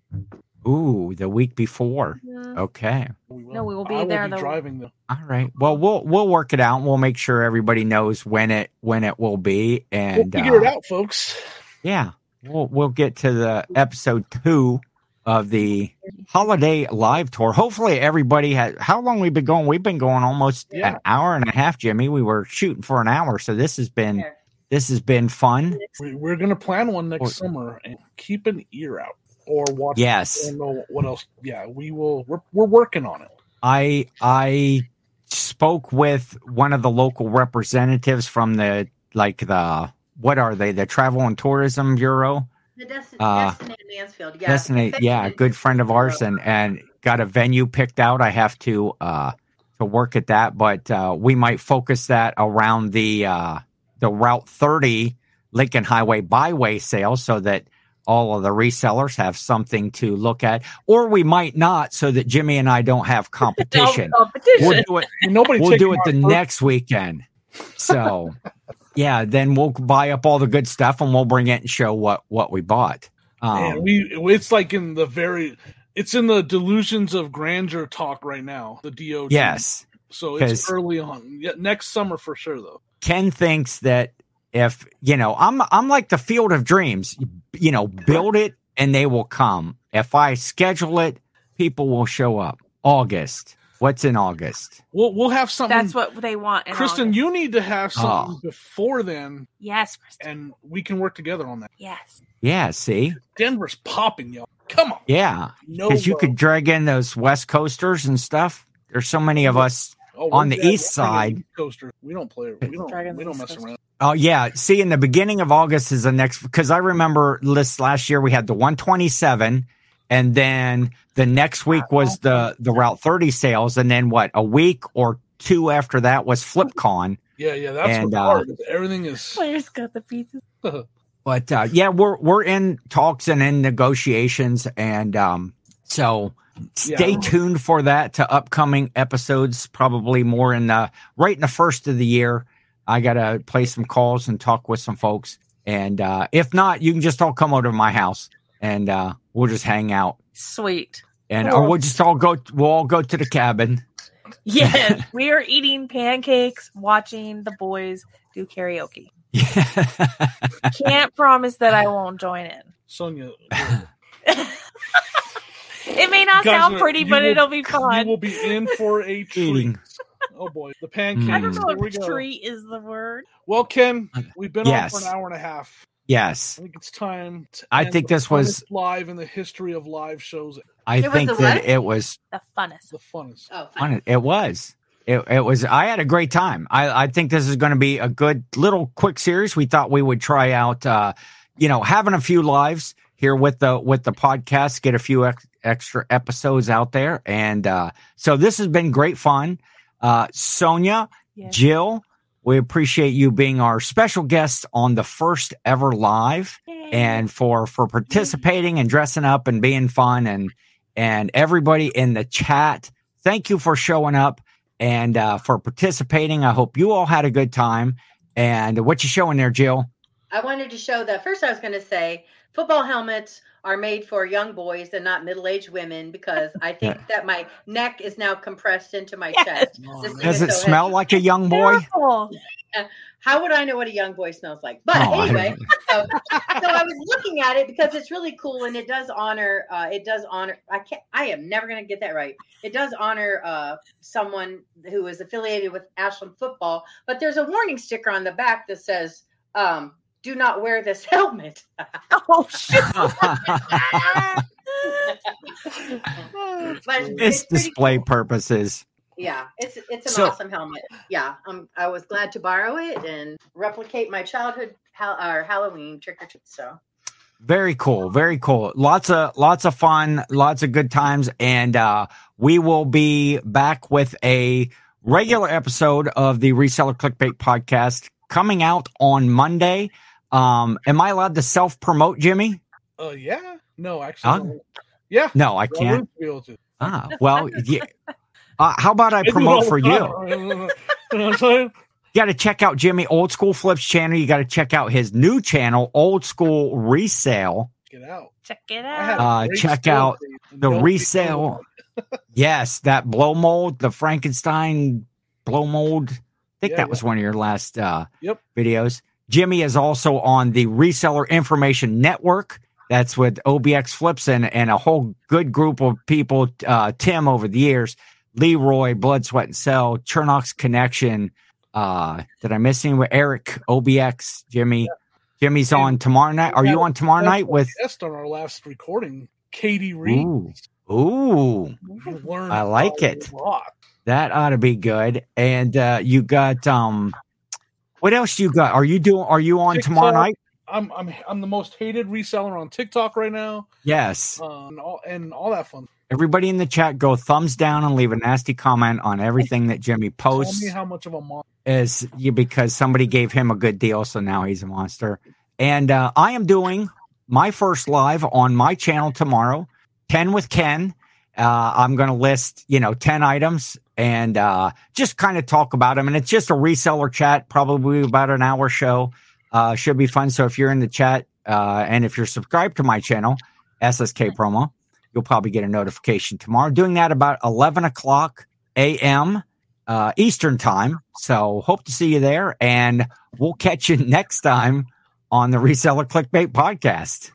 [SPEAKER 1] Ooh, the week before.
[SPEAKER 4] Mhm.
[SPEAKER 1] Okay.
[SPEAKER 2] We
[SPEAKER 4] No, we will be
[SPEAKER 2] I will
[SPEAKER 4] there,
[SPEAKER 2] Be
[SPEAKER 4] though.
[SPEAKER 2] driving though.
[SPEAKER 1] All right. Well, we'll we'll work it out. and We'll make sure everybody knows when it when it will be,
[SPEAKER 2] We'll
[SPEAKER 1] and
[SPEAKER 2] figure
[SPEAKER 1] uh,
[SPEAKER 2] it out, folks.
[SPEAKER 1] Yeah, we'll we'll get to the episode two of the holiday live tour. Hopefully, everybody has. How long we've been going? We've been going almost
[SPEAKER 2] Yeah.
[SPEAKER 1] an hour and a half, Jimmy. We were shooting for an hour, so this has been
[SPEAKER 3] Yeah.
[SPEAKER 1] this has been fun.
[SPEAKER 2] We- We're gonna plan one next
[SPEAKER 1] Or-
[SPEAKER 2] summer and keep an ear out or watch. I
[SPEAKER 1] Yes,
[SPEAKER 2] don't know what else. Yeah, we will. We're, we're working on it.
[SPEAKER 1] I I spoke with one of the local representatives from the like the what are they the travel and tourism bureau
[SPEAKER 3] The Destiny,
[SPEAKER 1] Uh,
[SPEAKER 3] Destiny in Mansfield. Yeah.
[SPEAKER 1] Destiny, yeah, a good friend of ours, and and got a venue picked out. I have to uh to work at that, but uh, we might focus that around the uh the Route 30 Lincoln Highway Byway sale, so that all of the resellers have something to look at, or we might not, so that Jimmy and I don't have competition.
[SPEAKER 4] competition.
[SPEAKER 1] We'll do it.
[SPEAKER 2] And nobody
[SPEAKER 1] We'll
[SPEAKER 2] taking
[SPEAKER 1] do it
[SPEAKER 2] our
[SPEAKER 1] the
[SPEAKER 2] first-
[SPEAKER 1] next weekend. So, yeah, then we'll buy up all the good stuff and we'll bring it and show what what we bought. Um,
[SPEAKER 2] Man, we it's like in the very it's in the delusions of grandeur talk right now. The DOD.
[SPEAKER 1] Yes.
[SPEAKER 2] So
[SPEAKER 1] 'cause-
[SPEAKER 2] it's early on. Yeah, next summer for sure though.
[SPEAKER 1] Ken thinks that if, you know, I'm I'm like the field of dreams, you know, build it and they will come. If I schedule it, people will show up. August. What's in August?
[SPEAKER 2] We'll we'll have something.
[SPEAKER 4] That's what they want. in
[SPEAKER 2] Kristen,
[SPEAKER 4] August.
[SPEAKER 2] you need to have something before then,
[SPEAKER 4] yes, Kristen,
[SPEAKER 2] and we can work together on that.
[SPEAKER 4] yes.
[SPEAKER 1] Yeah, see?
[SPEAKER 2] Denver's popping, y'all. Come on,
[SPEAKER 1] Yeah.
[SPEAKER 2] no.
[SPEAKER 1] Because you
[SPEAKER 2] vote.
[SPEAKER 1] could drag in those West Coasters and stuff. There's so many of us.
[SPEAKER 2] Oh,
[SPEAKER 1] on
[SPEAKER 2] we're
[SPEAKER 1] the
[SPEAKER 2] bad.
[SPEAKER 1] east
[SPEAKER 2] We're bringing
[SPEAKER 1] side-
[SPEAKER 2] East coaster. We don't play. We don't.
[SPEAKER 4] Dragons
[SPEAKER 2] We don't
[SPEAKER 4] East
[SPEAKER 2] mess
[SPEAKER 4] Coast.
[SPEAKER 2] around.
[SPEAKER 1] Oh yeah. See, in the beginning of August is the next because I remember list last year we had the 127, and then the next week was the the Route 30 sales, and then what a week or two after that was FlipCon.
[SPEAKER 2] Yeah, yeah. That's
[SPEAKER 1] And,
[SPEAKER 2] what
[SPEAKER 1] uh,
[SPEAKER 2] hard. is. Everything is.
[SPEAKER 4] Players got the pieces.
[SPEAKER 1] But uh, yeah, we're we're in talks and in negotiations, and um, so stay
[SPEAKER 2] Yeah.
[SPEAKER 1] tuned for that to upcoming episodes. Probably more in the right in the first of the year. I gotta play some calls and talk with some folks, and uh, if not, you can just all come over to my house and uh, we'll just hang out, [laughs]
[SPEAKER 4] Sweet.
[SPEAKER 1] and or we'll just all go. We'll all go to the cabin. [laughs]
[SPEAKER 4] Yes, we are eating pancakes, watching the boys do karaoke. Can't promise that I won't join in.
[SPEAKER 1] [laughs]
[SPEAKER 2] Sonia.
[SPEAKER 4] It may not
[SPEAKER 2] Guys,
[SPEAKER 4] sound
[SPEAKER 2] you
[SPEAKER 4] pretty, but
[SPEAKER 2] will-
[SPEAKER 4] it'll be
[SPEAKER 2] You
[SPEAKER 4] fun.
[SPEAKER 2] will be in for a treat.
[SPEAKER 1] Eating.
[SPEAKER 2] Oh boy, the pancakes.
[SPEAKER 4] I don't know
[SPEAKER 2] Here we
[SPEAKER 4] if
[SPEAKER 2] go.
[SPEAKER 4] treat is the word.
[SPEAKER 2] Well, Ken, we've been on
[SPEAKER 1] Yes.
[SPEAKER 2] for an hour and a half.
[SPEAKER 1] Yes,
[SPEAKER 2] I think it's time. To
[SPEAKER 1] I
[SPEAKER 2] end
[SPEAKER 1] think
[SPEAKER 2] the
[SPEAKER 1] this was-
[SPEAKER 2] funnest live in the history of live shows.
[SPEAKER 1] I
[SPEAKER 3] It was
[SPEAKER 1] think
[SPEAKER 3] the
[SPEAKER 1] that
[SPEAKER 3] what?
[SPEAKER 1] it was
[SPEAKER 4] The funnest.
[SPEAKER 2] The funnest.
[SPEAKER 3] Oh,
[SPEAKER 1] on
[SPEAKER 3] fine.
[SPEAKER 1] it. It was. It, it was. I had a great time. I, I think this is going to be a good little quick series. We thought we would try out, uh, you know, having a few lives here with the with the podcast, get a few ex- extra episodes out there, and uh, so this has been great fun. Uh, Sonia,
[SPEAKER 4] Yes.
[SPEAKER 1] Jill, we appreciate you being our special guest on the first ever live and for for participating and dressing up and being fun and and everybody in the chat thank you for showing up and uh, for participating i hope you all had a good time and what you showing there jill
[SPEAKER 3] I wanted to show that first. I was going to say football helmets are made for young boys and not middle-aged women because I think that my neck is now compressed into my
[SPEAKER 4] Yes.
[SPEAKER 3] chest.
[SPEAKER 2] Oh,
[SPEAKER 3] This is
[SPEAKER 1] does
[SPEAKER 3] just
[SPEAKER 1] it
[SPEAKER 3] so
[SPEAKER 1] smell
[SPEAKER 3] heavy.
[SPEAKER 1] like a young boy
[SPEAKER 4] Terrible.
[SPEAKER 3] How would I know what a young boy smells like? But
[SPEAKER 1] Oh, I [laughs]
[SPEAKER 3] anyway, [laughs]
[SPEAKER 1] don't-
[SPEAKER 3] so, so I was looking at it because it's really cool and it does honor. Uh, it does honor. I can't. I am never going to get that right. It does honor uh, someone who is affiliated with Ashland football. But there's a warning sticker on the back that says, um, "Do not wear this [laughs] helmet."
[SPEAKER 4] [laughs] Oh shit.
[SPEAKER 3] But
[SPEAKER 1] it's
[SPEAKER 3] pretty
[SPEAKER 1] display
[SPEAKER 3] cool.
[SPEAKER 1] purposes
[SPEAKER 3] Yeah, it's it's an
[SPEAKER 1] So-
[SPEAKER 3] awesome helmet. Yeah, um, I was glad to borrow it and replicate my childhood hal- or Halloween trick or treat. So
[SPEAKER 1] Very cool. Very cool. Lots of lots of fun, lots of good times and uh we will be back with a regular episode of the Reseller Clickbait podcast coming out on Monday. Um am I allowed to self-promote, Jimmy?
[SPEAKER 2] Uh, yeah. No,
[SPEAKER 1] Huh?
[SPEAKER 2] actually. Yeah.
[SPEAKER 1] No, I
[SPEAKER 2] Well,
[SPEAKER 1] can't.
[SPEAKER 2] we'll be able to.
[SPEAKER 1] Ah, well, yeah. Uh, how about I
[SPEAKER 2] do it all
[SPEAKER 1] promote
[SPEAKER 2] the
[SPEAKER 1] for
[SPEAKER 2] time.
[SPEAKER 1] you?
[SPEAKER 2] [laughs] You know what I'm saying?
[SPEAKER 1] You got to check out Jimmy Old School Flips channel. You got to check out his new channel, Old School Resale.
[SPEAKER 2] Get out.
[SPEAKER 4] [laughs] Check it
[SPEAKER 2] I had
[SPEAKER 4] out.
[SPEAKER 2] a
[SPEAKER 1] Uh,
[SPEAKER 2] great
[SPEAKER 1] check
[SPEAKER 2] story.
[SPEAKER 1] out
[SPEAKER 2] And
[SPEAKER 1] the
[SPEAKER 2] don't be
[SPEAKER 1] resale.
[SPEAKER 2] told.
[SPEAKER 1] Yes, that blow mold, the Frankenstein blow mold. I think
[SPEAKER 2] Yeah,
[SPEAKER 1] that
[SPEAKER 2] yeah.
[SPEAKER 1] was one of your last uh,
[SPEAKER 2] Yep.
[SPEAKER 1] videos. Jimmy is also on the Reseller Information Network. That's with OBX Flips and, and a whole good group of people. Uh, Tim over the years, Leroy, Blood, Sweat, and Sell, Chernox Connection. Uh, did I miss anyone? Eric, OBX, Jimmy. Jimmy's
[SPEAKER 2] And-
[SPEAKER 1] on tomorrow night. Are you on tomorrow night with?
[SPEAKER 2] guest on our last recording, Katie Reed.
[SPEAKER 1] Ooh, ooh,
[SPEAKER 2] You learned
[SPEAKER 1] I like
[SPEAKER 2] a
[SPEAKER 1] it.
[SPEAKER 2] lot.
[SPEAKER 1] That ought to be good. And uh, you got um, what else you got? Are you doing? Are you on tomorrow
[SPEAKER 2] TikTok.
[SPEAKER 1] night?
[SPEAKER 2] I'm I'm I'm the most hated reseller on TikTok right now,
[SPEAKER 1] Yes.
[SPEAKER 2] uh, and all and all that fun.
[SPEAKER 1] Everybody in the chat, go thumbs down and leave a nasty comment on everything that Jimmy posts.
[SPEAKER 2] Tell me how much of a mom.
[SPEAKER 1] is you because somebody gave him a good deal, so now he's a monster. And uh, I am doing my first live on my channel tomorrow, ten with Ken. Uh, I'm going to list you know ten items and uh, just kind of talk about them. And it's just a reseller chat, probably about an hour show. Uh, should be fun. So if you're in the chat uh, and if you're subscribed to my channel, SSK Promo, you'll probably get a notification tomorrow. Doing that about eleven o'clock a.m uh, Eastern time. So hope to see you [laughs] there, and we'll catch you next time on the Reseller Clickbait Podcast.